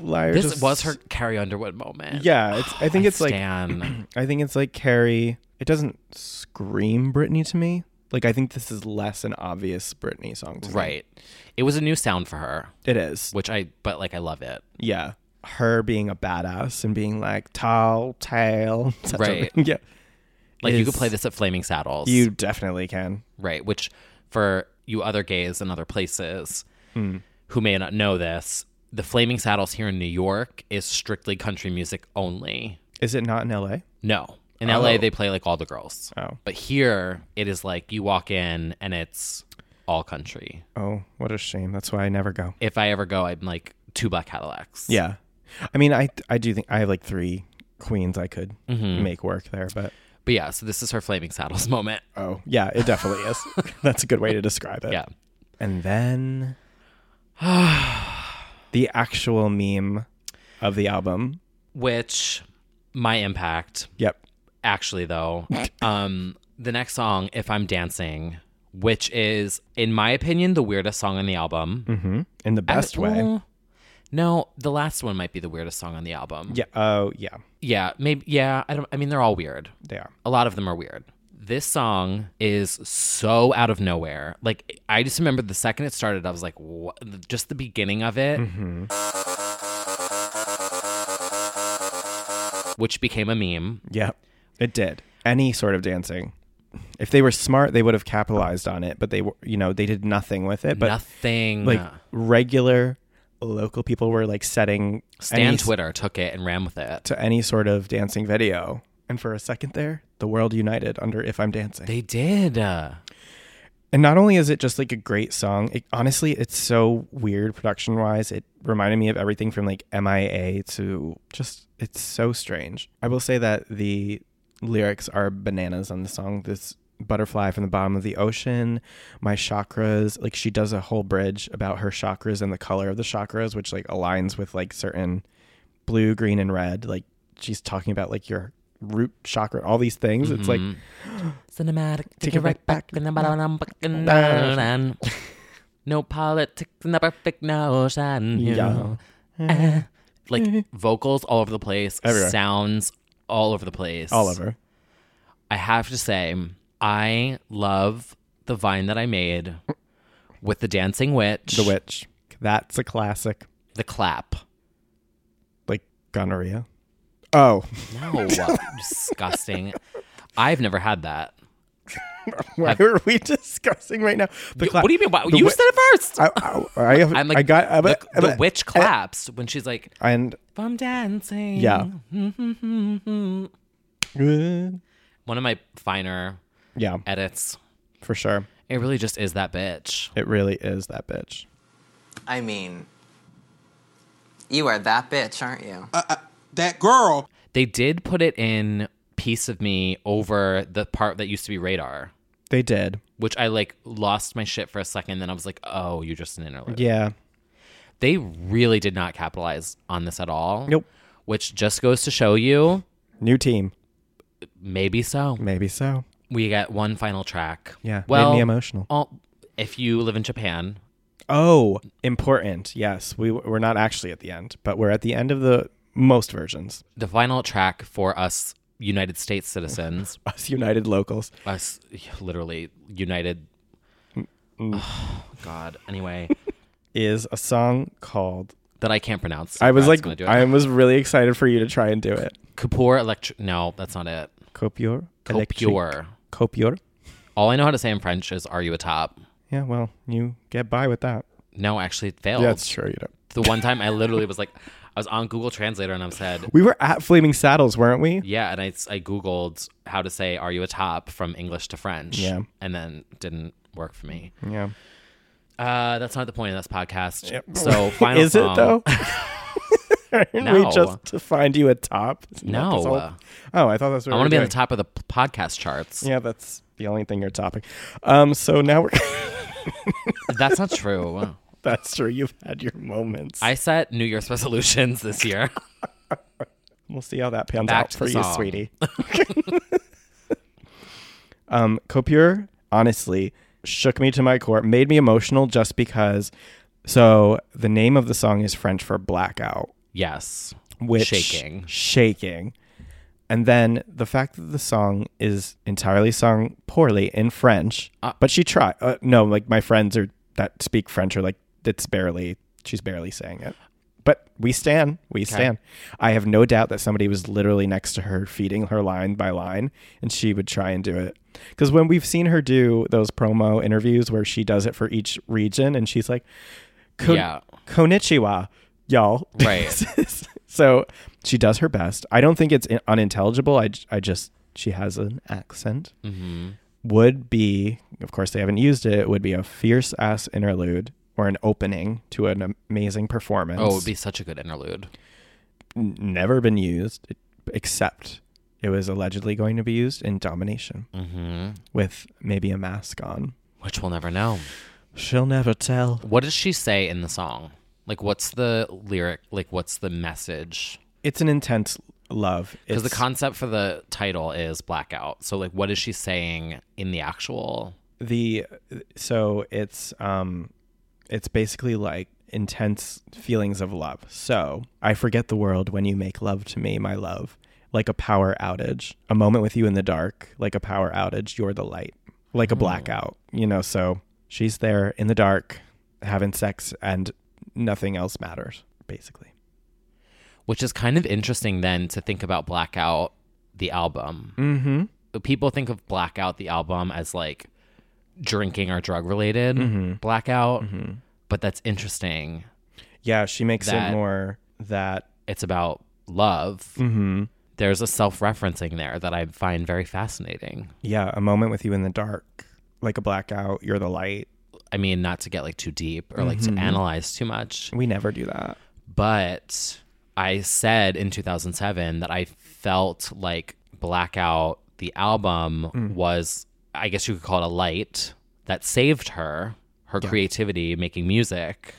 A: Liars.
B: this was her Carrie Underwood moment.
A: Yeah, it's, I think
B: I
A: it's like
B: stan.
A: I think it's like Carrie. It doesn't scream Britney to me. Like I think this is less an obvious Britney song. To me.
B: Right. It was a new sound for her,
A: It is.
B: which I, but like, I love it.
A: Yeah. Her being a badass and being like tall, tail.
B: Right.
A: yeah.
B: Like, you could
A: Is-
B: play this at Flaming Saddles.
A: You definitely can.
B: right? Which for you other gays in other places
A: Hmm.
B: who may not know this, the Flaming Saddles here in New York is strictly country music only.
A: Is it not in L.A.?
B: No. In
A: Oh.
B: LA they play like all the girls.
A: Oh.
B: But here it is like you walk in and it's all country.
A: Oh, what a shame. That's why I never go.
B: If I ever go, I'm like two black Cadillacs.
A: Yeah. I mean, I I do think I have like three queens I could
B: Mhm.
A: make work there, but
B: But yeah, so this is her Flaming Saddles moment.
A: oh, yeah, it definitely is. That's a good way to describe it.
B: Yeah.
A: And then the actual meme of the album.
B: Which my impact
A: Yep.
B: actually though um the next song if i'm dancing which is in my opinion the weirdest song on the album
A: Mhm. In the best
B: I-
A: way.
B: well, no the last one might be the weirdest song on the album
A: Yeah. Oh, yeah.
B: yeah maybe yeah i don't i mean they're all weird
A: They are.
B: a lot of them are weird this song is so out of nowhere like i just remember the second it started i was like what? just the beginning of it which became a meme
A: Yeah. It did. Any sort of dancing. If they were smart, they would have capitalized on it, but they were, you know, they did nothing with it. But
B: nothing
A: like regular local people were like setting
B: Stan
A: any-
B: Twitter took it and ran with it.
A: to any sort of dancing video. And for a second there, the world united under If I'm Dancing.
B: They did. Uh,
A: and not only is it just like a great song, it, honestly, it's so weird production wise. It reminded me of everything from like MIA to just, it's so strange. I will say that the lyrics are bananas on the song. This butterfly from the bottom of the ocean, my chakras, like she does a whole bridge about her chakras and the color of the chakras, which like aligns with like certain blue, green, and red. Like she's talking about like your root chakra, all these things. It's like
B: Mm-hmm. Cinematic,
A: Take
B: take
A: it
B: it right back. in the bottom, I'm back in the
A: Nah.
B: land. No politics in the perfect notion.
A: Yeah. Mm-hmm.
B: Yeah. eh, like vocals all over the place,
A: Everywhere.
B: sounds all over the place.
A: All over.
B: I have to say, I love the vine that I made with the dancing witch.
A: The witch. That's a classic.
B: The clap.
A: Like gonorrhea. Oh.
B: No, disgusting. I've never had that.
A: Why
B: Have-
A: are we discussing right now? The
B: You- what do you mean? Why- you said it first.
A: I, I, I, have,
B: I'm like,
A: I got I'm
B: the,
A: a- I'm
B: the
A: a-
B: witch claps when she's like,
A: and
B: "If I'm dancing.
A: Yeah.
B: One of my finer
A: Yeah.
B: edits.
A: for sure,
B: It really just is that bitch.
A: it really is that bitch.
J: I mean, you are that bitch, aren't you?
B: That girl. They did put it in Piece of Me over the part that used to be Radar,
A: They did.
B: which I like lost my shit for a second. Then I was like, oh, you're just an interlude.
A: Yeah.
B: They really did not capitalize on this at all.
A: Nope.
B: Which just goes to show you
A: New team.
B: maybe so.
A: Maybe so.
B: We got one final track.
A: Yeah, made
B: Well,
A: me emotional.
B: all- if you live in Japan,
A: Oh, important. Yes, we we're not actually at the end, but we're at the end of the most versions.
B: the final track for us United States citizens,
A: Us United locals.
B: us literally United.
A: Mm.
B: God. Anyway,
A: is a song called
B: that I can't pronounce. so
A: I was
B: Brad's
A: like
B: gonna do it.
A: I was really excited for you to try and do it.
B: Kapoor Electric. No, that's not it.
A: Copior.
B: Copior.
A: Copior.
B: All I know how to say in French is "Are you a top?"
A: Yeah, well, you get by with that. Oh.
B: No, actually, it failed.
A: That's true. You don't.
B: The one time I literally was like, I was on Google Translator and I said,
A: We were at Flaming Saddles, weren't we?
B: "Yeah," and I, I googled how to say "Are you a top?" from English to French.
A: Yeah.
B: and then didn't work for me.
A: Yeah.
B: Uh, that's not the point of this podcast.
A: Yep.
B: So final
A: is
B: song.
A: it though? Aren't
B: No.
A: We just to find you at top. Isn't that
B: No.
A: this whole- Oh, I thought that's what
B: I
A: want to
B: be on the top of the p- podcast charts.
A: Yeah, that's the only thing you're topping. Um, so now we're.
B: That's not true.
A: that's true. You've had your moments.
B: I set New Year's resolutions this year.
A: We'll see how that pans
B: Back
A: out
B: to
A: for
B: the
A: you,
B: song.
A: sweetie. um, Copier, honestly, shook me to my core, made me emotional just because. So the name of the song is French for blackout,
B: Yes.
A: which
B: shaking.
A: shaking. And then the fact that the song is entirely sung poorly in French, but she tried. Uh, no, like my friends are that speak French are like it's barely. She's barely saying it. But we stand. We stand. I have no doubt that somebody was literally next to her feeding her line by line and she would try and do it. Because when we've seen her do those promo interviews where she does it for each region and she's like, Kon-
B: Yeah.
A: Konnichiwa, y'all.
B: Right.
A: so she does her best. I don't think it's in- unintelligible. I, j- I just, she has an accent.
B: Mhm.
A: Would be, of course, they haven't used it, would be a fierce ass interlude or an opening to an amazing performance
B: Oh, it would be such a good interlude.
A: n- never been used except it was allegedly going to be used in domination
B: Mm-hmm.
A: with maybe a mask on
B: Which we'll never know.
A: she'll never tell
B: What does she say in the song? Like, what's the lyric? Like, what's the message?
A: it's an intense love
B: Because
A: it's
B: the concept for the title is blackout. So, like, what is she saying in the actual?
A: the so it's um it's basically like intense feelings of love so i forget the world when you make love to me my love like a power outage a moment with you in the dark like a power outage you're the light like a blackout you know so she's there in the dark having sex and nothing else matters basically
B: Which is kind of interesting then to think about blackout, the album.
A: mm-hmm
B: people think of blackout the album as like drinking or drug related
A: Mhm.
B: blackout but that's interesting
A: yeah she makes
B: That-
A: it more that
B: it's about love
A: Mhm.
B: there's a self-referencing there that i find very fascinating
A: yeah a moment with you in the dark like a blackout you're the light
B: i mean not to get like too deep or like
A: Mhm.
B: to analyze too much
A: we never do that
B: but i said in 2007 that i felt like blackout the album was i guess you could call it a light that saved her her creativity making music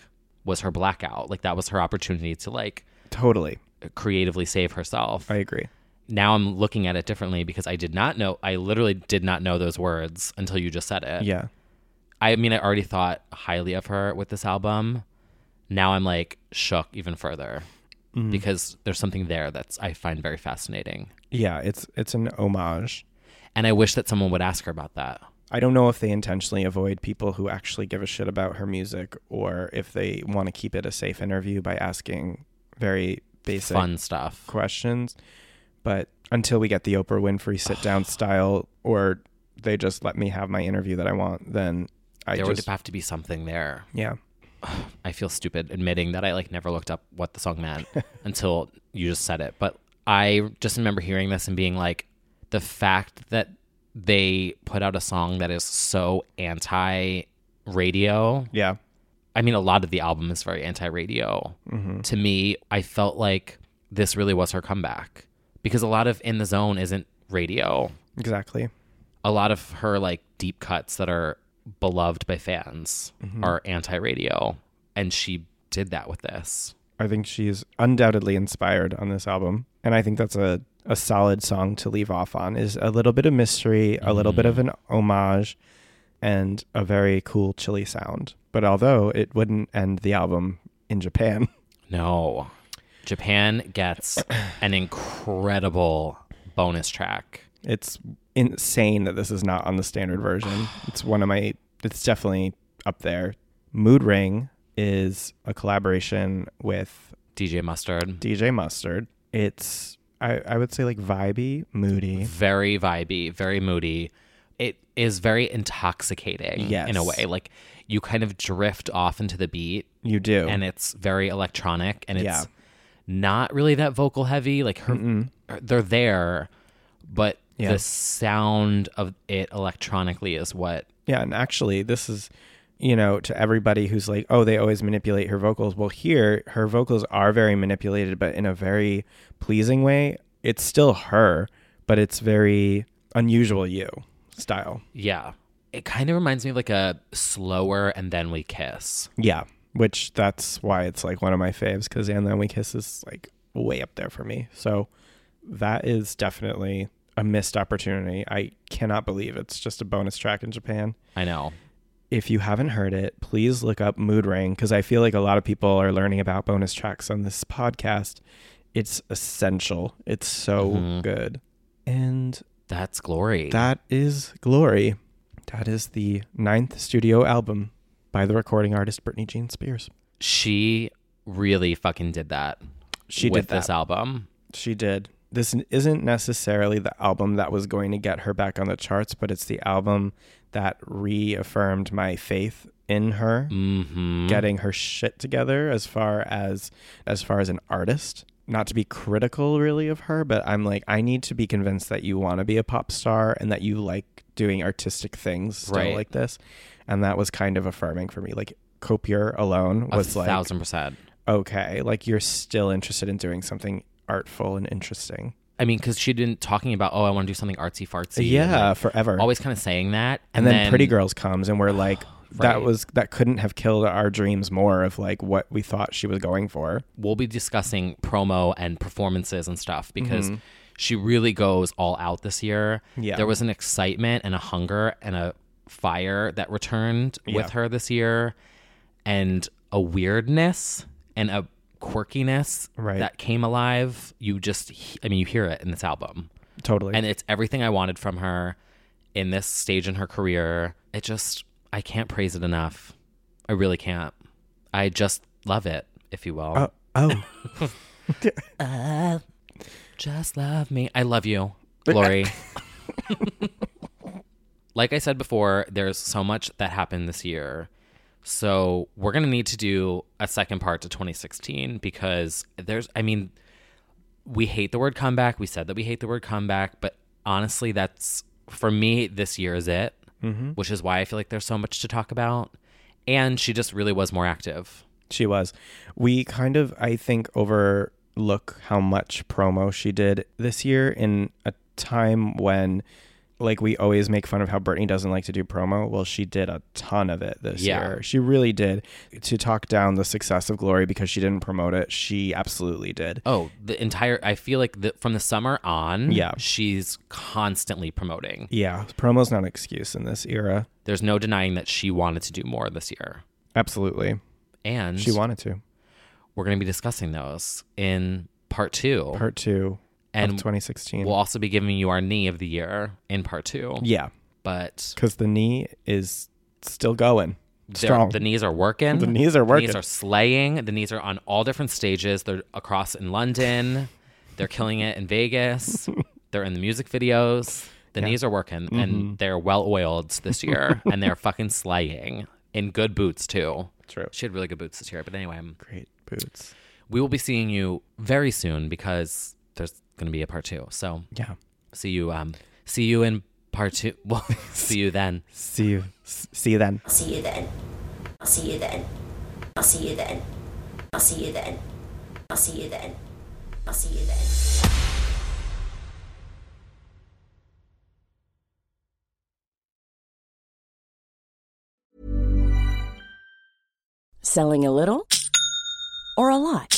B: was her blackout like that was her opportunity to like
A: totally
B: creatively save herself
A: i agree
B: now i'm looking at it differently because i did not know i literally did not know those words until you just said it
A: Yeah.
B: i mean i already thought highly of her with this album now I'm like shook even further
A: Mhm.
B: because there's something there that's I find very fascinating.
A: Yeah, it's it's an homage.
B: And I wish that someone would ask her about that.
A: I don't know if they intentionally avoid people who actually give a shit about her music or if they want to keep it a safe interview by asking very basic
B: Fun stuff.
A: questions. But until we get the Oprah Winfrey sit down style or they just let me have my interview that I want, then I
B: there
A: just
B: would have to be something there.
A: Yeah.
B: I feel stupid admitting that I like never looked up what the song meant until you just said it. But I just remember hearing this and being like, the fact that they put out a song that is so anti radio.
A: Yeah.
B: I mean, a lot of the album is very anti radio.
A: Mhm.
B: To me, I felt like this really was her comeback because a lot of In the Zone isn't radio
A: exactly.
B: a lot of her like deep cuts that are beloved by fans
A: Mhm.
B: are anti-radio and she did that with this
A: I think she's undoubtedly inspired on this album. And I think that's a, a solid song to leave off on is a little bit of mystery, a little bit of an homage, and a very cool chilly sound. But although it wouldn't end the album in Japan.
B: no japan gets an incredible bonus track
A: It's insane that this is not on the standard version. It's one of my it's definitely up there. Mood Ring is a collaboration with
B: DJ Mustard.
A: DJ Mustard. It's I, I would say like vibey, moody.
B: very vibey very moody it is very intoxicating
A: Yes.
B: in a way like you kind of drift off into the beat
A: You do.
B: and it's very electronic and it's
A: Yeah.
B: not really that vocal heavy like her,
A: Mm-mm.
B: her- they're there but
A: Yeah.
B: the sound of it electronically is what
A: Yeah, and actually, this is, you know, to everybody who's like, oh, they always manipulate her vocals. Well, here, her vocals are very manipulated, but in a very pleasing way. It's still her, but it's very unusual you style.
B: yeah it kind of reminds me of like a slower and then we kiss
A: Yeah, which that's why it's like one of my faves because And Then We Kiss is like way up there for me. So that is definitely a missed opportunity. I cannot believe it's just a bonus track in Japan.
B: i know
A: if you haven't heard it, please look up Mood Ring because I feel like a lot of people are learning about bonus tracks on this podcast. It's essential. It's so
B: Mhm.
A: good. And
B: that's glory
A: that is Glory. That is the ninth studio album by the recording artist Brittany Jean Spears.
B: she really fucking did that
A: She did
B: with this
A: that.
B: album
A: She did. This n- isn't necessarily the album that was going to get her back on the charts, but it's the album that reaffirmed my faith in her,
B: Mhm.
A: getting her shit together as far as as far as an artist. Not to be critical really of her, but I'm like I need to be convinced that you want to be a pop star and that you like doing artistic things still
B: Right.
A: like this. And that was kind of affirming for me. Like Copier alone
B: a
A: was like
B: thousand percent
A: okay, like you're still interested in doing something artful and interesting.
B: I mean, because she'd been talking about, oh, I want to do something artsy fartsy.
A: Yeah,
B: like,
A: forever.
B: Always kind of saying that.
A: And, then, Pretty Girls comes and we're like that
B: Right.
A: was that couldn't have killed our dreams more of like what we thought she was going for.
B: We'll be discussing promo and performances and stuff because
A: Mhm.
B: she really goes all out this year.
A: Yeah.
B: There was an excitement and a hunger and a fire that returned
A: Yeah.
B: with her this year and a weirdness and a quirkiness
A: Right.
B: that came alive. You just, he- I mean, you hear it in this album.
A: Totally.
B: And it's everything I wanted from her in this stage in her career. It just, I can't praise it enough. I really can't. I just love it, if you will.
A: Oh, oh.
B: Uh, just love me. I love you, Glory. like I said before, there's so much that happened this year. So we're going to need to do a second part to 2016 because there's, I mean, we hate the word comeback. We said that we hate the word comeback, but honestly, that's for me, this year is it,
A: Mhm.
B: which is why I feel like there's so much to talk about. And she just really was more active.
A: She was. We kind of, I think, overlook how much promo she did this year in a time when, like, we always make fun of how Britney doesn't like to do promo. Well, she did a ton of it this
B: Yeah.
A: year. She really did. To talk down the success of Glory because she didn't promote it, she absolutely did.
B: Oh, the entire, I feel like the, from the summer on,
A: Yeah.
B: she's constantly promoting.
A: Yeah, promo's not an excuse in this era.
B: There's no denying that she wanted to do more this year.
A: Absolutely.
B: And
A: She wanted to.
B: We're going to be discussing those in part two.
A: Part two
B: and
A: of 2016.
B: We'll also be giving you our knee of the year in part two.
A: Yeah.
B: But
A: because the knee is still going
B: they're-
A: strong.
B: The knees are working.
A: The knees are
B: The
A: working.
B: knees are slaying. The knees are on all different stages. They're across in London. they're killing it in Vegas. they're in the music videos. The knees are working
A: Mm-hmm.
B: and they're well oiled this year and they're fucking slaying in good boots too.
A: True.
B: She had really good boots this year. But anyway,
A: great boots.
B: We will be seeing you very soon because there's going to be a part two. So
A: Yeah.
B: see you. Um, see you in part two. Well, see you then.
A: See you. S- See you then.
C: I'll see you then. I'll see you then. I'll see you then. I'll see you then. I'll see you then. I'll see you then.
P: Selling a little or a lot?